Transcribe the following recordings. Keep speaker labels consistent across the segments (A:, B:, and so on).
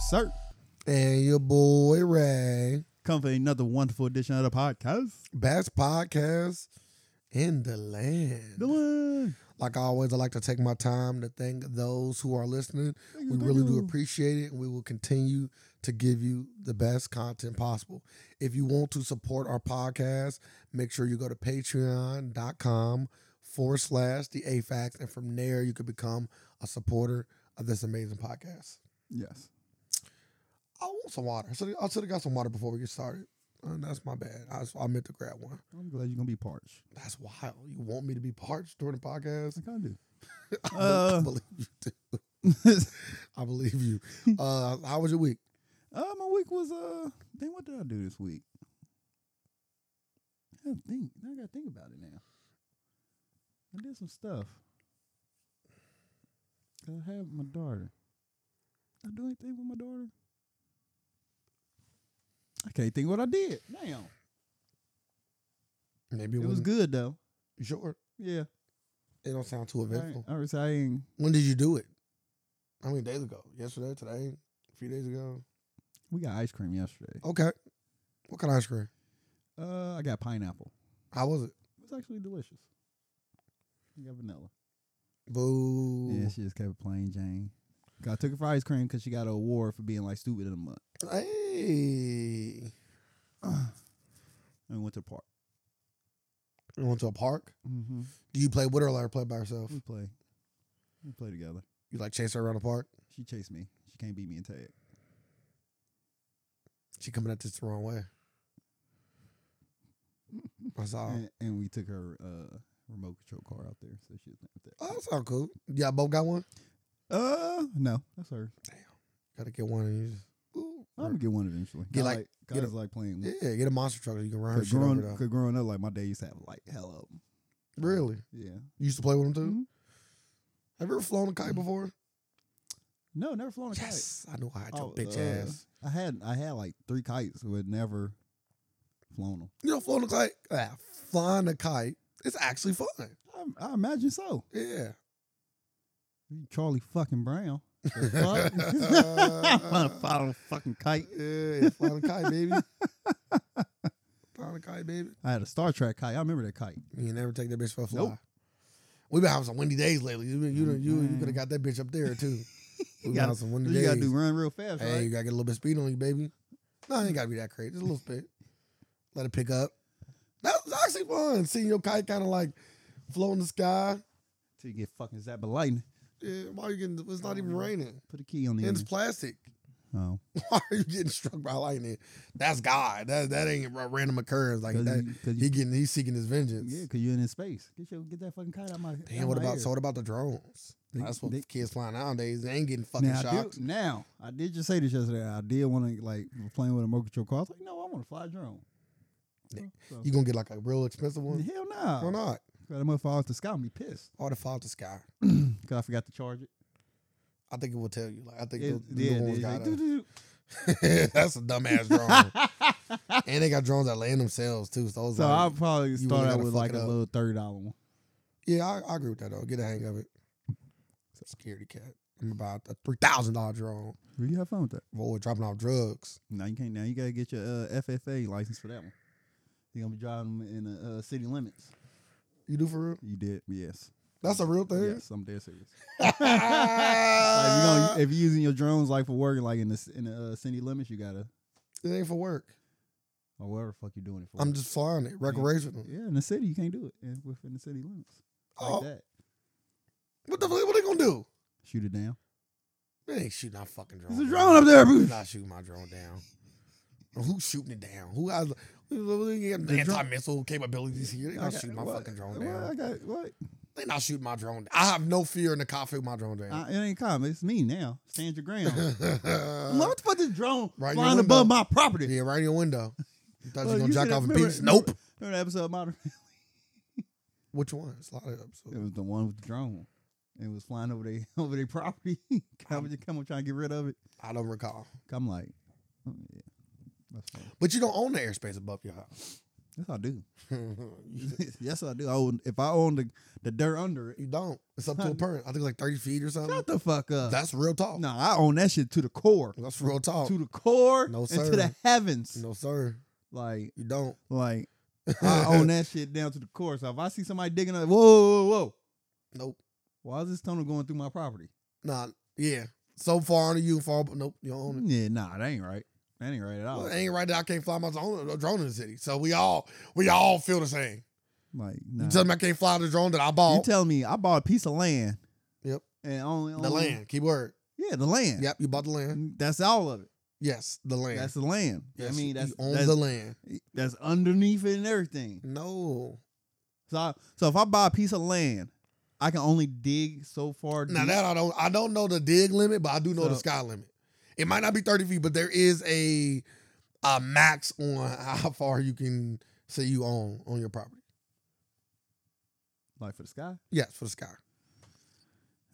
A: sir.
B: And your boy Ray.
A: Come for another wonderful edition of the podcast.
B: Best podcast in the land.
A: The one.
B: Like always, I like to take my time to thank those who are listening.
A: Thank
B: We
A: you,
B: really
A: thank
B: do
A: you.
B: appreciate it, and we will continue to give you the best content possible. If you want to support our podcast, make sure you go to patreon.com forward slash the AFAX, and from there you can become a supporter of this amazing podcast.
A: Yes.
B: I want some water. So I should have got some water before we get started. Uh, that's my bad. I, was- I meant to grab one.
A: I'm glad you're gonna be parched.
B: That's wild. You want me to be parched during the podcast?
A: I kind of do.
B: I don't
A: Uh.
B: believe you do. I believe you. Uh, how was your week?
A: uh, my week was uh. Dang, what did I do this week? I gotta think. I gotta think about it now. I did some stuff. I have my daughter. I do anything with my daughter? I can't think what I did. Damn.
B: Maybe
A: It was
B: wasn't-
A: good though.
B: You Sure.
A: Yeah.
B: It don't sound too
A: I
B: eventful.
A: ain't- I was saying
B: When did you do it? How many days ago? Yesterday, today, a few days ago.
A: we got ice cream yesterday.
B: Okay. What kind of ice cream?
A: Uh, I got pineapple.
B: How was it?
A: It was actually delicious. I got vanilla.
B: Boo.
A: Yeah, she just kept it plain Jane. 'Cause I took her for ice cream because she got an award for being like stupid in the month.
B: Hey.
A: And we went to the park.
B: You went to a park?
A: Mm-hmm.
B: Do you play with her or let her play by herself?
A: We play. We play together.
B: You like chase her around the park?
A: She chased me. She can't beat me in tag.
B: She coming at this the wrong way. I saw.
A: And, and we took her uh, remote control car out there, so she was playing with
B: Oh,
A: that.
B: that sound cool. Y'all both got one?
A: Uh, no, that's her.
B: Gotta get one and you just ooh,
A: I'm gonna get one eventually.
B: Get
A: I
B: like-
A: I
B: get a-
A: just like playing. with
B: Yeah, get a monster truck. You can run her
A: Cause
B: shit over
A: growing,
B: there.
A: 'cause growing up, like my dad used to have like hell of 'em.
B: Really?
A: Yeah.
B: You used to play with them too?
A: Mhm.
B: Have you ever flown a kite before?
A: No, never Mm-hmm. flown a kite.
B: Yes. I knew I had your
A: Oh,
B: bitch
A: uh,
B: ass.
A: I had I had like three kites, but never flown them.
B: You know, flown a kite? Ah, flying a kite. It's actually fun.
A: I, I imagine so.
B: Yeah.
A: Charlie fucking Brown. The fuck? I'm gonna
B: yeah,
A: fly on a fucking kite.
B: flying a kite, baby. flying a kite, baby.
A: I had a Star Trek kite. I remember that kite.
B: You never take that bitch for a fly.
A: Nope.
B: We've been having some windy days lately. You you you, you,
A: Mhm.
B: could have got that bitch up there too. We've been
A: gotta-
B: having some windy
A: You
B: days.
A: gotta do run real fast,
B: Hey, you
A: right?
B: gotta get a little bit of speed on you, baby. No, it ain't gotta be that crazy. Just a little bit. Let it pick up. That was actually fun. Seeing your kite kind of like float in the sky.
A: Till you get fucking zapped by lightning.
B: Yeah, why are you getting? It's not
A: Mm-hmm.
B: even raining.
A: Put a key on the
B: And it's
A: end.
B: plastic.
A: Oh,
B: Why are you getting struck by lightning? That's God. That that ain't a random occurrence like
A: 'Cause
B: that.
A: you- 'cause you-
B: He getting he's seeking his vengeance.
A: yeah, cause you're in his space. Get your get that fucking kite out my.
B: Damn,
A: out
B: what
A: my
B: about
A: ear.
B: so what about the drones?
A: They-
B: That's what
A: they-
B: kids flying nowadays. They ain't getting fucking
A: now, I
B: shocked.
A: did, now I did just say this yesterday. I did want to like playing with a remote control car. I was like, no, I want to fly a drone.
B: Yeah.
A: So-
B: You gonna get like a real expensive one?
A: Hell no.
B: Why not?
A: That motherfucker off the sky, I'm be pissed
B: All the fall out the sky.
A: because I forgot to charge it.
B: I think it will tell you. Like I think
A: Yeah,
B: the, the
A: yeah,
B: new ones
A: it's like,
B: got a-
A: doo-doo-doo.
B: That's a dumbass drone. and they got drones that land themselves too. So, I was
A: So
B: like,
A: I'll probably
B: really
A: start out
B: gotta
A: with
B: fuck
A: like
B: it
A: a
B: up.
A: little thirty dollar one.
B: yeah, I, I agree with that though. Get a hang of it. Security cat. I'm about a three thousand dollar drone.
A: Where you have fun with that?
B: Boy, dropping off drugs.
A: Now you can't. Now you gotta get your uh, FFA license for that one. You gonna be driving in the uh, city limits.
B: You do for real?
A: You did, yes.
B: That's a real thing.
A: Yes, I'm dead serious. Like, if, you gonna, if you're using your drones like for work, like in the c- in the uh, city limits, you gotta
B: it ain't for work.
A: or whatever the fuck you're doing it for.
B: I'm just flying it recreational.
A: yeah, in the city you can't do it in- within the city limits like
B: Oh.
A: that.
B: What the fuck? What they gonna do?
A: Shoot it down.
B: They ain't shooting our fucking drone.
A: There's a
B: down.
A: drone up there.
B: They
A: boo.
B: not shooting my drone down. Who's shooting it down? Who has
A: The drone-
B: anti missile capabilities here? They
A: I
B: not
A: got-
B: shooting my
A: what-
B: fucking drone
A: what
B: down.
A: I got what?
B: They not shooting my drone. down. I have no fear in the conflict of my drone down.
A: I, it ain't common. It's me now. Stand your ground. I'm like, what the fuck this drone
B: Right in your
A: flying
B: window.
A: above my property?
B: yeah, right in your window. You thought you
A: Well,
B: gonna
A: you
B: jack
A: should
B: off a
A: remember-
B: piece? Nope.
A: Remember that episode of Modern
B: Which one? It's a lot of episodes.
A: It was the one with the drone. It was flying over their over their property. I was just come up trying to get rid of it.
B: I don't recall.
A: I'm like, oh yeah, that's fine.
B: But you don't own the airspace above your house.
A: Yes, I do.
B: you
A: yes, I do. I would, if I own the, the dirt under it,
B: don't. It's up to a parent. I think like 30 feet or something.
A: shut the fuck up.
B: That's real talk.
A: no, I own that shit to the core,
B: That's real talk.
A: to the core,
B: No,
A: and
B: sir.
A: to the heavens.
B: No, sir.
A: Like,
B: You don't.
A: like I own that shit down to the core. So if I see somebody digging up, whoa, whoa, whoa, whoa.
B: Nope.
A: why is this tunnel going through my property?
B: Nah. Yeah. So far under you, far. Nope. You don't own it.
A: Yeah, nah, that ain't right. That ain't right at all.
B: Well, it ain't right that I can't fly my drone, uh, drone in the city. So we all we all feel the same.
A: Like, nah.
B: You tell me I can't fly the drone that I
A: You
B: bought.
A: tell me I bought a piece of land.
B: Yep.
A: And only,
B: the
A: only-
B: land. Keyword.
A: Yeah, the land. Mm,
B: Yep. You bought the land.
A: That's all of it.
B: Yes. The land.
A: That's the land.
B: yes,
A: I mean, that's
B: you own
A: that's,
B: the Mm. land.
A: that's underneath it and everything.
B: No.
A: So, I, so if I buy a piece of land, I can only dig so far.
B: Now
A: deep.
B: that I don't I don't know the dig limit, but I do know the
A: So-
B: sky limit. It might not be 30 feet, but there is a a max on how far you can say you own on your property.
A: like for the sky,
B: Yes, for the sky.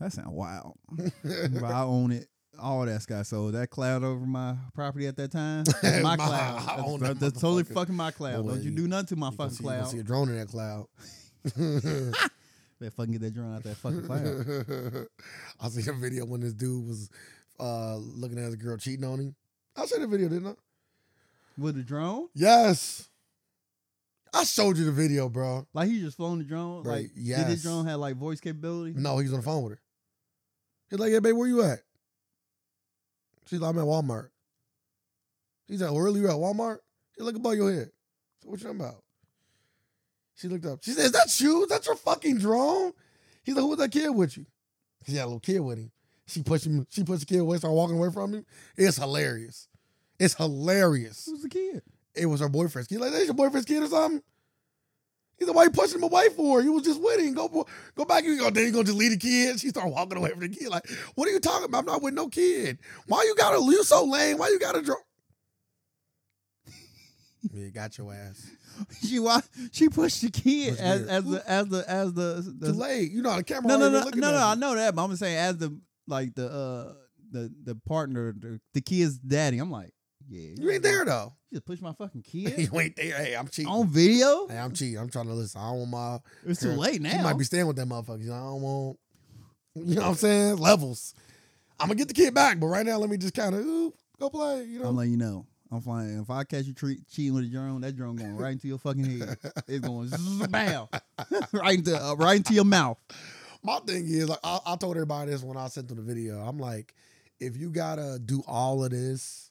A: that sounds wild. but I own it, all that sky. So that cloud over my property at that time, that's my,
B: My-
A: cloud.
B: I
A: That's,
B: own that
A: that's totally
B: motherfucker.
A: fucking my cloud.
B: Boy,
A: Don't you
B: you-
A: do nothing to my
B: You can
A: fucking
B: see, You can
A: cloud.
B: see a drone in that cloud.
A: Better fucking get that drone out that fucking cloud.
B: I seen a video when this dude was uh, looking at his girl cheating on him. I seen the video, didn't I?
A: With the drone,
B: Yes. I showed you the video, bro.
A: like he just flown the drone.
B: Right,
A: Like did
B: yes.
A: his drone have like voice capability?
B: No, he's on the phone with her. He's like, "Yeah, babe, where you at?" She's like, "I'm at Walmart." He's like, "Oh, really? You at Walmart?" He's like, "Above your head." So what you talking about? She looked up. She said, "Is that you? Is that your fucking drone?" He's like, "Who was that kid with you?" He had a little kid with him. She pushed him. She pushed the kid away. Started walking away from him. It's hilarious. It's hilarious.
A: Who's the kid?
B: It was her boyfriend's kid. Like, that's your boyfriend's kid or something. He's like, why you pushing him away for? You was just with him. Go, go back. You go, then you gonna just leave the kid. She started walking away from the kid. Like, what are you talking about? I'm not with no kid. Why you gotta? You so lame. Why you gotta draw? yeah, got your ass.
A: she wa- she pushed the kid
B: That's
A: as
B: weird.
A: as the as the as the, the
B: Too late. You know how the camera.
A: no no
B: already
A: no no
B: looking
A: no
B: at
A: I
B: you.
A: know that but I'm just saying as the like the uh the the partner the, the kid's daddy I'm like yeah
B: You ain't there though.
A: you just pushed my fucking kid
B: you ain't there. Hey, I'm cheating.
A: on video
B: Hey, I'm cheating. I'm trying to listen. I don't want my.
A: it's too
B: Girl,
A: late now
B: She might be staying with that motherfucker. You know, I don't want. You know what I'm saying? Levels. I'm gonna get the kid back, but right now let me just kind of ooh go play. You know.
A: I'm letting you know I'm flying if I catch you tre- cheating with a drone that drone going right into your fucking head it's going bam right into uh, right into your mouth
B: My thing is, like, I, I told everybody this when I sent them the video. I'm like, if you gotta do all of this,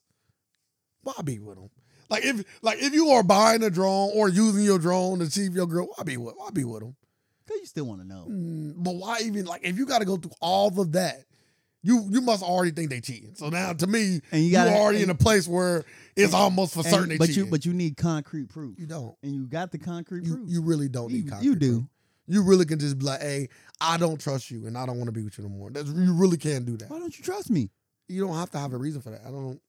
B: why be with them? Like if like if you are buying a drone or using your drone to achieve your girl, why be with why be with them?
A: cause you still want to know
B: Mm, but why even like if you got to go through all of that, you you must already think they cheating. So now to me,
A: and you
B: you are
A: got
B: already in a place where it's almost for certain. they
A: but you
B: cheating.
A: but you need concrete proof
B: you don't.
A: and you got the concrete
B: You
A: proof
B: you really don't
A: You-
B: need.
A: you
B: concrete
A: do.
B: proof. You really can just be like, "Hey, I don't trust you, and I don't want to be with you no more." That's, you really can do that.
A: why don't you trust me
B: You don't have to have a reason for that. I don't.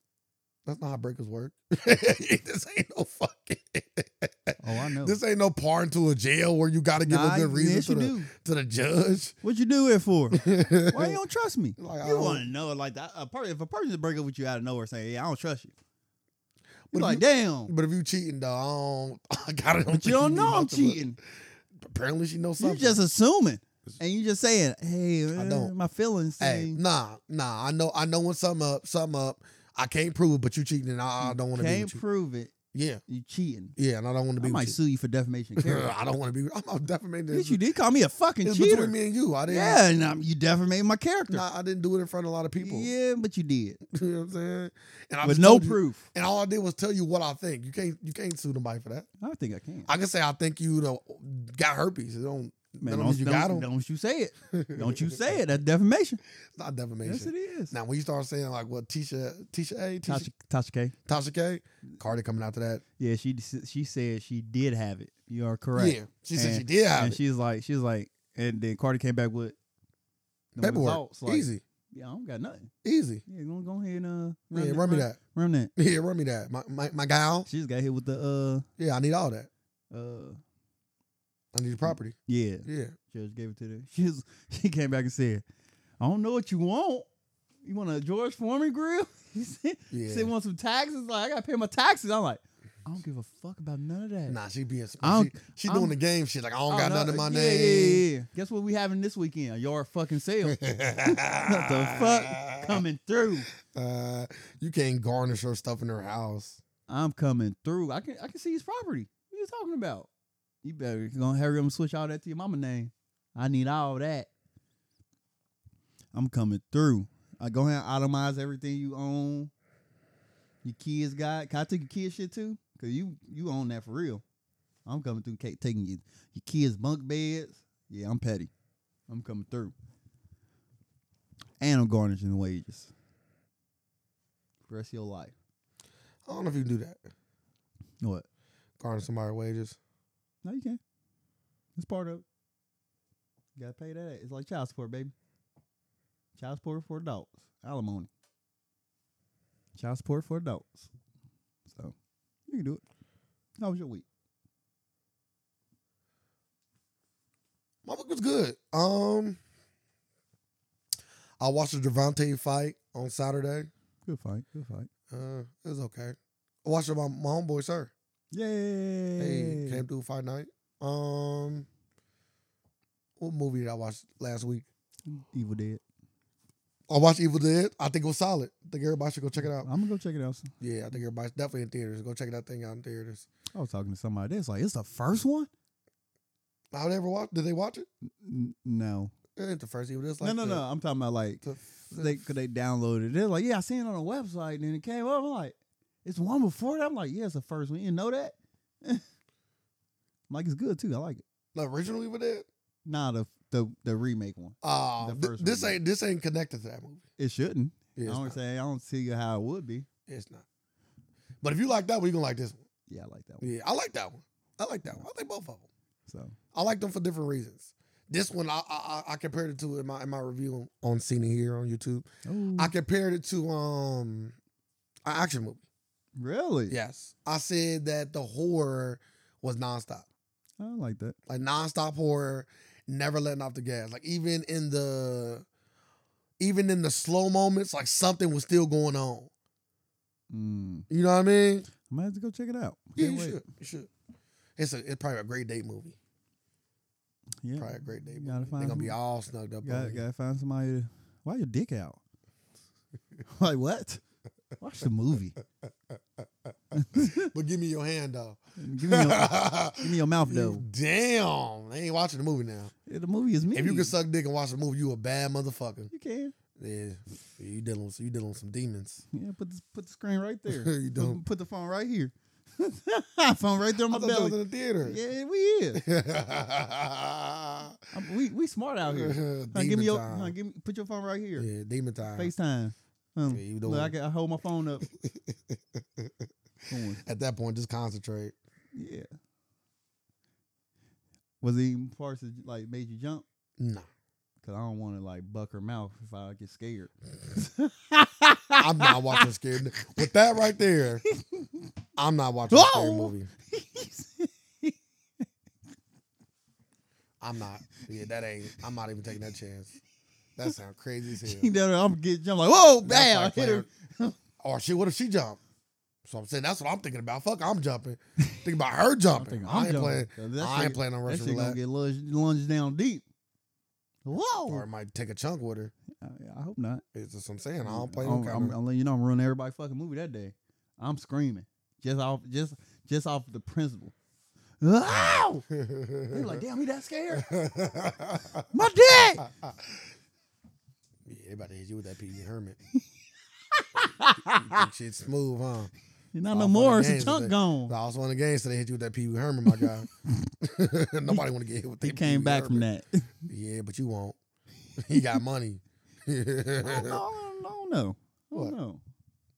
B: That's not how breakers work. this ain't no fucking.
A: oh I know
B: this ain't no part into a jail where you got to give
A: Nah,
B: a good reason
A: yes,
B: to
A: you
B: the,
A: do.
B: to the judge.
A: What you do it for? Why you don't trust me?
B: Like, I
A: you
B: don't-
A: want to know like that. A person, if a person break up with you out of nowhere, saying, "Yeah, I don't trust you," you're
B: But if
A: like,
B: you-
A: "Damn,"
B: But if you cheating, though, I don't. I gotta. Don't
A: but you
B: think
A: don't
B: need
A: know I'm
B: nothing but-
A: cheating.
B: Apparently, she knows
A: You
B: something.
A: just assuming, and you just saying, "Hey, I
B: don't.
A: my feelings."
B: hey,
A: saying,
B: nah, nah. I know, I know when something up, something up. I can't prove it, but you cheating, and I, I don't want to be
A: can't
B: with you.
A: prove it.
B: Yeah,
A: You cheating.
B: yeah, and I don't want to
A: I
B: be
A: might
B: with
A: sue you for defamation. of
B: you.
A: character.
B: I don't want to be. I'm not defamating
A: Bitch,
B: this.
A: you did call me a fucking
B: It's
A: cheater.
B: between me and you. I didn't.
A: yeah, and I'm, you defamated my character.
B: Nah, I didn't do it in front of a lot of people.
A: Yeah, but you did
B: you know what I'm saying? And I
A: with
B: just
A: no
B: told you-
A: proof.
B: and all I did was tell you what I think. You can't. You can't sue nobody for that.
A: I think I can.
B: I can say I think you know, got herpes. It don't.
A: Man,
B: that
A: don't,
B: don't mean you
A: don't-
B: got 'em.
A: don't you say it. Don't you say it. That's defamation.
B: It's not defamation.
A: Yes, it is.
B: Now, when you start saying like what Tisha, Tisha A, Tisha,
A: Tasha, Tasha K.
B: Tasha K, Cardi coming after that,
A: Yeah, she she said she did have it. You are correct.
B: yeah, she said she
A: And-
B: did have
A: and
B: it.
A: she's like, she's like, and then Cardi came back with the
B: Paperwork,
A: results. Like,
B: easy,
A: Yeah, I don't got nothing.
B: easy.
A: Yeah, go, go ahead and uh,
B: yeah, run me that.
A: Run that.
B: Yeah, run me that. My, my my gal.
A: She just got hit with the
B: Yeah, I need all that.
A: uh uh
B: I need the property.
A: yeah.
B: Yeah,
A: Judge gave it to the. She was, she came back and said, I don't know what you want. You want a George Foreman grill? He said,
B: yeah.
A: she said, want some taxes? Like I gotta pay my taxes. I'm like, I don't give a fuck about none of that.
B: Nah, she being
A: I
B: she,
A: don't-
B: she
A: I
B: doing
A: don't-
B: the game shit. Like I don't
A: Oh,
B: got
A: no,
B: nothing in my
A: yeah,
B: name.
A: Yeah, yeah, yeah. Guess what we having this weekend? Your fucking sale. what the fuck coming through?
B: Uh, you can't garnish her stuff in her house.
A: I'm coming through. I can I can see his property. What you talking about? You better gonna hurry up and switch all that to your mama name. I need all that. I'm coming through. I go ahead and itemize everything you own. Your kids got. Can I take your kids shit too? Cause you you own that for real. I'm coming through. ca- Taking your your kids bunk beds. Yeah, I'm petty. I'm coming through. And I'm garnishing wages. For the rest of your life.
B: I don't know if you can do that.
A: What?
B: Garnish somebody's wages.
A: No, you can't. It's part of it. You gotta pay that. It's like child support, baby. Child support for adults. Alimony. Child support for adults. So you can do it. How was your week?
B: My book was good. Um, I watched the Devontae fight on Saturday.
A: Good fight. Good fight.
B: Uh, it was okay. I watched it with my, my homeboy sir.
A: Yay.
B: Hey, came through fight night. Um, what movie did I watch last week?
A: Evil Dead.
B: I watched Evil Dead. I think it was solid. I think everybody should go check it out.
A: I'm gonna go check it out. son.
B: Yeah, I think everybody's definitely in theaters. Go check that thing out in theaters.
A: I was talking to somebody. That's like, it's the first one?
B: I never watched. Did they watch it?
A: N- no.
B: It ain't the first Evil Dead. It's like
A: no, no,
B: the-
A: no. I'm talking about like
B: the-
A: they cause they downloaded it. They're like, yeah, I seen it on a website, and then it came up. I'm like, it's one before that. I'm like, yeah, it's the first one. You didn't know that? I'm like, it's good too. I like it.
B: the original Evil Dead.
A: Nah, the the, the remake one.
B: Oh,
A: The
B: th-
A: first
B: this
A: one.
B: ain't this ain't connected to that movie.
A: It shouldn't.
B: Yeah,
A: I
B: it's,
A: don't
B: not.
A: say I don't see how it would be.
B: it's not. But if you like that one, you gonna like this one.
A: Yeah, I like that one.
B: Yeah, I like that one. I like that one. I like both of them.
A: So
B: I like them for different reasons. This one, I I, I- I compared it to in my in my review on Cena here on YouTube.
A: oh,
B: I compared it to um, an action movie.
A: really?
B: Yes, I said that the horror was nonstop.
A: I like that.
B: like nonstop horror, never letting off the gas. Like even in the even in the slow moments, like something was still going on.
A: Mm.
B: You know what I mean?
A: I might have to go check it out.
B: Yeah,
A: Can't
B: you
A: wait.
B: should. You should. It's a it's probably a great date movie.
A: Yeah.
B: Probably a great date
A: You
B: movie.
A: gotta
B: They're
A: find
B: gonna be
A: some-
B: all snugged up.
A: Got
B: on you.
A: gotta find somebody. To, why your dick out? like what? Watch the movie.
B: But give me your hand though.
A: Give me your, give me your mouth though.
B: Damn, they ain't watching the movie now.
A: Yeah, the movie is me.
B: If you can suck dick and watch the movie, you a bad motherfucker.
A: You can.
B: Yeah, you dealing with, you dealing with some demons.
A: Yeah, put the put the screen right there.
B: You
A: Put-
B: don't.
A: Put, the phone right here. phone right there on my
B: I thought that was
A: belly.
B: in the theater.
A: Yeah, we is.
B: Yeah.
A: I'm- we we smart out here. Huh, give me your huh, give me, put your phone right here.
B: Yeah, demon time.
A: FaceTime. Um,
B: Yeah, you
A: look, I,
B: don't-
A: can, I hold my phone up. Going,
B: At that point, just concentrate.
A: yeah. Was it even parts that like made you jump?
B: Nah.
A: Cause I don't want to like buck her mouth if I get scared.
B: I'm not watching scary mo- With that right there, I'm not watching a scary
A: Whoa!
B: movie. I'm not. Yeah, that ain't. I'm not even taking that chance. That sounds crazy as
A: She
B: hell.
A: done it, I'm getting jumped like whoa,
B: That's
A: bam!
B: like
A: hit her.
B: playing- Or Oh, she, what if she jumped? So I'm saying that's what I'm thinking about. Fuck, I'm jumping. Think about her
A: I'm
B: jumping.
A: thinking,
B: I
A: I'm
B: ain't playing.
A: jumping. That
B: I
A: shit-
B: ain't playing on
A: That
B: Russian
A: shit gonna
B: roulette.
A: get lunged, lunged down deep. Whoa!
B: Or it might take a chunk with her.
A: I, I hope not.
B: It's just what I'm saying. I don't play no
A: I'm,
B: kind
A: I'm,
B: of-
A: I'm letting you know I'm ruining everybody fucking movie that day. I'm screaming just off just just off the principle. Ow! They like, damn, he that scared.
B: yeah,
A: My dick.
B: they about to hit you with that PG Herman. Shit's smooth, huh?
A: Not no
B: Off on
A: more.
B: the
A: It's a
B: games
A: chunk
B: today.
A: gone.
B: I also on the game, so they hit you with that Pee Wee Herman, my guy. Nobody want to get hit with that.
A: He came
B: Pee Wee
A: back from
B: Herman.
A: that.
B: Yeah, but you won't. He got money.
A: I don't know. I don't know. I
B: What?
A: don't, know.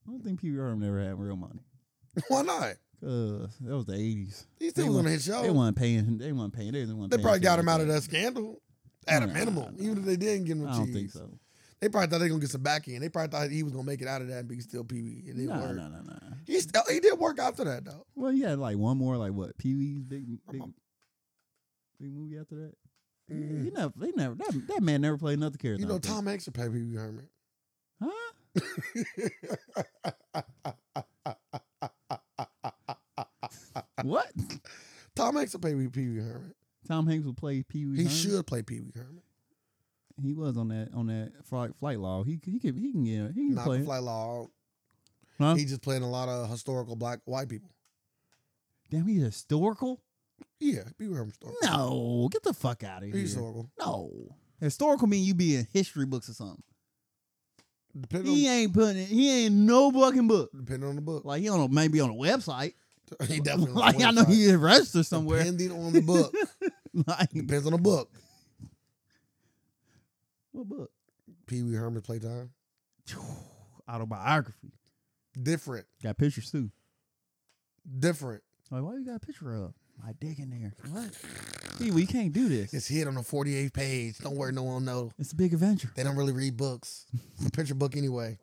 A: I don't think Pee Wee Herman ever had real money.
B: Why not?
A: Cause that was the '80s.
B: He
A: They
B: still was
A: want-
B: on his
A: They
B: show.
A: weren't paying. They weren't paying. They, weren't
B: Oh. They
A: paying
B: probably
A: shit
B: got
A: like
B: him out of that scandal at a
A: Nah,
B: minimum, even if they didn't give him a
A: I don't think
B: cheese.
A: so.
B: They probably thought they gonna get some back end. They probably thought he was gonna make it out of that and be still Pee Wee. It didn't
A: No, no,
B: work.
A: no, no.
B: He still he did work after that though.
A: Well, you had like one more, like what? Pee Wee's big, big,
B: mom-
A: big movie after that.
B: Mhm.
A: You never, they never. That, that man never played another character.
B: You
A: I
B: know,
A: don't think.
B: Tom Hanks should play Pee Wee Herman.
A: Huh? what?
B: Tom Hanks will play Pee Wee Herman.
A: Tom Hanks would play Pee Wee.
B: He
A: Herman?
B: should play Pee Wee Herman.
A: He was on that on that flight flight log. He he can he can get he can
B: Not
A: play.
B: the
A: it.
B: fly law.
A: Huh?
B: He just playing a lot of historical black white people.
A: Damn, he's historical.
B: Yeah, Pee Wee Herman's historical.
A: No, get the fuck out of
B: He's
A: here.
B: historical.
A: No, historical mean you be in history books or something.
B: Depending
A: He
B: on,
A: ain't putting it. He ain't no fucking book.
B: depending on the book.
A: Like he on a, maybe on a website.
B: he definitely on
A: like
B: the
A: I know
B: website.
A: he is registered somewhere.
B: Depending on the book.
A: like
B: Depends on the book.
A: what book?
B: Pee Wee Herman's playtime.
A: Autobiography.
B: Different.
A: Got pictures too.
B: Different.
A: Like why you got a picture of my dick in there? What? Pee Wee, you can't do this.
B: It's hid on the 48th page. Don't worry, no one know.
A: It's a big adventure.
B: They don't really read books. It's a picture book anyway.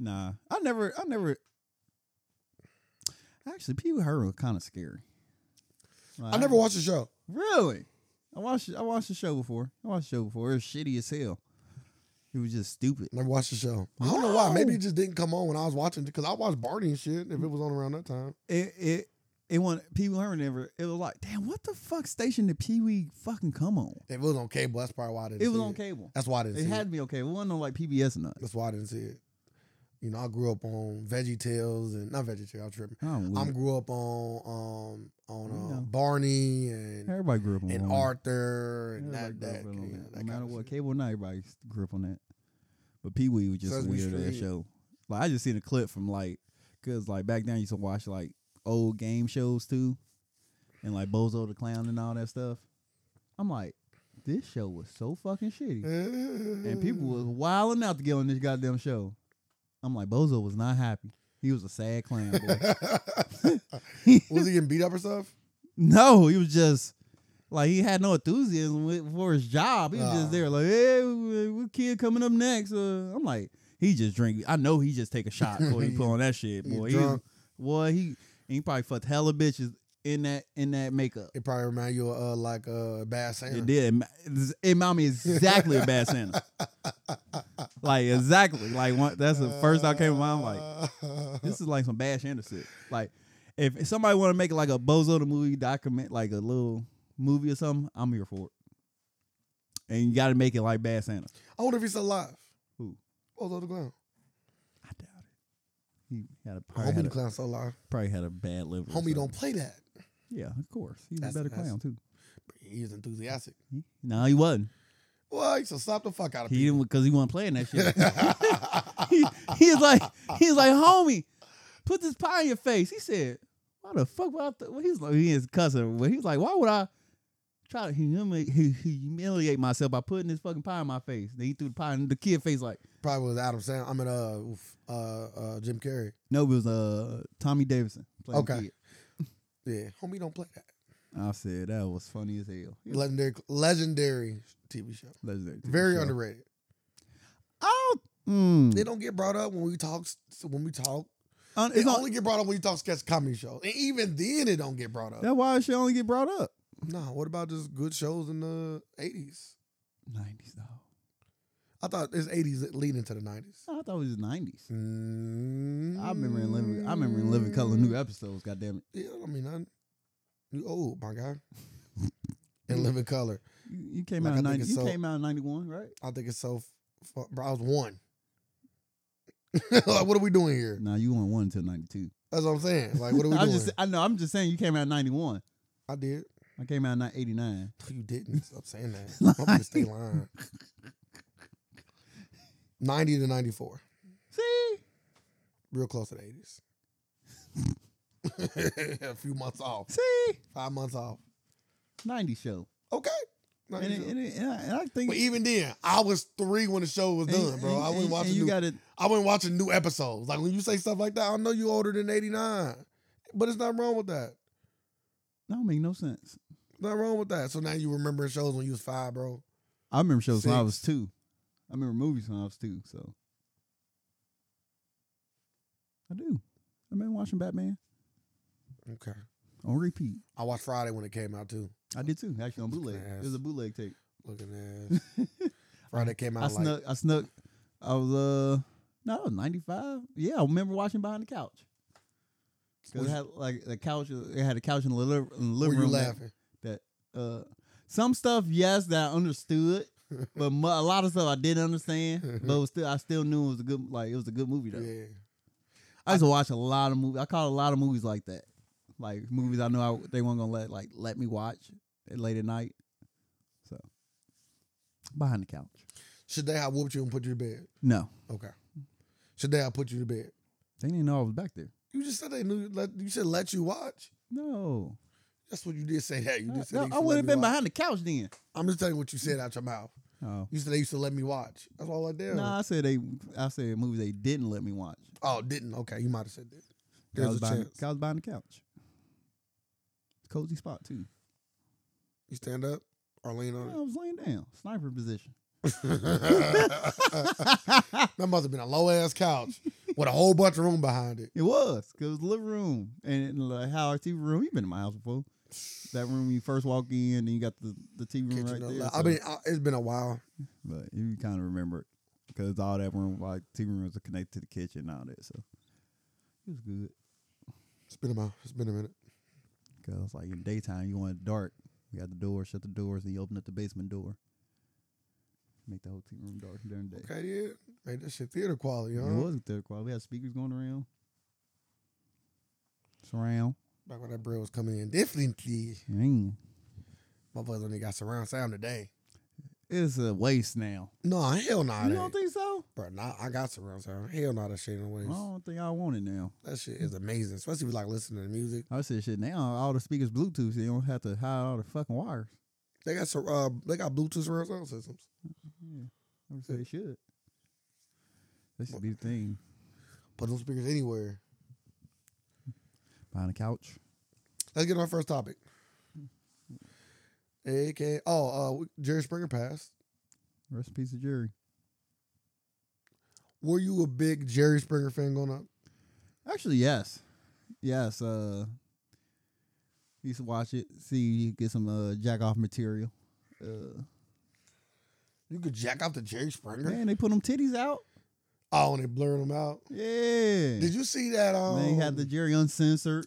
A: Nah, I never, I never. Actually, Pee Wee Herman was kind of scary. Like,
B: I never watched the show.
A: Really, I watched. I watched the show before. I watched the show before. It was shitty as hell. It was just stupid.
B: Never watched the show. I don't know why.
A: Wow.
B: Maybe it just didn't come on when I was watching it because I watched Barney and shit if it was on around that time.
A: It it it went. Pee Wee Herman never. It was like, damn, what the fuck station did Pee Wee fucking come on?
B: If it was on cable, that's probably why I didn't
A: It was
B: see
A: on cable.
B: That's why I didn't
A: It
B: see
A: had
B: it.
A: to be okay. It wasn't on like PBS or nothing.
B: That's why I didn't see it. You know, I grew up on Veggie Tales and not Veggie Tales, I'm tripping.
A: Oh,
B: I
A: weird.
B: grew up on um on
A: We
B: uh,
A: know.
B: Barney and
A: everybody grew up on
B: and
A: one.
B: Arthur and
A: Everybody
B: that,
A: grew up
B: that,
A: on
B: yeah,
A: that.
B: that
A: No matter
B: kind of
A: what,
B: shit.
A: cable or not, everybody s- grew up on that. But Pee Wee was just a
B: Sesame
A: weird ass
B: Street.
A: show. Like I just seen a clip from like, cause like back then I used to watch like old game shows too, and like Bozo the Clown and all that stuff. I'm like, this show was so fucking shitty, and
B: and
A: people was
B: Mm.
A: wilding out to get on this goddamn show. I'm like, Bozo was not happy. He was a sad clown. Boy.
B: was he getting beat up or stuff?
A: no, he was just. Like he had no enthusiasm with, for his job. He was
B: Ah.
A: just there, like, "Hey, w- what kid coming up next?" Uh, I'm like, he just drink. I know he just take a shot before he put on that shit,
B: He
A: boy. He,
B: drunk.
A: boy, he and he probably fucked hella bitches in that in that makeup.
B: It probably remind you of uh, like uh, Bad Santa.
A: It did. It ma- It made me exactly a bad Santa. like exactly. Like one, that's the first I came to mind. Like
B: like
A: this is like some Bash Anderson. Like if if somebody want to make like a Bozo the movie document, like a little movie or something, I'm here for it. And you got to make it like Bad Santa.
B: I wonder if he's still alive.
A: Who?
B: Bozo the clown.
A: I doubt it. He had a probably,
B: Homie
A: had
B: the
A: a,
B: clown still alive.
A: probably had a bad liver. or
B: Homie
A: something.
B: don't play that.
A: Yeah, of course. He's a
B: That's-
A: better
B: that's-
A: clown too.
B: He's enthusiastic.
A: He- No, he wasn't.
B: Well, he should slap the fuck out of
A: He
B: people.
A: didn't because he wasn't playing that shit. he, he was like, he was like, homie, put this pie in your face. He said, why the fuck would I? Th-? Well, he's like, he is cussing, but he's like, why would I try to humiliate, hu- humiliate myself by putting this fucking pie in my face? Then he threw the pie in the kid face like,
B: Probably was Adam Sandler. I mean, uh, oof, uh, uh, Jim Carrey.
A: no, it was uh Tommy Davidson. Playing the
B: Okay.
A: kid.
B: Yeah, homie don't play that.
A: I said that was funny as hell. It was
B: Legendary, legendary TV show.
A: legendary TV
B: Very
A: show.
B: underrated.
A: Oh, mm.
B: They don't get brought up when we talk. When we talk,
A: Un-
B: they
A: it's on-
B: only get brought up when you talk sketch comedy shows, and even then, it don't get brought up.
A: that's why it should only get brought up.
B: No, what about just good shows in the eighties?
A: Nineties though.
B: I thought it's eighties leading to the nineties.
A: I thought it was nineties.
B: Mm.
A: I remember in living. I remember in living color new episodes. God damn it!
B: Yeah, I mean, I, you old my guy. and live in color.
A: You, you came
B: Like,
A: out in
B: I think
A: ninety.
B: it's
A: You
B: so-
A: came out in ninety one, right?
B: I think it's so. F- bro, I was one. like, what are we doing here?
A: No, you weren't one until ninety two.
B: That's what I'm saying. Like, what are we
A: I'm
B: doing?
A: just. I know. I'm just saying you came out in ninety one.
B: I did.
A: I came out in eighty nine.
B: No, you didn't. Stop saying that. I'm gonna stay lying. Ninety to ninety four.
A: See,
B: Real close to the eighties. A few months off.
A: see,
B: Five months off.
A: ninety show.
B: Okay.
A: And, it, and, it, and I, and I think.
B: but even then, I was three when the show was
A: and-
B: done, bro.
A: and-
B: I wasn't
A: and-
B: watching
A: And
B: new
A: you got it.
B: I wasn't watching new episodes. Like when you say stuff like that, I know you older than eighty nine. But it's not wrong with that.
A: That don't make no sense.
B: Not wrong with that. So now you remembering shows when you was five, bro.
A: I remember shows when I was
B: Six.
A: two. I remember movies when I was two. So I do. I've been watching Batman
B: Okay.
A: on repeat.
B: I watched Friday when it came out too.
A: I did too. Actually, on bootleg.
B: Yes.
A: It was a bootleg tape.
B: Looking at Friday came out
A: I
B: like
A: snuck. I snuck. I was uh no, I was ninety five. Yeah, I remember watching behind the couch. Cause it had like a couch. It had a couch in the li- in the
B: Were
A: living
B: you
A: room. that-
B: laughing?
A: That, uh, some stuff, yes, that I understood, but mu a lot of stuff I didn't understand. But it was still, I still knew it was a good. Like it was a good movie though.
B: Yeah.
A: I used to watch a lot of movies. I caught a lot of movies like that, like movies I know I, they weren't gonna let like let me watch at late at night. So behind the couch.
B: Should they have whooped you and put you to bed?
A: No,
B: Okay. Should they have put you to bed?
A: they didn't know I was back there.
B: You just said they knew. Let, you said let you watch. No. That's what you did say. That you
A: No,
B: just said
A: no,
B: they used
A: I
B: to let
A: would have
B: me
A: been
B: watch.
A: behind the couch then.
B: I'm just telling you what you said out your mouth.
A: Oh.
B: You said they used to let me watch. That's all I did.
A: No, I said they. I said movies they didn't let me watch.
B: Oh, didn't. Okay, you might have said that.
A: I was,
B: There's a
A: behind,
B: chance.
A: I was behind the couch. Cozy spot too.
B: You stand up or lean
A: I
B: on
A: was laying down, sniper position.
B: it. That must have been a low ass couch with a whole bunch of room behind it.
A: It was because it was the living room and it- like how our TV room. You've been in my house before. That room you first walk in, and you got the the TV room
B: Kitchen
A: right
B: and
A: there.
B: all that.
A: so-
B: I mean, I, it's been a while.
A: but you kind of remember it because all that room, like TV rooms, are connected to the kitchen and all that. So it was good
B: It's been a while. It's been a minute.
A: because like in daytime you want it dark. You got the door, shut the doors, and you open up the basement door. Make the whole TV room dark during the day.
B: Okay, yeah. Made that shit theater quality, huh?
A: It was a third quad. We had speakers going around. Surround.
B: Back when that bread was coming in. Definitely.
A: Man,
B: My brother only got surround sound today.
A: it's a waste now.
B: No, hell nah.
A: You
B: it
A: don't
B: ain't.
A: think so?
B: Bro, nah, I got surround sound. Hell nah, that shit in the
A: I
B: ways.
A: don't think I want it now.
B: That shit is amazing. Especially with like listening to music.
A: I said shit. Now all the speakers Bluetooth. so You don't have to hide all the fucking wires.
B: They got sur- uh, they got Bluetooth surround sound systems.
A: I would say they should. That should be the thing.
B: Put those speakers anywhere.
A: Behind the couch.
B: Let's get on our first topic. AK. Oh, uh, Jerry Springer passed.
A: Rest in peace of Jerry.
B: Were you a big Jerry Springer fan going up?
A: Actually, yes, yes. Uh, used to watch it. See, get some uh, jack off material. Uh,
B: You could jack off the Jerry Springer.
A: man, they put them titties out.
B: Oh, and they blurred them out.
A: Yeah.
B: Did you see that? Um,
A: they had the Jerry uncensored.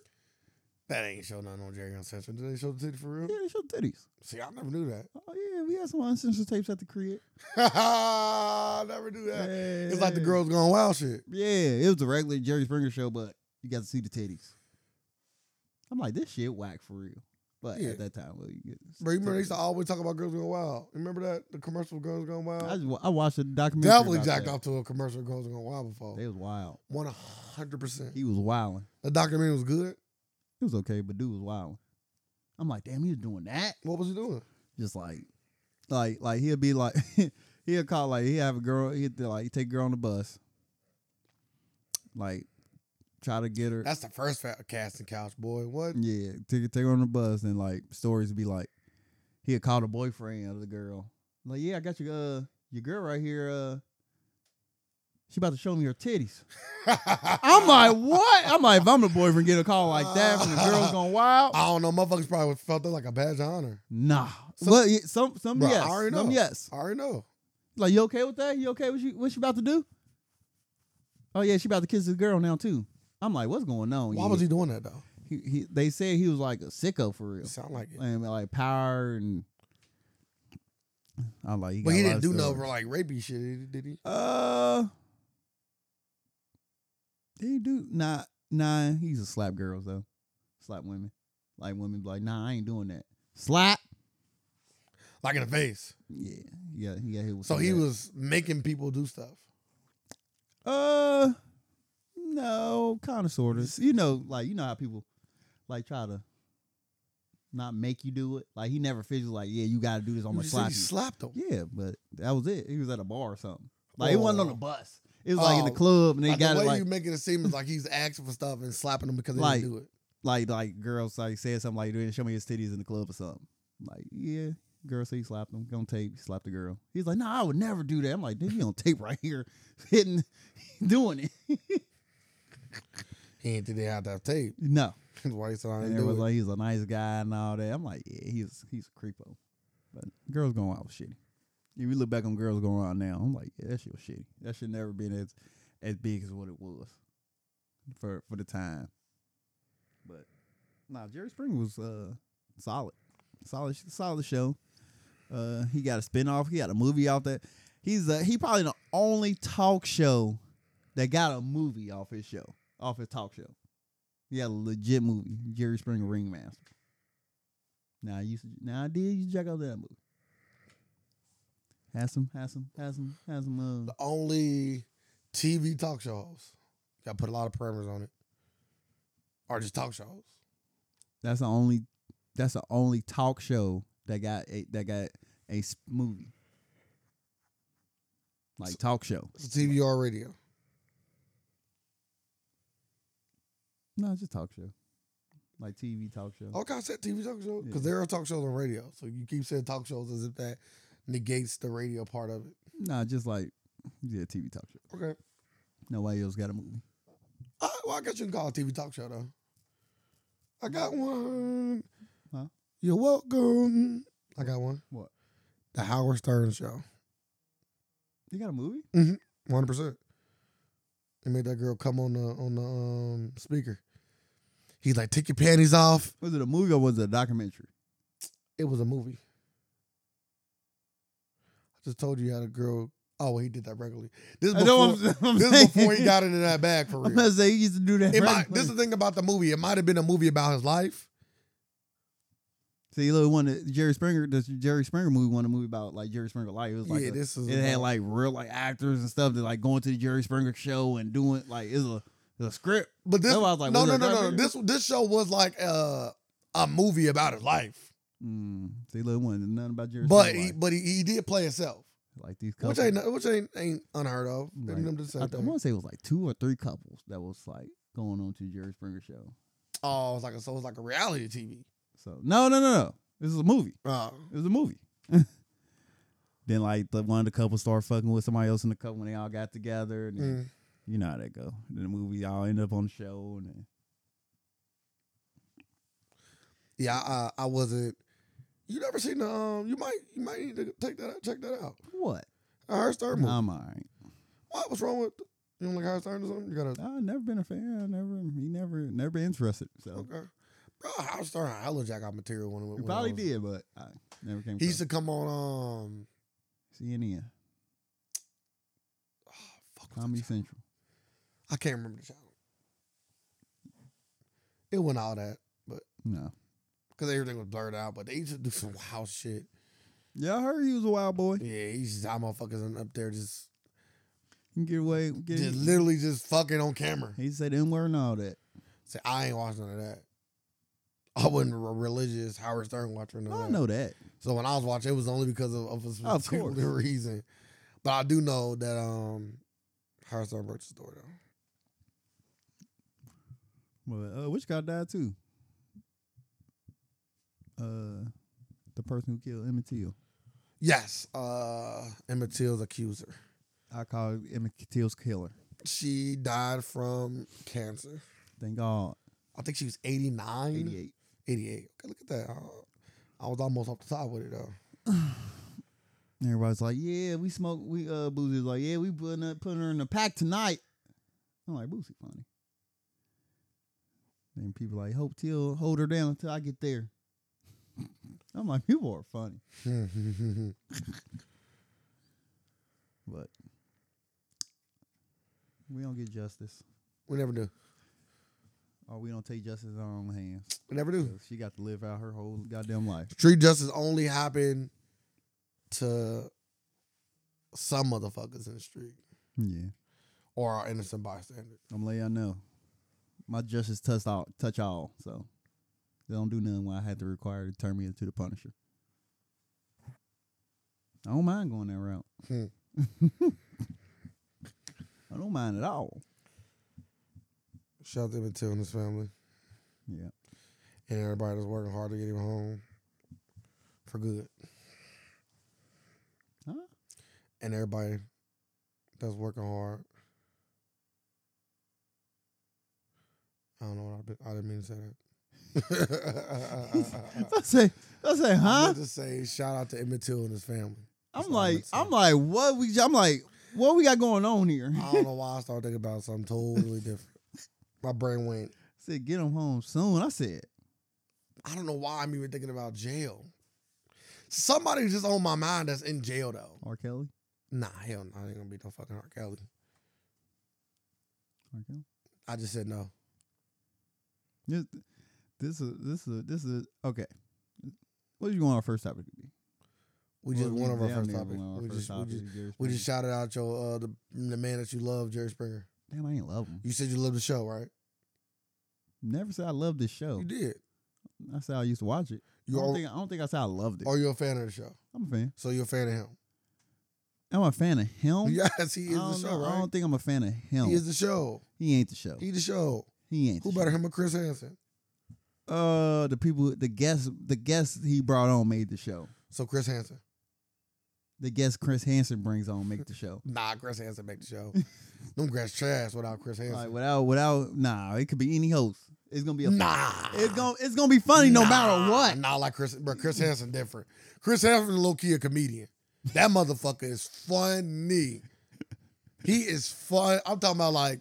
B: that ain't show nothing on Jerry Uncensored. Did they show the titty for real?
A: Yeah, they showed titties.
B: See, I never knew that.
A: Oh yeah, we had some uncensored tapes at the crib.
B: I never knew that. It's like the girls going wild shit.
A: Yeah, it was a regular Jerry Springer show, but you got to see the titties. I'm like, this shit whack for real. But
B: Yeah.
A: at that time, well, you get.
B: Bro, you remember they
A: titties.
B: used to always talk about girls going wild. Remember that the commercial girls going
A: I,
B: wild?
A: just, wa- I watched a documentary.
B: uh, Definitely
A: about
B: jacked
A: that.
B: off to a commercial girls going wild before.
A: They was wild.
B: One hundred percent.
A: He was wilding.
B: The documentary was good.
A: It was okay, but dude was wilding. I'm like, damn, he was doing that.
B: What was he doing?
A: just like like like he'll be like he'll call like he have a girl he'd like he take a girl on the bus like try to get her
B: That's the first fa- casting couch boy. What?
A: yeah take, take her on the bus and like stories be like he'll call the boyfriend of the girl like yeah i got your uh your girl right here uh she about to show me her titties i'm like what i'm like if i'm the boyfriend get a call like that from the girl's going wild
B: I don't know. Motherfuckers probably felt that like a badge of honor.
A: nah
B: Some-
A: well yeah, some some
B: Bruh, I
A: Um, yes
B: already
A: some
B: know.
A: yes
B: I already know.
A: Like, you okay with that? You okay with you what you about to do? Oh yeah, she about to kiss this girl now too. I'm like, what's going on?
B: Why
A: Oh, Yeah.
B: was he doing that though?
A: He, he, they said he was like a sicko for real,
B: It sound like it.
A: and like power and. I'm like,
B: But he
A: got a lot
B: didn't do
A: of
B: no
A: stories.
B: like rapey shit, did he? Did he?
A: Uh, he do nah nah. He used to slap girls though, slap women, like women be like, nah, I ain't doing that. Slap.
B: Like in the face.
A: Yeah, yeah, yeah. He was
B: So he was making people do stuff.
A: Uh, no, kind of, sort of. You know, like you know how people like try to not make you do it. Like he never physically like, yeah, you got to do this. I'm
B: You
A: gonna
B: just said
A: slap
B: he
A: you.
B: slapped him.
A: yeah, but that was it. He was at a bar or something. Like it wasn't on
B: Oh.
A: the bus. It was like in the
B: Oh.
A: club, and they
B: Like,
A: got
B: the
A: it
B: way
A: like
B: you making it seem is like he's asking for stuff and slapping him because they
A: Like-
B: didn't do it.
A: like like girls like said something like, "Dude, show me his titties in the club or something." Like yeah. Girl said he slapped him. Gonna tape. He slapped the girl. He's like, "No, I would never do that." I'm like, "Dude, you on tape right here, hitting, doing it."
B: He ain't think they had that tape.
A: no,
B: That's why he said I
A: And
B: didn't do it.
A: everyone's like, he's a nice guy and all that. I'm like, yeah, he's he's a creepo. But girls going out was shitty. If you look back on girls going out now, I'm like, yeah, that shit was shitty. That should never been as as big as what it was for for the time. But nah, Jerry Springer was uh solid, solid, sh- solid show. Uh, he got a spinoff. He got a movie out there. He's uh, he probably the only talk show that got a movie off his show, off his talk show. He had a legit movie, Jerry Springer Ringmaster. Now you, now I did you check out that movie. Has some, has some, has some, has some. Uh,
B: The only TV talk shows. Got to put a lot of parameters on it. Are just talk shows.
A: that's the only, that's the only talk show that got a that got a s- movie, like talk show.
B: It's TV or radio.
A: No, it's just talk show, like TV talk show.
B: Okay, I said TV talk show
A: Yeah.
B: because there are talk shows on radio. So you keep saying talk shows as if that negates the radio part of it.
A: Nah, just like yeah, TV talk show.
B: Okay.
A: Nobody else got a movie.
B: Uh, well, I guess you can call it TV talk show though. I got one.
A: Huh?
B: You're welcome. I got one.
A: What?
B: The Howard Stern Show.
A: You got a movie?
B: One hundred percent. They made that girl come on the on the um, speaker. He's like, take your panties off.
A: Was it a movie or was it a documentary?
B: It was a movie. I just told you how the girl. Oh, well, he did that regularly. This is
A: I know
B: before,
A: what I'm- I'm
B: this
A: saying.
B: is before he got into that bag for
A: I'm
B: real.
A: not saying he used to do that.
B: It might,
A: right?
B: this is the thing about the movie. It might have been a movie about his life.
A: See, look, one that Jerry Springer, the Jerry Springer movie, one a movie about like Jerry Springer life. It was like
B: yeah,
A: a-
B: this is.
A: it had
B: about-
A: like real like actors and stuff that like going to the Jerry Springer show and doing like it's a it's a script.
B: but this
A: that's why I was like,
B: no,
A: was
B: no,
A: it
B: no,
A: a
B: no,
A: documentary?
B: This this show was like uh, a movie about his life.
A: Mm, see, look, one nothing about Jerry.
B: But
A: Springer
B: he,
A: life.
B: but he, he did play himself,
A: like these couples,
B: which ain't which ain't ain't unheard of.
A: Right.
B: Them to say
A: I,
B: that.
A: want to say it was like two or three couples that was like going on to the Jerry Springer show.
B: Oh, it's like a, so it's like a reality TV.
A: So no, no, no, no. This is a movie.
B: Oh,
A: It was a movie. then like the one of the couple start fucking with somebody else in the couple when they all got together. And then,
B: Mm.
A: you know how that go. Then the movie all end up on the show and then,
B: yeah, I, I wasn't. You never seen the? Um, you might you might need to take that out, check that out.
A: what?
B: I heard Stern movie.
A: I'm all right.
B: what? What's wrong with you? Don't like Howard Stern or something? You gotta
A: I've never been a fan. I never he never never been interested. So
B: okay. Bro, Howard Stern hella jack out material when, when
A: he
B: I
A: probably
B: was-
A: did, but I never came
B: He used
A: across
B: to come on um
A: CNN,
B: oh, fuck, what's
A: Comedy
B: that channel?
A: Central.
B: I can't remember the channel. It wasn't all that
A: No.
B: because everything was blurred out, but they used to do some wild shit.
A: Yeah, I heard he was a wild boy.
B: Yeah, he's just how motherfuckers up there just
A: He can get away. Get,
B: just literally just fucking on camera.
A: he said N word and all that.
B: Say I ain't watching none of that. I wasn't a religious Howard Stern watcher. None of
A: I
B: that.
A: know that.
B: So when I was watching, it was only because of, of a
A: Of
B: particular
A: course.
B: reason. But I do know that um, Howard Stern broke the story though.
A: Well, uh, which guy died too? Uh, the person who killed Emmett Till.
B: Yes, uh, Emmett Till's accuser.
A: I call it Emmett Till's killer.
B: She died from cancer.
A: Thank God.
B: I think she was 89.
A: 88.
B: 88. Okay, look at that. I, I was almost off the top with it though.
A: And everybody's like, yeah, we smoke. We uh, Boosie's like, yeah, we putting her, putting her in the pack tonight. I'm like, Boosie, funny. Then people like, hope Till hold her down until I get there. I'm like, people are funny, but we don't get justice,
B: we never do.
A: or Oh, we don't take justice in our own hands.
B: We never do.
A: She got to live out her whole goddamn life.
B: Street justice only happened to some motherfuckers in the street
A: Yeah,
B: or our innocent bystanders.
A: I'm letting y'all know. My justice touch all, touch all. So they don't do nothing when I had to require to turn me into the Punisher. I don't mind going that route.
B: Hmm.
A: I don't mind at all.
B: Shout out to Emmett Till and his family
A: Yeah,
B: and everybody that's working hard to get him home for good.
A: Huh?
B: And everybody that's working hard. I don't know what I, been, I didn't mean to say that.
A: I say, I say, huh?
B: I'm just saying, shout out to Emmett Till and his family.
A: I'm
B: That's all I
A: like,
B: meant to say.
A: I'm like, what we? I'm like, what we got going on here?
B: Uh, I don't know why I started thinking about something totally different. My brain went.
A: said, get him home soon. I said,
B: I don't know why I'm even thinking about jail. Somebody's just on my mind that's in jail though.
A: R. Kelly?
B: Nah, hell no, I ain't gonna be no fucking R. Kelly.
A: R. Kelly?
B: I just said no.
A: This, this is, this is, this is, okay. What you want our first topic to be?
B: We just
A: Well,
B: one of our
A: damn
B: first
A: near
B: topics.
A: one of our
B: We
A: first
B: just, we just
A: topics, Jerry
B: we just
A: Springer.
B: shouted out your uh the, the man that you love, Jerry Springer.
A: Damn, I ain't love him.
B: You said you loved the show, right?
A: Never said Oh. I loved this show.
B: You did.
A: I said I used to watch it.
B: You
A: I, don't
B: are,
A: think, I don't think I said I loved it.
B: are you a fan of the show?
A: I'm a fan.
B: So you're a fan of him?
A: I'm a fan of him.
B: Yes, he
A: I don't,
B: is the show,
A: know. I
B: right?
A: don't think I'm a fan of him.
B: He
A: He,
B: is the show.
A: ain't the show. He,
B: He the show.
A: ain't.
B: Who
A: the
B: better him or Chris Hansen?
A: show. Uh, the people, the guests, the guests he brought on made the show.
B: So Chris Hansen.
A: The guests Chris Hansen brings on make the show.
B: Nah, Chris Hansen make the show. Them grass trash without Chris Hansen.
A: Like without, without, nah, it could be any host. It's gonna be a.
B: nah.
A: It's gonna, it's gonna be funny no
B: Nah.
A: matter what.
B: Nah, like Chris, bro. Chris Hansen different. Chris Hansen, low key a comedian. That motherfucker is funny. He is fun. I'm talking about like,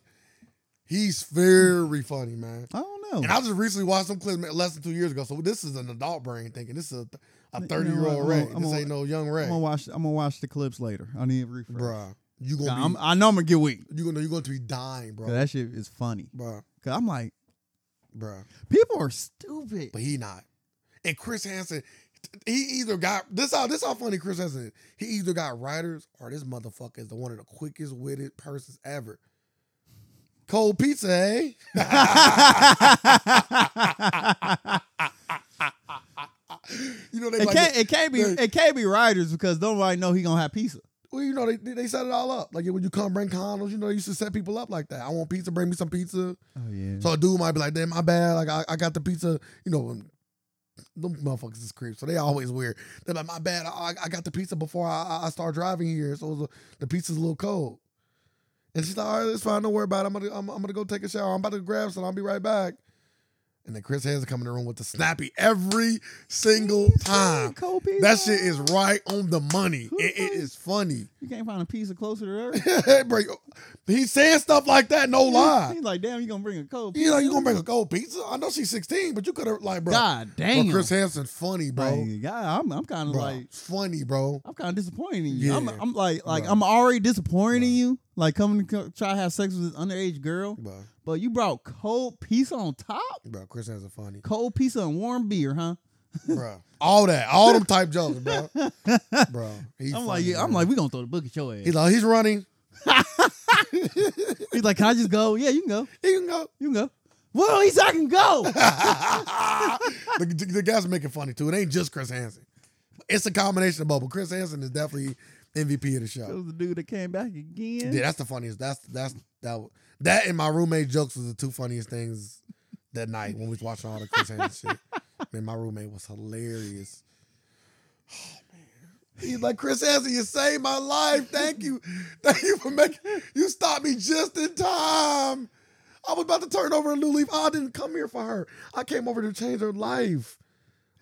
B: he's very funny, man.
A: I don't
B: And
A: know.
B: I just recently watched some clips man, less than two years ago. So this is an adult brain thinking. This is a,
A: You
B: a
A: know
B: 30 year
A: what?
B: old
A: I'm
B: Ray.
A: gonna- I'm
B: this
A: gonna-
B: ain't no young
A: I'm
B: Ray.
A: gonna watch. I'm gonna watch the clips later. I need a refresh.
B: Bruh, you
A: Nah,
B: gonna
A: I'm-
B: be,
A: I know I'm gonna get weak.
B: you gonna you going to be dying,
A: 'Cause
B: bro.
A: that shit is funny.
B: Bruh,
A: Cause I'm like,
B: bruh.
A: people are stupid.
B: But he not. And Chris Hansen, he either got this how this how funny Chris Hansen is. He either got writers or this motherfucker is the one of the quickest witted persons ever. Cold pizza, eh?
A: it
B: you know they like
A: can't. It can't be. It can't be Riders because nobody know he gonna have pizza.
B: well, you know they they set it all up. Like when you come bring condoms, you know they used to set people up like that. I want pizza, bring me some pizza.
A: Oh yeah.
B: So a dude might be like, damn, my bad. Like I, I got the pizza, you know, um, them motherfuckers is creeps. So they always weird. They're like, my bad, I, I got the pizza before I, I- I start driving here. So the, the pizza's a little cold. And she's like, all right, it's fine, don't worry about it. I'm gonna I'm, I'm gonna go take a shower. I'm about to grab some, I'll be right back. And then Chris Hansen come in the room with the snappy every single
A: Pizza,
B: time.
A: cold pizza.
B: That shit is right on the money. It- it is funny.
A: You can't find a pizza closer to earth.
B: Bro, he's saying stuff like that, no lie.
A: He's like, damn, you gonna bring a cold?
B: You know, you gonna bring a gold pizza? I know she's 16, but you could have like, bro.
A: God
B: bro,
A: damn.
B: Chris Hansen, funny, bro.
A: Like, God, I'm, I'm kind of
B: bro
A: like,
B: funny, bro.
A: I'm kind of disappointed in you. I'm,
B: Yeah.
A: I'm like, like
B: Bro.
A: I'm already disappointed in
B: Bro.
A: you. Like coming to co- try to have sex with this underage girl,
B: Bro,
A: but you brought cold pizza on top.
B: bro, Chris Hansen, funny,
A: Cold pizza and warm beer, huh?
B: bro. All that, all them type jokes, bro. Bro, he's
A: I'm
B: funny,
A: like, yeah, I'm
B: bro.
A: like, we gonna throw the book at your ass.
B: he's like, he's running.
A: He's like, can I just go? Yeah, you can go.
B: He can go.
A: You can go. Well, he said I can go.
B: the, the, the guys making funny too. It ain't just Chris Hansen. It's a combination of both. But Chris Hansen is definitely MVP of the
A: That
B: show.
A: was the dude that came back again.
B: Yeah, that's the funniest. That's that's that that and my roommate jokes was the two funniest things that night when we was watching all the Chris Hansen shit. Man, my roommate was hilarious. Oh, man. He's like, Chris Hansen, you saved my life. Thank you. Thank you for making you stopped me just in time. I was about to turn over a new leaf. I didn't come here for her. I came over to change her life.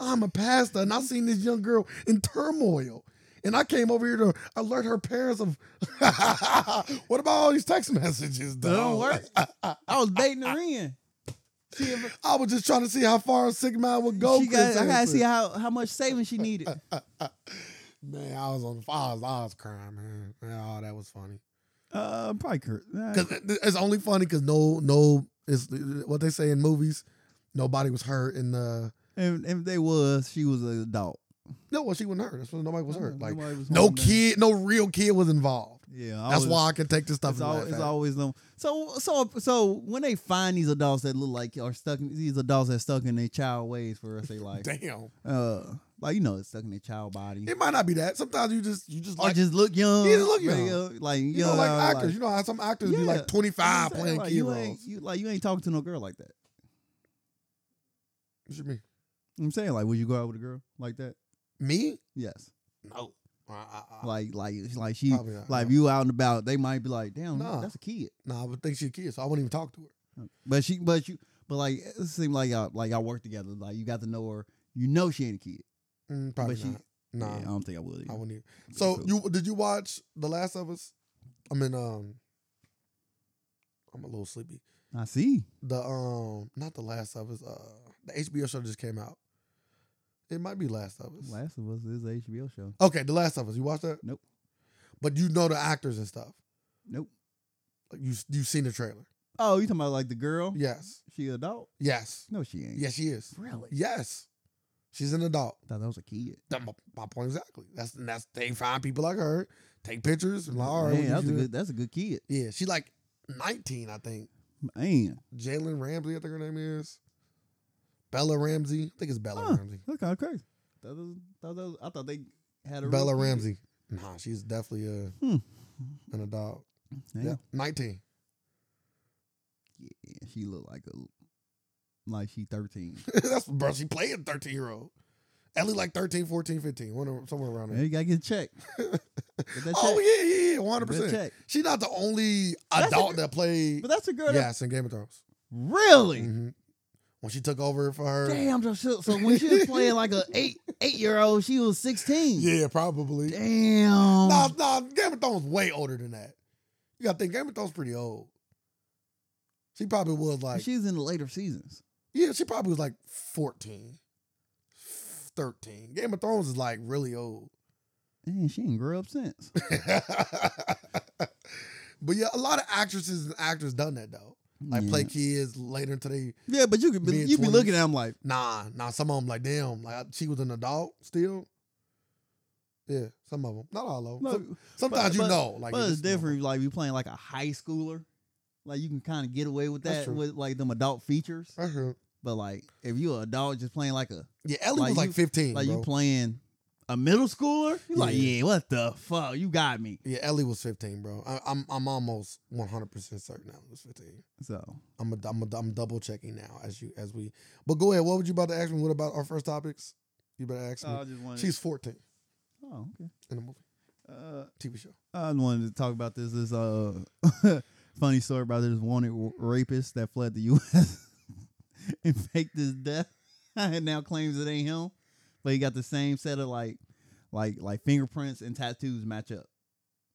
B: I'm a pastor and I seen this young girl in turmoil. And I came over here to alert her parents of what about all these text messages,
A: That don't
B: dog?
A: work. I was baiting her in. She, inv-
B: I was just trying to see how far Sigma would go.
A: she got,
B: Chris
A: I gotta
B: Hansen.
A: see how, how much saving she needed.
B: Man, I was on I was, I was crying, man. man. Oh, that was funny.
A: Uh, probably Kurt.
B: Cause it- it's only funny because no, no, it's what they say in movies. Nobody was hurt, and uh,
A: And if they was, she was an adult.
B: no, well, she wasn't hurt. That's what nobody was hurt. Like
A: Nobody was
B: no
A: holding her.
B: kid, no real kid was involved.
A: Yeah,
B: That's
A: always-
B: why I can take this stuff.
A: It's,
B: and
A: al-
B: laugh
A: it's
B: at it.
A: always them. So so so when they find these adults that look like are stuck, in, these adults that stuck in their child ways for us, they like,
B: Damn,
A: uh, like you know, it's stuck in their child body.
B: it might not be that. Sometimes you just you just
A: Or
B: like
A: just look young.
B: Yeah, look
A: very
B: young.
A: Like
B: you
A: young,
B: know like
A: like-
B: actors. you know how some actors be
A: Yeah.
B: like twenty five
A: I'm saying,
B: playing
A: like,
B: key
A: you
B: roles.
A: ain't, you, like you ain't talking to no girl like that.
B: What you mean?
A: I'm saying like, would you go out with a girl like that?
B: Me?
A: Yes.
B: No. I, I, I,
A: Like like like she
B: Probably not,
A: like
B: no.
A: if you out and about, they might be like, damn,
B: Nah.
A: that's a kid.
B: nah, I would think she's a kid, so I wouldn't even talk to her.
A: But she but you but like it seemed like y'all like y'all work together. Like you got to know her. You know she ain't a kid.
B: Mm, probably
A: but she
B: not. Nah,
A: yeah, I don't think I would. either.
B: I wouldn't. Even. So
A: cool.
B: you did you watch The Last of Us? I mean, um, I'm a little sleepy.
A: I see.
B: the um not the last of us uh the hbo show just came out it might be last of us
A: Last of Us is a HBO show.
B: okay the last of us you watched that
A: Nope.
B: but you know the actors and stuff
A: Nope.
B: like you you've seen the trailer
A: Oh, you talking about like the girl?
B: yes
A: She an adult?
B: yes
A: No, she ain't.
B: yes she is
A: Really?
B: yes she's an adult
A: thought that was a kid.
B: That- my, my point exactly that's and that's they find people like her take pictures and like, all right
A: Man,
B: what
A: that's a
B: you do-
A: good. That's a good kid.
B: yeah she like 19 i think
A: Man,
B: jalen ramsey i think her name is bella ramsey i think it's bella
A: Huh.
B: ramsey
A: that's kind of crazy. That was, that was, I thought they had a real
B: Bella
A: kid.
B: Ramsey. Nah, she's definitely a
A: Hmm.
B: an adult.
A: Damn.
B: Yeah, nineteen.
A: Yeah, she looked like a like she thirteen.
B: That's bro. She playing thirteen year old. Ellie like 13, 14, 15, one of- somewhere around
A: Man,
B: there.
A: you gotta get checked. Get that
B: Oh
A: check.
B: yeah, yeah, yeah, one hundred
A: Get that
B: percent.
A: check.
B: She's not the only
A: That's a
B: adult
A: gr-
B: that played.
A: But that's a girl. That,
B: Yes, in Game of Thrones.
A: really?
B: hmm When she took over for her,
A: Damn. So, she- so when she was playing like a eight eight year old, she was sixteen.
B: yeah, probably.
A: Damn.
B: Nah, nah, Game of Thrones way older than that. You gotta think Game of Thrones pretty old. She probably was like
A: She's in the later seasons.
B: Yeah, she probably was like 14, 13. Game of Thrones is like really old.
A: Man, she ain't grown up since.
B: but yeah, a lot of actresses and actors done that though. Like
A: yeah.
B: play kids later into they
A: Yeah, but you could be,
B: mid-
A: you be
B: 20s.
A: looking at them like,
B: nah, nah. Some of them like damn, like she was an adult still. Yeah, some of them, not all of them.
A: no,
B: Sometimes you
A: but-
B: know, like
A: but
B: this
A: it's
B: is my-
A: different. Like you playing like a high schooler, like you can kind of get away with
B: That's
A: that
B: true.
A: with like them adult features.
B: That's true.
A: But like if you're an adult just playing like a
B: Yeah, Ellie
A: Like
B: was like
A: you-
B: fifteen.
A: like
B: bro.
A: you playing a middle schooler, you like
B: Yeah.
A: yeah, what the fuck, you got me.
B: yeah, Ellie was fifteen, bro. I, I'm I'm almost one hundred percent certain Ellie was fifteen.
A: So
B: I'm a, I'm a, I'm double checking now as you as we. But go ahead. What would you about to ask me? What about our first topics? You better ask me.
A: Oh, I just wanted.
B: She's 14
A: oh okay.
B: in the movie
A: Uh,
B: TV show.
A: I just wanted to talk about this. This uh funny story about this wanted w- rapist that fled the U.S. and faked his death, and now claims it ain't him, but he got the same set of like, like, like fingerprints and tattoos match up,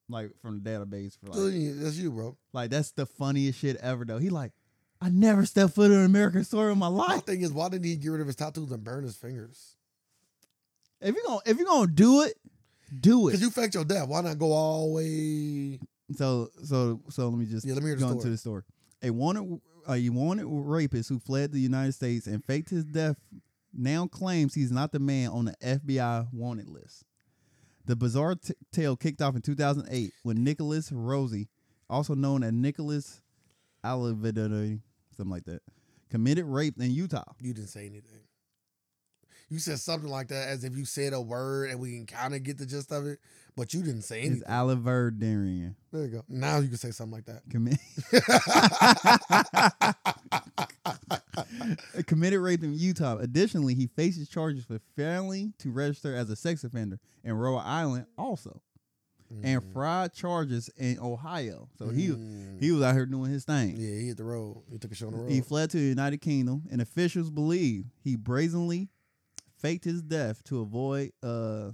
A: like from the database for
B: So,
A: like,
B: yeah, that's you, bro.
A: like that's the funniest shit ever though. He like, I never stepped foot in an American store in my
B: My
A: life.
B: thing is, why didn't he get rid of his tattoos and burn his fingers?
A: If you gonna if you gonna do it, do it.
B: Because you faked your death. Why not go all the way?
A: so so so let me just
B: Yeah, let me hear the
A: going to
B: story.
A: the story. A wanted, a wanted rapist who fled the United States and faked his death now claims he's not the man on the FBI wanted list. The bizarre t- tale kicked off in 2008 when Nicholas Rosie, also known as Nicholas Alavidani, something like that, committed rape in Utah.
B: You didn't say anything. You said something like that, as if you said a word and we can kind of get the gist of it, but you didn't say
A: It's
B: anything.
A: Alavidani.
B: There you go. Now you can say something like that.
A: Commit- committed rape in Utah. Additionally, he faces charges for failing to register as a sex offender in Rhode Island, also, and fraud charges in Ohio. So he
B: Mm.
A: he was out here doing his thing.
B: Yeah, he hit the road. He took a show on the road.
A: He fled to the United Kingdom, and officials believe he brazenly faked his death to avoid uh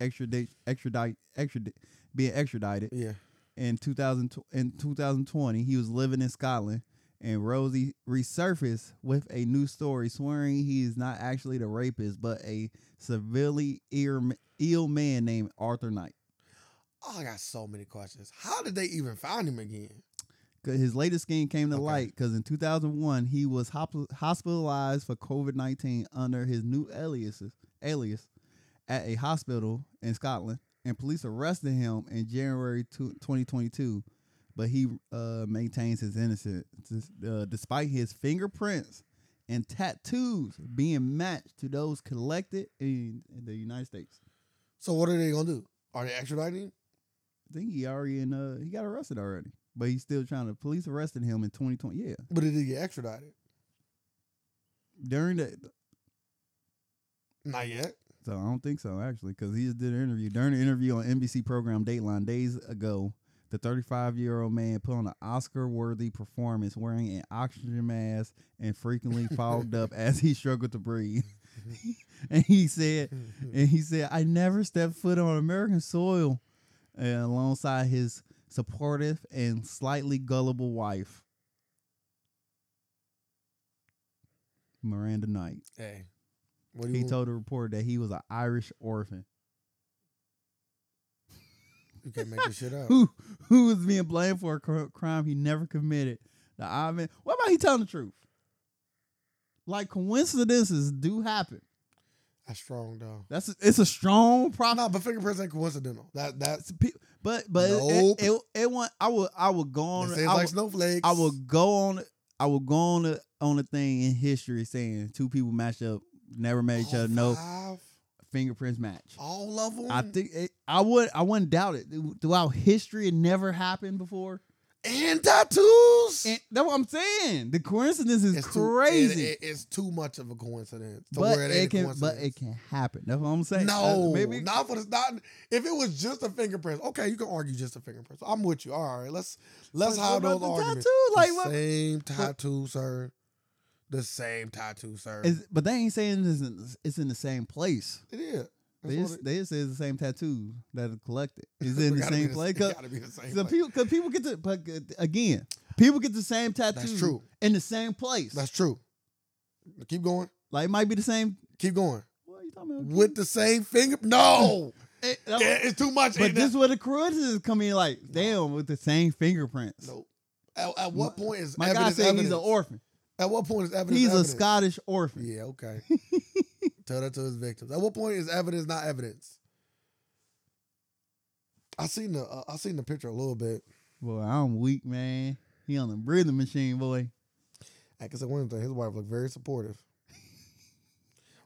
A: extradite extradite extradite being extradited
B: yeah.
A: in 2000 in 2020 he was living in Scotland and Rosie resurfaced with a new story swearing he is not actually the rapist but a severely ear- ill man named Arthur Knight.
B: Oh, I got so many questions. How did they even find him again?
A: 'Cause His latest scheme came to
B: Okay.
A: light because in 2001 he was hop- hospitalized for COVID-19 under his new alias alias at a hospital in Scotland and police arrested him in January two- 2022 but he uh, maintains his innocence dis- uh, despite his fingerprints and tattoos being matched to those collected in, in the United States.
B: So what are they gonna do? Are they extraditing him?
A: I think he already in uh he got arrested already, but he's still trying to police arrested him in 2020. Yeah,
B: But did he get extradited?
A: during the
B: Not yet.
A: so I don't think so actually because he just did an interview during the interview on NBC program Dateline days ago. The 35 year old man put on an Oscar worthy performance wearing an oxygen mask and frequently fogged up as he struggled to breathe. and he said and he said, "I never stepped foot on American soil," uh, and alongside his supportive and slightly gullible wife, Miranda Knight.
B: Hey, what do you
A: He
B: want?
A: told the reporter that he was an Irish orphan
B: you can't make this shit up.
A: who who was being blamed for a cr- crime he never committed. The I man, what about he telling the truth? Like coincidences do happen.
B: That's strong though.
A: That's a, it's a strong
B: Oh,
A: problem.
B: no, but fingerprints ain't coincidental. That that
A: It's pe- But but it-
B: Nope.
A: it, it, it went. I would I would go on.
B: it seems
A: I
B: like
A: would,
B: snowflakes.
A: I would go on. I would go on the on a thing in history saying two people matched up, never met each
B: All
A: other, no
B: five?
A: fingerprints match.
B: all of them.
A: I think it, I would I wouldn't doubt it. Throughout history, it never happened before.
B: and tattoos.
A: And that's what I'm saying. The coincidence is
B: It's too-
A: crazy.
B: it- it- it's too much of a coincidence. To
A: but
B: where it,
A: it,
B: ain't a
A: can but
B: coincidence.
A: it can happen. That's what I'm saying.
B: No,
A: Uh, maybe
B: not for this. Not if it was just a fingerprint. Okay, you can argue just a fingerprint. I'm with you. All right, let's let's
A: But
B: have
A: what about
B: those
A: the
B: arguments.
A: tattoo? Like,
B: the
A: what-
B: same tattoo, sir. The same tattoo, sir.
A: Is- but they ain't saying it's in, it's in the same place.
B: it is. That's
A: They
B: what
A: just,
B: it-
A: they just say it's the same tattoo that it collected. It's
B: it
A: in the
B: gotta be
A: same place.
B: it
A: 'Cause-
B: gotta be the same
A: So
B: place.
A: people, cause people get the, but uh, again, people get the same tattoo.
B: That's true.
A: In the same place.
B: That's true. Keep going.
A: like it might be the same.
B: Keep going.
A: What are you talking about?
B: With the same finger. No.
A: Eh, that was-
B: Yeah, it's too much.
A: but
B: It-
A: this is where the criticism come in. Like, damn, with the same fingerprints.
B: no. At, at what
A: My-
B: point is
A: My guy
B: evidence,
A: said he's
B: evidence?
A: an orphan.
B: At what point is evidence?
A: He's
B: evidence?
A: a Scottish orphan.
B: Yeah, okay. Tell that to his victims. At what point is evidence not evidence? I seen the uh, I seen the picture a little bit.
A: Boy, I'm weak, man. He on the breathing machine, boy.
B: I can say one thing: his wife looked very supportive.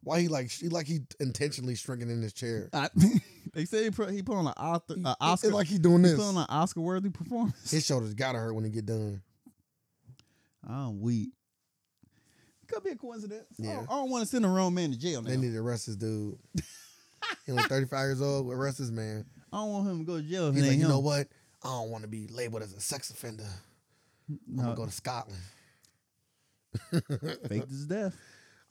B: Why he like she like he intentionally shrinking in his chair?
A: I, they said he put, he put on an Oscar,
B: He-
A: a
B: it-
A: Uh, Oscar
B: it's like he doing
A: he
B: this.
A: put on an Oscar worthy performance.
B: his shoulders gotta hurt when he get done.
A: I'm weak. Could be a coincidence. I
B: Yeah.
A: don't, want to send a wrong man to jail now.
B: They need to arrest this dude. he only thirty five years old. Arrest this man.
A: I don't want him to go to jail if
B: He's
A: it
B: like,
A: ain't
B: you
A: him.
B: know what? I don't want to be labeled as a sex offender. I'm
A: No,
B: gonna go to Scotland.
A: faked his death.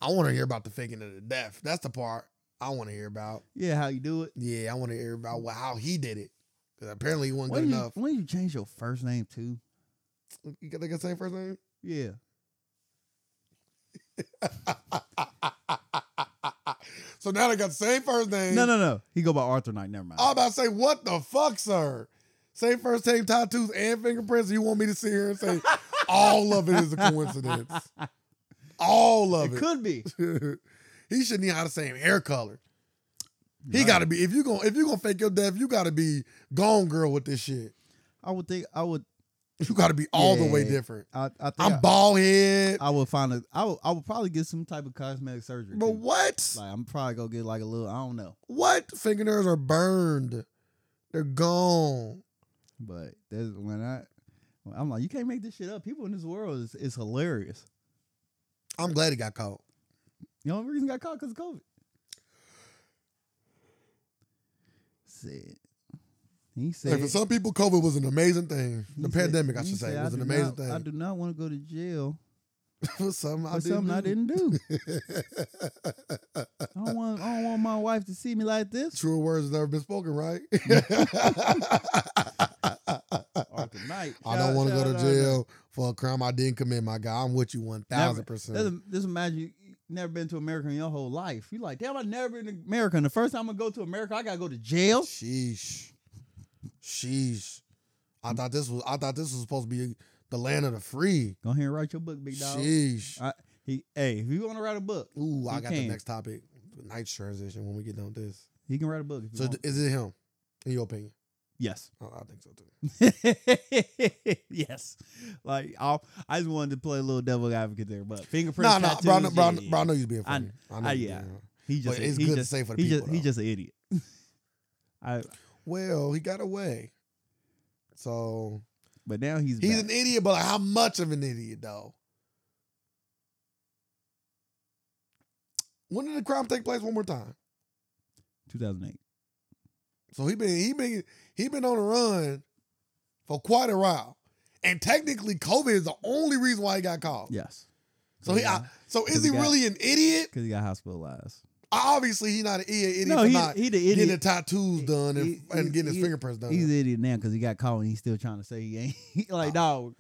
B: I want to hear about the faking of the death. That's the part I want to hear about.
A: Yeah, how you do it?
B: Yeah, I want to hear about wh- how he did it. Because apparently he wasn't
A: When
B: good
A: you,
B: enough.
A: when you change your first name too?
B: You got the same first name?
A: Yeah,
B: so now they got the same first name.
A: no, no, no. He go by Arthur Knight. Never mind.
B: I'm about to say, what the fuck, sir? Same first name tattoos and fingerprints. You want me to sit here and say all of it is a coincidence? All of
A: it
B: it.
A: could be.
B: he shouldn't even have the same hair color. He gotta be if you gonna if you gonna fake your death, you gotta be gone girl with this shit.
A: I would think. I would.
B: You gotta be all the way
A: Yeah.
B: different.
A: I, I think.
B: I'm bald head.
A: I would find a. I would. I would probably get some type of cosmetic surgery.
B: But
A: too.
B: what?
A: Like I'm probably gonna get like a little. I don't know,
B: What? Fingernails are burned. They're gone.
A: but that's when I. when I'm like, you can't make this shit up. People in this world is, is hilarious.
B: I'm glad he got caught.
A: The only reason I got caught because of COVID. Said. He
B: Like,
A: said.
B: for some people, COVID was an amazing thing.
A: he
B: The
A: said-
B: pandemic, I
A: he
B: should say,
A: said,
B: was
A: "I
B: an
A: do
B: amazing
A: not-
B: thing.
A: I do not want to go to jail
B: for some,
A: for something I didn't do. I don't want. I don't want my wife to see me like this.
B: True words have never been spoken, right?
A: Or tonight.
B: I don't want to go to jail for a crime I didn't commit, my guy. I'm with you one thousand percent.
A: That's- Just imagine you you never been to America in your whole life. You like, damn, I never been to America. And the first time I go to America, I gotta go to jail.
B: Sheesh, sheesh. I thought this was. I thought this was supposed to be the land of the free.
A: Go ahead and write your book, big dog.
B: Sheesh.
A: I- he, hey, if you want to write a book,
B: Ooh, I
A: Uh, He
B: got the
A: can.
B: next topic. Nice transition when we get done with this.
A: he can write a book. If you
B: So
A: want.
B: th- is it him? In your opinion?
A: yes,
B: Oh, I think so too.
A: yes. Like I'll, I just wanted to play a little devil advocate there, but fingerprint.
B: No, no,
A: tattoos,
B: bro, I know- bro, I
A: yeah,
B: know- bro, I know you being
A: I-
B: funny. I, know
A: I-
B: you
A: yeah.
B: being-
A: He just,
B: but it's
A: he
B: good to
A: just,
B: say for the
A: he
B: people.
A: just, he
B: though.
A: just an idiot. I,
B: well, he got away. So
A: but now he's
B: he's
A: back.
B: an idiot, but like, how much of an idiot though? When did the crime take place? One more time.
A: 2008.
B: So he been he been he been on the run for quite a while, and technically COVID is the only reason why he got caught.
A: Yes.
B: So he, I, so is he
A: Because he
B: really an idiot?
A: because he got hospitalized.
B: Obviously, he's not an idiot. idiot
A: No,
B: for
A: he,
B: not
A: he the
B: getting
A: idiot.
B: the tattoos
A: He-
B: done and,
A: he-
B: and getting his
A: he-
B: fingerprints done.
A: He's an idiot now because he got caught and he's still trying to say he ain't. like, dog,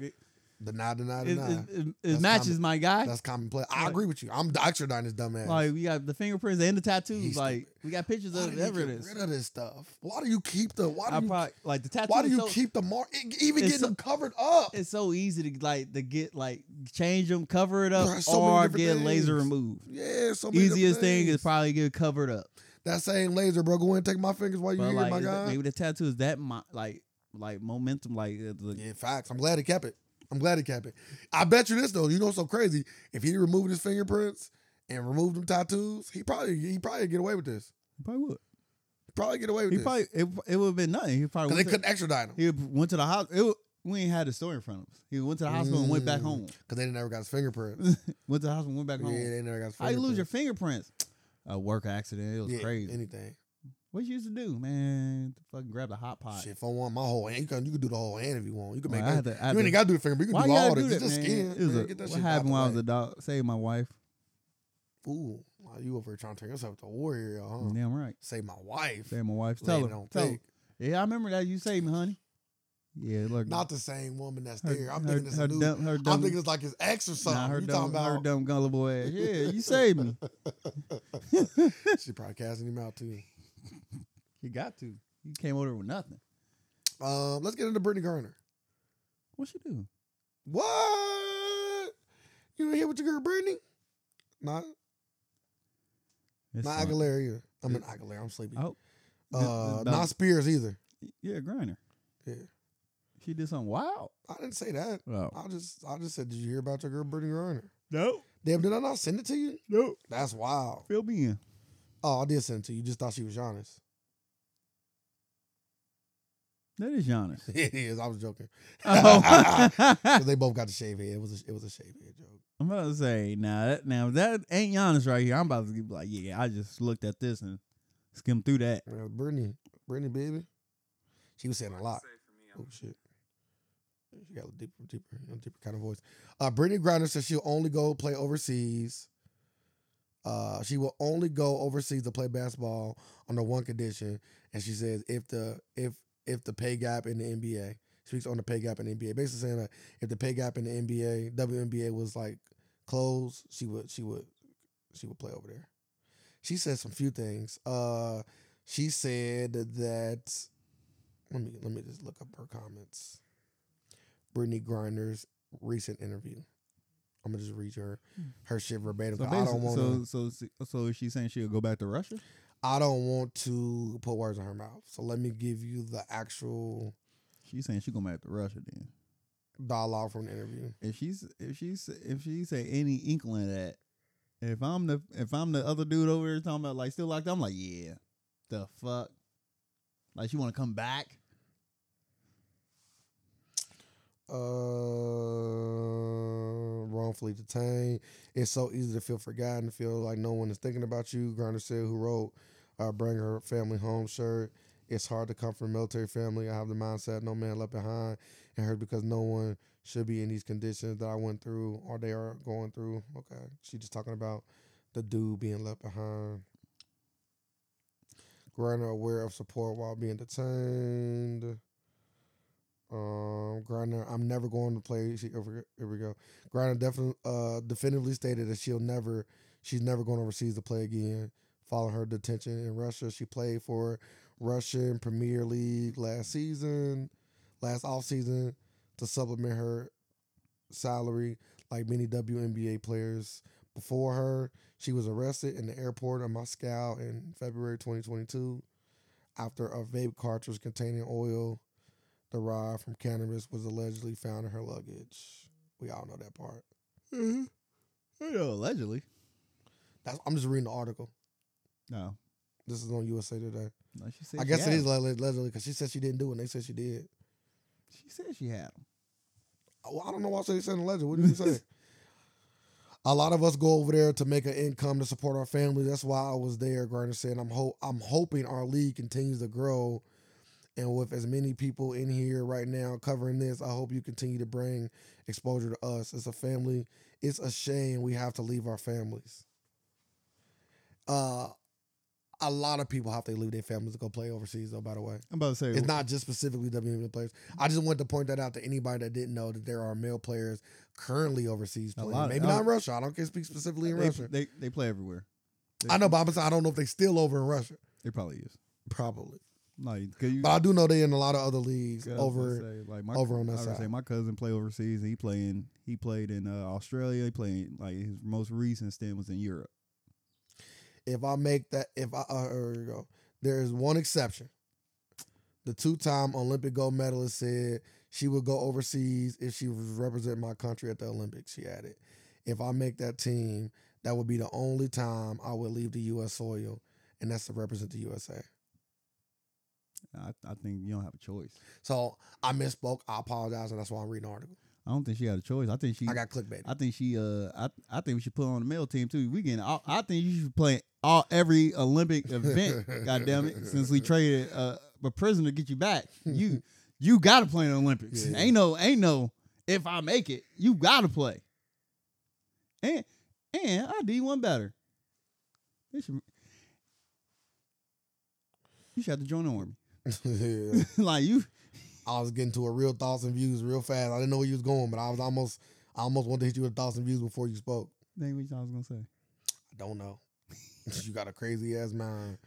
B: The nah, the nah, the
A: It,
B: nah.
A: it, it, it
B: That's
A: matches my guy.
B: That's commonplace. I
A: Like-
B: agree with you. I'm doctoring this dumbass.
A: Like we got the fingerprints and the tattoos.
B: He's
A: like we got pictures
B: why
A: of
B: do you get
A: whatever it is.
B: rid of this stuff? Why do you keep the? Why
A: I
B: do you?
A: probably like the tattoo.
B: why do
A: is
B: you
A: so,
B: keep the mark? Even
A: it's
B: getting
A: so-
B: them covered up.
A: It's so easy to like to get like change them, cover it up,
B: There are so many
A: or
B: different
A: get laser
B: things.
A: removed.
B: Yeah, so many
A: Easiest
B: different
A: thing is
B: things.
A: probably get covered up.
B: that same laser, bro. Go ahead and take my fingers while you
A: But
B: here,
A: like
B: my
A: is that-
B: guy.
A: maybe the tattoo is that mo- like like momentum like uh, the,
B: Yeah, facts. I'm glad he kept it. I'm glad he kept it. I bet you this though. You know what's so crazy? If he removed his fingerprints and removed them tattoos, he probably he probably get away with this.
A: probably would.
B: Probably get away with
A: He
B: this.
A: probably it, it would have been nothing. He probably
B: because they
A: went to,
B: couldn't extradite him
A: he went to the hospital. We ain't had the story in front of us. He went to the hospital and went back
B: Mm.
A: home.
B: because they never got his fingerprints.
A: went to the hospital and went back
B: yeah,
A: home.
B: they never got his fingerprints.
A: How you lose your fingerprints? A work accident. It was
B: Yeah,
A: crazy.
B: Anything.
A: What you used to do, man? Fucking grab the hot pot.
B: Shit, if I want my whole hand, you can, you can do the whole hand if you want. You can
A: Like, I
B: make that.
A: had to- I had
B: You
A: to-
B: ain't got to do the finger, but you can
A: why
B: do
A: you
B: all
A: gotta
B: this.
A: do that,
B: It's just
A: man?
B: skin.
A: It was
B: man.
A: a-
B: Get that
A: what
B: shit out
A: happened
B: the
A: when I was
B: way.
A: a dog? Save my wife.
B: Ooh, wow, you over here trying to turn yourself to a warrior, huh?
A: Damn right.
B: Say my wife.
A: Save my wife. Tell
B: Lady
A: her.
B: don't
A: Tell her.
B: think.
A: Yeah, I remember that. You saved me, honey. Yeah, look.
B: Not the same woman that's
A: her,
B: there. I'm
A: her-
B: thinking it's
A: her
B: a new.
A: dumb, her
B: I'm
A: dumb,
B: thinking it's like his ex or something.
A: nah, her
B: you
A: dumb,
B: talking
A: her
B: about?
A: dumb gullible ass. Yeah, you saved me.
B: she probably casting him out too.
A: You got to. You came over with nothing.
B: Um, let's get into Brittany Garner.
A: What she do?
B: What? You don't hear what your girl Brittany? Not
A: It's
B: not
A: fine.
B: Aguilera either. I mean Aguilera. I'm sleepy.
A: Oh,
B: Uh,
A: Th- th-
B: not Spears either.
A: yeah, Griner.
B: Yeah.
A: She did something wild.
B: I didn't say that.
A: Oh.
B: I just I just said, did you hear about your girl Brittany Garner?
A: No,
B: Damn, did I not send it to you?
A: no.
B: That's wild.
A: Fill me in.
B: Oh, I did send it to you. You Just thought she was Giannis.
A: That is Giannis.
B: it is. I was joking.
A: Oh.
B: 'Cause they both got the shave head. It was a, it was a shave head joke.
A: I'm about to say now that now that ain't Giannis right here. I'm about to be like, yeah, I just looked at this and skimmed through that.
B: Yeah, Brittany, Brittany, baby, she was saying a lot. Oh shit. She got a deeper, deeper, a deeper kind of voice. Uh, Brittany Griner says she'll only go play overseas. Uh, she will only go overseas to play basketball under one condition, and she says if the if if the pay gap in the NBA speaks on the pay gap in the NBA, basically saying that if the pay gap in the NBA WNBA was like closed, she would she would she would play over there. She said some few things. Uh, she said that let me let me just look up her comments. Brittany Griner's recent interview. I'm gonna just read her her shit verbatim.
A: So
B: 'cause I don't
A: basically,
B: want
A: so, so so is she saying she'll go back to Russia?
B: I don't want to put words in her mouth. So let me give you the actual
A: She's saying she going back to Russia. Then
B: dialogue from the interview.
A: if she's if she's if she say any inkling of that, if I'm the if I'm the other dude over here talking about like still locked, up, I'm like, yeah, the fuck, like she want to come back.
B: Uh, wrongfully detained. It's so easy to feel forgotten, feel like no one is thinking about you. Grinder said, who wrote uh, Bring Her Family Home shirt. It's hard to come from a military family. I have the mindset no man left behind and hurt because no one should be in these conditions that I went through or they are going through. Okay. She just talking about the dude being left behind. Grinder aware of support while being detained. Um, Grinder, I'm never going to play. She, over, here we go. Grinder definitely, uh, definitively stated that she'll never, she's never going overseas to play again. Following her detention in Russia, she played for Russian Premier League last season, last off season, to supplement her salary. Like many WNBA players before her, she was arrested in the airport of Moscow in February 2022 after a vape cartridge containing oil derived from cannabis was allegedly found in her luggage. We all know that part.
A: Mm-hmm. You know, allegedly.
B: That's I'm just reading the article.
A: No,
B: This is on USA Today.
A: like she said.
B: I
A: she
B: guess
A: had
B: it is
A: him.
B: alle- allegedly because she said she didn't do it. and They said she did.
A: She said she had him.
B: Well, Oh, I don't know why they said allegedly. What do you say? A lot of us go over there to make an income to support our family. That's why I was there. Garner said, "I'm ho- I'm hoping our league continues to grow, and with as many people in here right now covering this, I hope you continue to bring exposure to us. It's a family. It's a shame we have to leave our families." Uh, a lot of people have to leave their families to go play overseas, though, by the way.
A: I'm about to say
B: It's not just specifically WWE players. I just wanted to point that out to anybody that didn't know that there are male players currently overseas
A: A
B: playing.
A: lot of-
B: Maybe not in Russia. I don't care speak specifically in
A: they,
B: Russia.
A: they they play everywhere. They,
B: I know, but I'm saying I don't know if they still over in Russia.
A: it probably is.
B: Probably,
A: No, you, 'cause you-
B: but I do know they in a lot of other leagues
A: 'cause I was
B: over.
A: gonna say, like my
B: over on that
A: I was gonna
B: side.
A: say my cousin play overseas. He playing he played in uh, Australia. He played like his most recent stint was in Europe.
B: If I make that, if I uh, here we go, there is one exception. The two-time Olympic gold medalist said she would go overseas if she was representing my country at the Olympics. She added, "If I make that team, that would be the only time I would leave the U.S. soil, and that's to represent the USA."
A: I, I think you don't have a choice.
B: So I misspoke. I apologize, and that's why I'm reading the article.
A: I don't think she had a choice. I think she.
B: I got clickbait.
A: I think she. Uh, I I think we should put on the male team too. We getting. All, I think you should play all every Olympic event. God damn it! Since we traded uh, a prison to get you back, you you gotta play in the Olympics.
B: Yeah.
A: Ain't no ain't no. If I make it, you gotta play. And and I did one better. They should- you should have to join the army.
B: Yeah.
A: like you,
B: I was getting to a real thousand views real fast. I didn't know where you was going, but I was almost I almost wanted to hit you with a thousand views before you spoke.
A: dang, what I was gonna say.
B: I don't know. you got a crazy ass mind.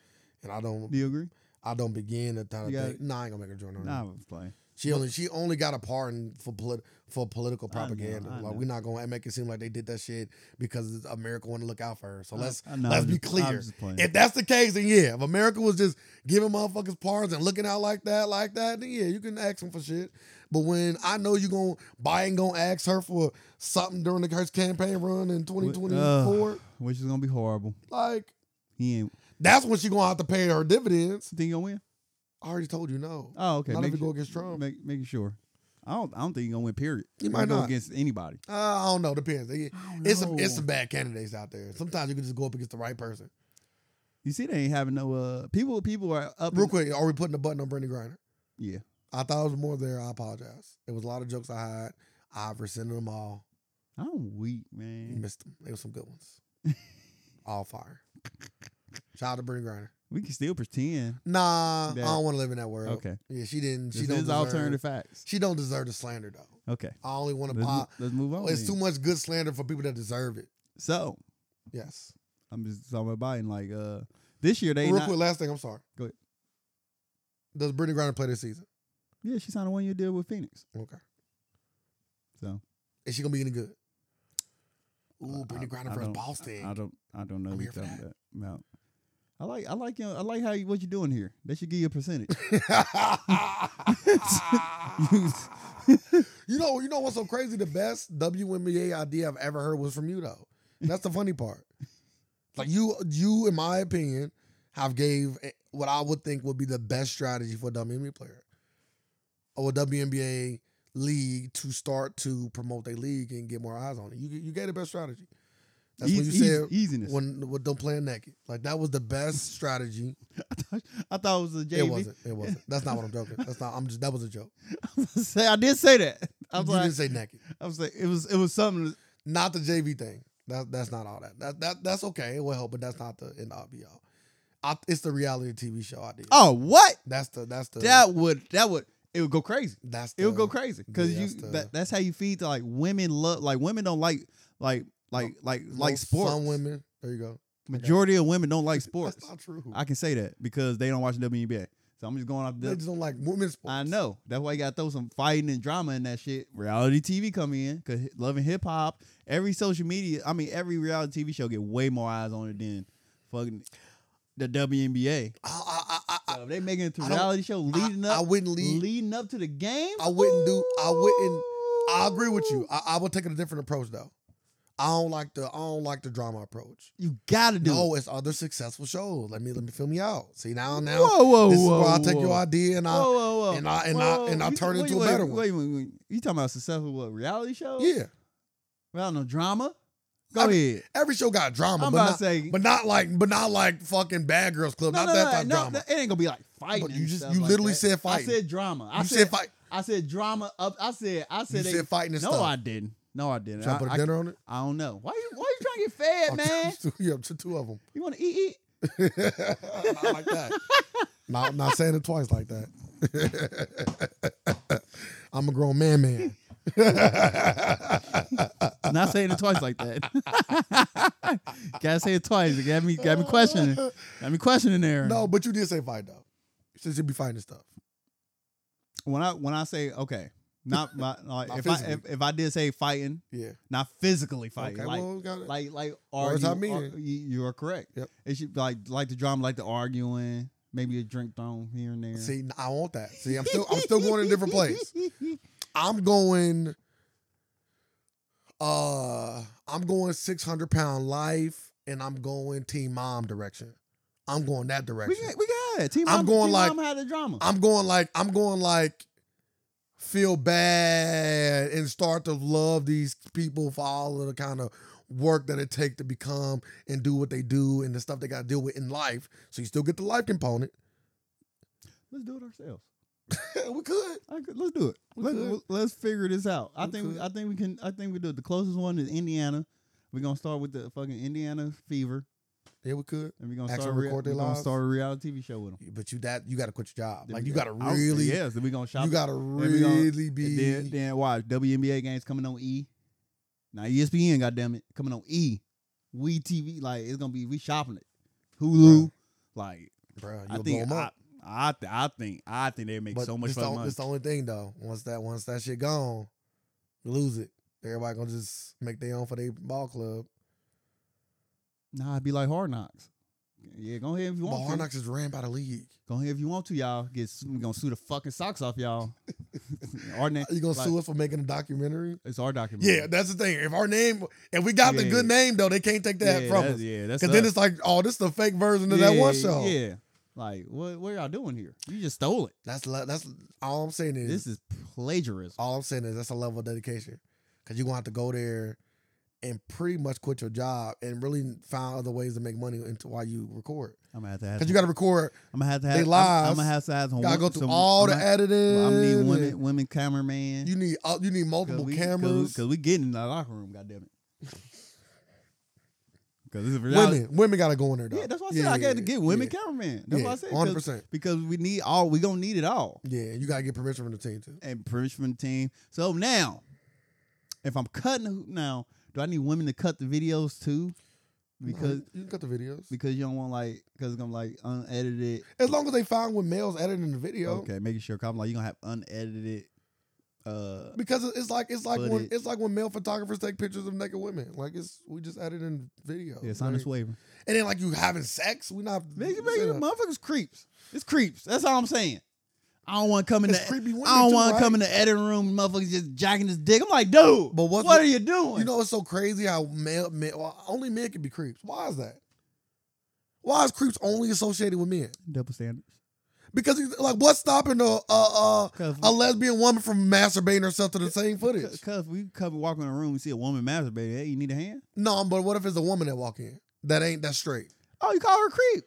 B: And I don't
A: Do you agree?
B: I don't begin to kind
A: You
B: of
A: got-
B: think nah, I ain't gonna make her join her.
A: Nah, I was playing.
B: She only she only got a pardon for polit- for political
A: I know,
B: propaganda.
A: I
B: like
A: know.
B: we're not gonna make it seem like they did that shit because America wanna look out for her. So
A: I-
B: let's
A: I know,
B: let's
A: I'm
B: be
A: just-
B: clear.
A: I'm just playing.
B: If that's the case, then yeah. If America was just giving motherfuckers pardons and looking out like that, like that, then yeah, you can ask them for shit. But when I know you gonna Biden gonna ask her for something during the her campaign run in twenty
A: Wh- uh,
B: twenty
A: Ugh,
B: four,
A: which is gonna be horrible.
B: like
A: He ain't.
B: that's when she gonna have to pay her dividends.
A: Think he'll win?
B: I already told you no.
A: Oh, okay.
B: Not if
A: Make
B: it go
A: sure-
B: against Trump.
A: Make, making sure. I don't. I don't think he's gonna win. Period.
B: He might
A: He'll go
B: not.
A: against anybody.
B: Uh, I don't know. Depends. They-
A: I don't
B: It's some,
A: know.
B: it's some bad candidates out there. Sometimes you can just go up against the right person.
A: You see, they ain't having no. Uh, people. People are up.
B: Real
A: in-
B: quick, are we putting a button on Brendan Griner?
A: Yeah.
B: I thought it was more there. I apologize. It was a lot of jokes I had. I've rescinded them all.
A: I'm weak, man.
B: You missed them. There were some good ones. All fire. Shout out to Brittany Griner.
A: We can still pretend.
B: Nah,
A: Yeah.
B: I don't want to live in that world.
A: Okay.
B: Yeah, she didn't. She
A: This
B: don't
A: is
B: deserve,
A: alternative facts.
B: She don't deserve the slander though.
A: Okay.
B: I only want to
A: Let's,
B: pop.
A: mo- let's move on.
B: It's
A: then.
B: too much good slander for people that deserve it.
A: so
B: Yes.
A: I'm just talking about Biden. Like uh, this year they
B: Real
A: not-
B: quick, last thing. I'm sorry.
A: Go ahead.
B: Does Brittany Griner play this season?
A: Yeah, she signed a one year deal with Phoenix.
B: Okay.
A: So
B: Is she gonna be any good? Uh,
A: I-
B: Ooh, Brittany
A: I
B: Griner versus
A: don't-
B: Boston.
A: I don't I don't know
B: I'm
A: what
B: here
A: you're
B: for
A: talking about. No. I like I like you I like how you, what you're doing here. They should give you a percentage.
B: you know, you know what's so crazy? The best WNBA idea I've ever heard was from you, though. That's the funny part. Like you, you, in my opinion, have gave what I would think would be the best strategy for a WNBA player or a WNBA league to start to promote their league and get more eyes on it. You, you gave the best strategy. That's
A: Eas-
B: when you
A: eas-
B: said
A: easiness.
B: when, when don't play naked. Like that was the best strategy.
A: I thought it was a JV.
B: It wasn't. It wasn't. That's not what I'm joking. That's not. I'm just. That was a joke.
A: Say- I did say that. I
B: You
A: was like
B: didn't say naked.
A: I was like it was it was something
B: Not the JV thing. That that's not all that. That that that's okay. It will help, but that's not the end all be all. I, it's the reality TV show idea.
A: Oh, what?
B: That's the that's the
A: That would that would it would go crazy.
B: that's the,
A: It would go crazy cuz
B: uh, yeah,
A: you
B: that's the-
A: that, that's how you feed to like women love like women don't like like like like
B: no,
A: like sports.
B: Some women. There you go.
A: Majority of women don't like sports.
B: That's not true.
A: I can say that because they don't watch WNBA. So I'm just going off
B: they
A: the
B: just don't like women's sports.
A: I know. That's why you got to throw some fighting and drama in that shit. Reality TV come in because loving hip hop. Every social media, I mean, every reality TV show get way more eyes on it than fucking the WNBA.
B: I I I, I,
A: So if they making it to
B: I don't-
A: reality show leading
B: I, I
A: up,
B: wouldn't leave.
A: leading up to the game.
B: I wouldn't do- I wouldn't-
A: Ooh.
B: I agree with you. I, I would take a different approach though. I don't like the I don't like the drama approach.
A: You gotta do.
B: No,
A: it.
B: it's other successful shows. Let me let me fill me out. See now now
A: whoa, whoa,
B: this is
A: whoa,
B: where I take
A: whoa.
B: your idea and I
A: whoa, whoa, whoa.
B: and I- and
A: Whoa,
B: I- and I
A: you-
B: turn it
A: wait,
B: to a
A: wait,
B: better
A: wait,
B: one.
A: Wait, wait, wait. You talking about successful what reality show?
B: yeah.
A: Without no drama. Go
B: I-
A: ahead.
B: Every show got drama,
A: I'm
B: but
A: about
B: not
A: to say.
B: but not like but not like fucking Bad Girls Club.
A: No,
B: not
A: no,
B: that
A: no,
B: type of
A: no,
B: drama.
A: It ain't gonna be like fighting.
B: But you
A: and
B: just-
A: stuff
B: you
A: like
B: literally
A: that.
B: said
A: I
B: fighting.
A: said drama. I
B: you
A: said,
B: said fight.
A: I said drama. Up. I said. I
B: You
A: said.
B: said fighting and
A: no,
B: stuff.
A: I didn't. No, I didn't.
B: Trying
A: I,
B: to put a
A: I,
B: dinner on it.
A: I don't know. Why you? Why you trying to get fed, man?
B: yeah, to two of them.
A: You want to eat? Eat.
B: not like that. Not, not saying it twice like that. I'm a grown man, man.
A: Not saying it twice like that. Gotta say it twice. It got me got me questioning. Got me questioning there.
B: No, but you did say fight though. Since you be fighting stuff.
A: When I when I say okay, not my like,
B: Not
A: if I if,
B: physically.
A: if I did say fighting,
B: Yeah.
A: not physically fighting.
B: okay.
A: like,
B: well, we got it.
A: like like
B: Words
A: argue,
B: I mean
A: ar-
B: it.
A: you, you are correct.
B: Yep.
A: It should like like the drama, like the arguing, maybe a drink thrown here and there.
B: See, I want that. See, I'm still I'm still going in a different place. I'm going. Uh, I'm going 600 pound life, and I'm going team mom direction. I'm going that
A: We
B: direction.
A: got, we got it. Team
B: I'm
A: Mom-
B: going
A: Team
B: like-
A: Mom had the drama.
B: I'm going like I'm going like feel bad and start to love these people for all of the kind of work that it take to become and do what they do and the stuff they got to deal with in life. So you still get the life component.
A: let's do it ourselves.
B: we could.
A: I could- let's do it.
B: We
A: Let's,
B: could.
A: let's figure this out. I
B: We
A: think
B: could.
A: I think we can. I think we do it. The closest one is Indiana. We're gonna start with the fucking Indiana Fever,
B: Yeah, we could.
A: and we're gonna
B: Actually
A: start. a rea-
B: record
A: we're
B: their
A: gonna
B: lives?
A: start a reality TV show with them.
B: But you that you got to quit your job. Like you got to really
A: yes. Then we're gonna shop.
B: you gotta
A: we gonna-
B: really
A: And
B: be.
A: then, then watch WNBA games coming on E. Now E ESPN, goddamn it, coming on E. We TV, like it's gonna be we shopping it. Hulu, like
B: Bruh,
A: I
B: you'll
A: think
B: blow 'em
A: I,
B: up.
A: I, th- I think I think they make
B: But
A: so much
B: this the,
A: fucking
B: on-
A: money.
B: this the only thing though. Once that once that shit gone, you lose it. Everybody gonna just make their own for their ball club.
A: Nah, it'd be like Hard Knocks. Yeah, go ahead if you
B: But
A: want.
B: Hard
A: to.
B: Knocks is ran by the league.
A: Go ahead if you want to, y'all. Get su- we gonna sue the fucking socks off y'all. our name,
B: You gonna
A: like,
B: sue us for making a documentary?
A: It's our document.
B: Yeah, that's the thing. If our name, if we got the
A: Yeah.
B: good name though, they can't take that
A: yeah,
B: from
A: that's,
B: us.
A: Yeah, that's
B: Cause then
A: us.
B: it's like, oh, this is the fake version of
A: yeah,
B: that one show.
A: Yeah, like what what y'all doing here? You just stole it.
B: That's le- that's all I'm saying is
A: This is plagiarism.
B: All I'm saying is that's a level of dedication. Cause you're gonna have to go there and pretty much quit your job and really find other ways to make money into while you record.
A: I'm gonna have to have.
B: Cause you gotta record,
A: I'm gonna have to
B: they
A: have. I'm- I'm,
B: lies.
A: gonna have to have some.
B: gotta
A: wo-
B: go through
A: some-
B: all the
A: I'm gonna-
B: editing.
A: I'm gonna need
B: and
A: women, women cameraman.
B: You need all- you need multiple cameras.
A: because we getting in the locker room. Goddamn it. Because this is reality.
B: women, women gotta go in there. Though.
A: Yeah, that's why I said I got to get women cameraman. That's why I said 'cause-
B: hundred percent.
A: because we need all. We gonna need it all
B: Yeah, you gotta get permission from the team too.
A: and permission from the team. So now, if I'm cutting a hoop now, do I need women to cut the videos too? Because
B: you can cut the videos
A: because you don't want like because I'm like unedited.
B: as long as they find when males editing the video.
A: Okay, making sure. 'cause I'm like you gonna have unedited. Uh,
B: Because it- it's like it's like
A: But
B: when
A: it-
B: it's like when male photographers take pictures of naked women. Like it's we just added in video.
A: yeah, sign
B: like,
A: this waiver.
B: And then like you having sex, we not
A: Make,
B: we
A: make the
B: saying,
A: motherfuckers creeps. It's creeps. That's all I'm saying. I don't want to come in
B: it's
A: the e,
B: creepy women.
A: I don't
B: too,
A: want
B: right?
A: to come in the editing room. Motherfuckers just jacking his dick. I'm like, dude,
B: But
A: but
B: what's-
A: what are you doing?
B: You know it's so crazy how male, men well, only men can be creeps. Why is that? Why is creeps only associated with men?
A: double standards.
B: Because it's- like what's stopping a a, a,
A: Cause,
B: a lesbian woman from masturbating herself to the same footage?
A: cause we come walk in the room, we see a woman masturbating. Hey, you need a hand?
B: No, but what if it's a woman that walk in that ain't that straight?
A: Oh, you call her a creep?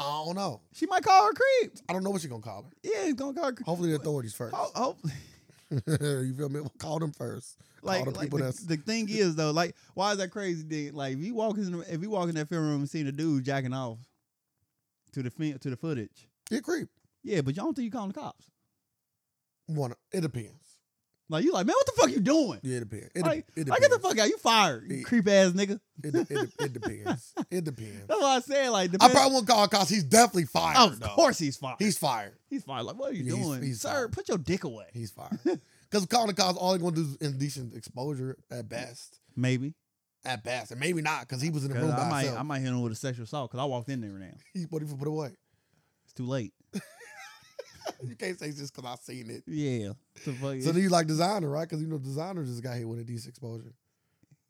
B: I don't know.
A: She might call her a creep.
B: I don't know what you're gonna call her.
A: Yeah, it's gonna call her. a creep.
B: Hopefully the authorities first.
A: Oh, oh,
B: you feel me? We'll call them first.
A: like,
B: the
A: like
B: people
A: the,
B: that's-
A: the thing is though, like, why is that crazy? Thing? Like, if you walk in, the- if you walk in that film room and see a dude jacking off to the fin- to the footage,
B: You creep.
A: yeah, but you don't think you calling the cops?
B: One. It depends.
A: Like you like, man, what the fuck you doing?
B: Yeah, it depends. It, de-
A: Like,
B: it depends.
A: like, get the fuck out. You fired, you
B: Yeah.
A: creep ass nigga.
B: It, de- it, de- it depends. It depends.
A: That's why I said like
B: I
A: depends-
B: probably won't call cops. He's definitely fired.
A: Of
B: though.
A: course he's fired.
B: he's fired.
A: he's fired. Like, what are you
B: Yeah, he's-
A: doing?
B: he's
A: Sir,
B: fired.
A: put your dick away.
B: He's fired. Because calling the cops, all they're gonna do is indecent exposure at best.
A: Maybe.
B: At best, and maybe not because he was in the
A: 'Cause
B: room by
A: I might
B: himself.
A: I might hit him with a sexual assault because I walked in there now.
B: He's what if you put it away?
A: It's too late.
B: You can't say it's just because I seen it.
A: Yeah. The fuck
B: So
A: is-
B: then you like designer, right? Because you know designer just got hit with a decent exposure.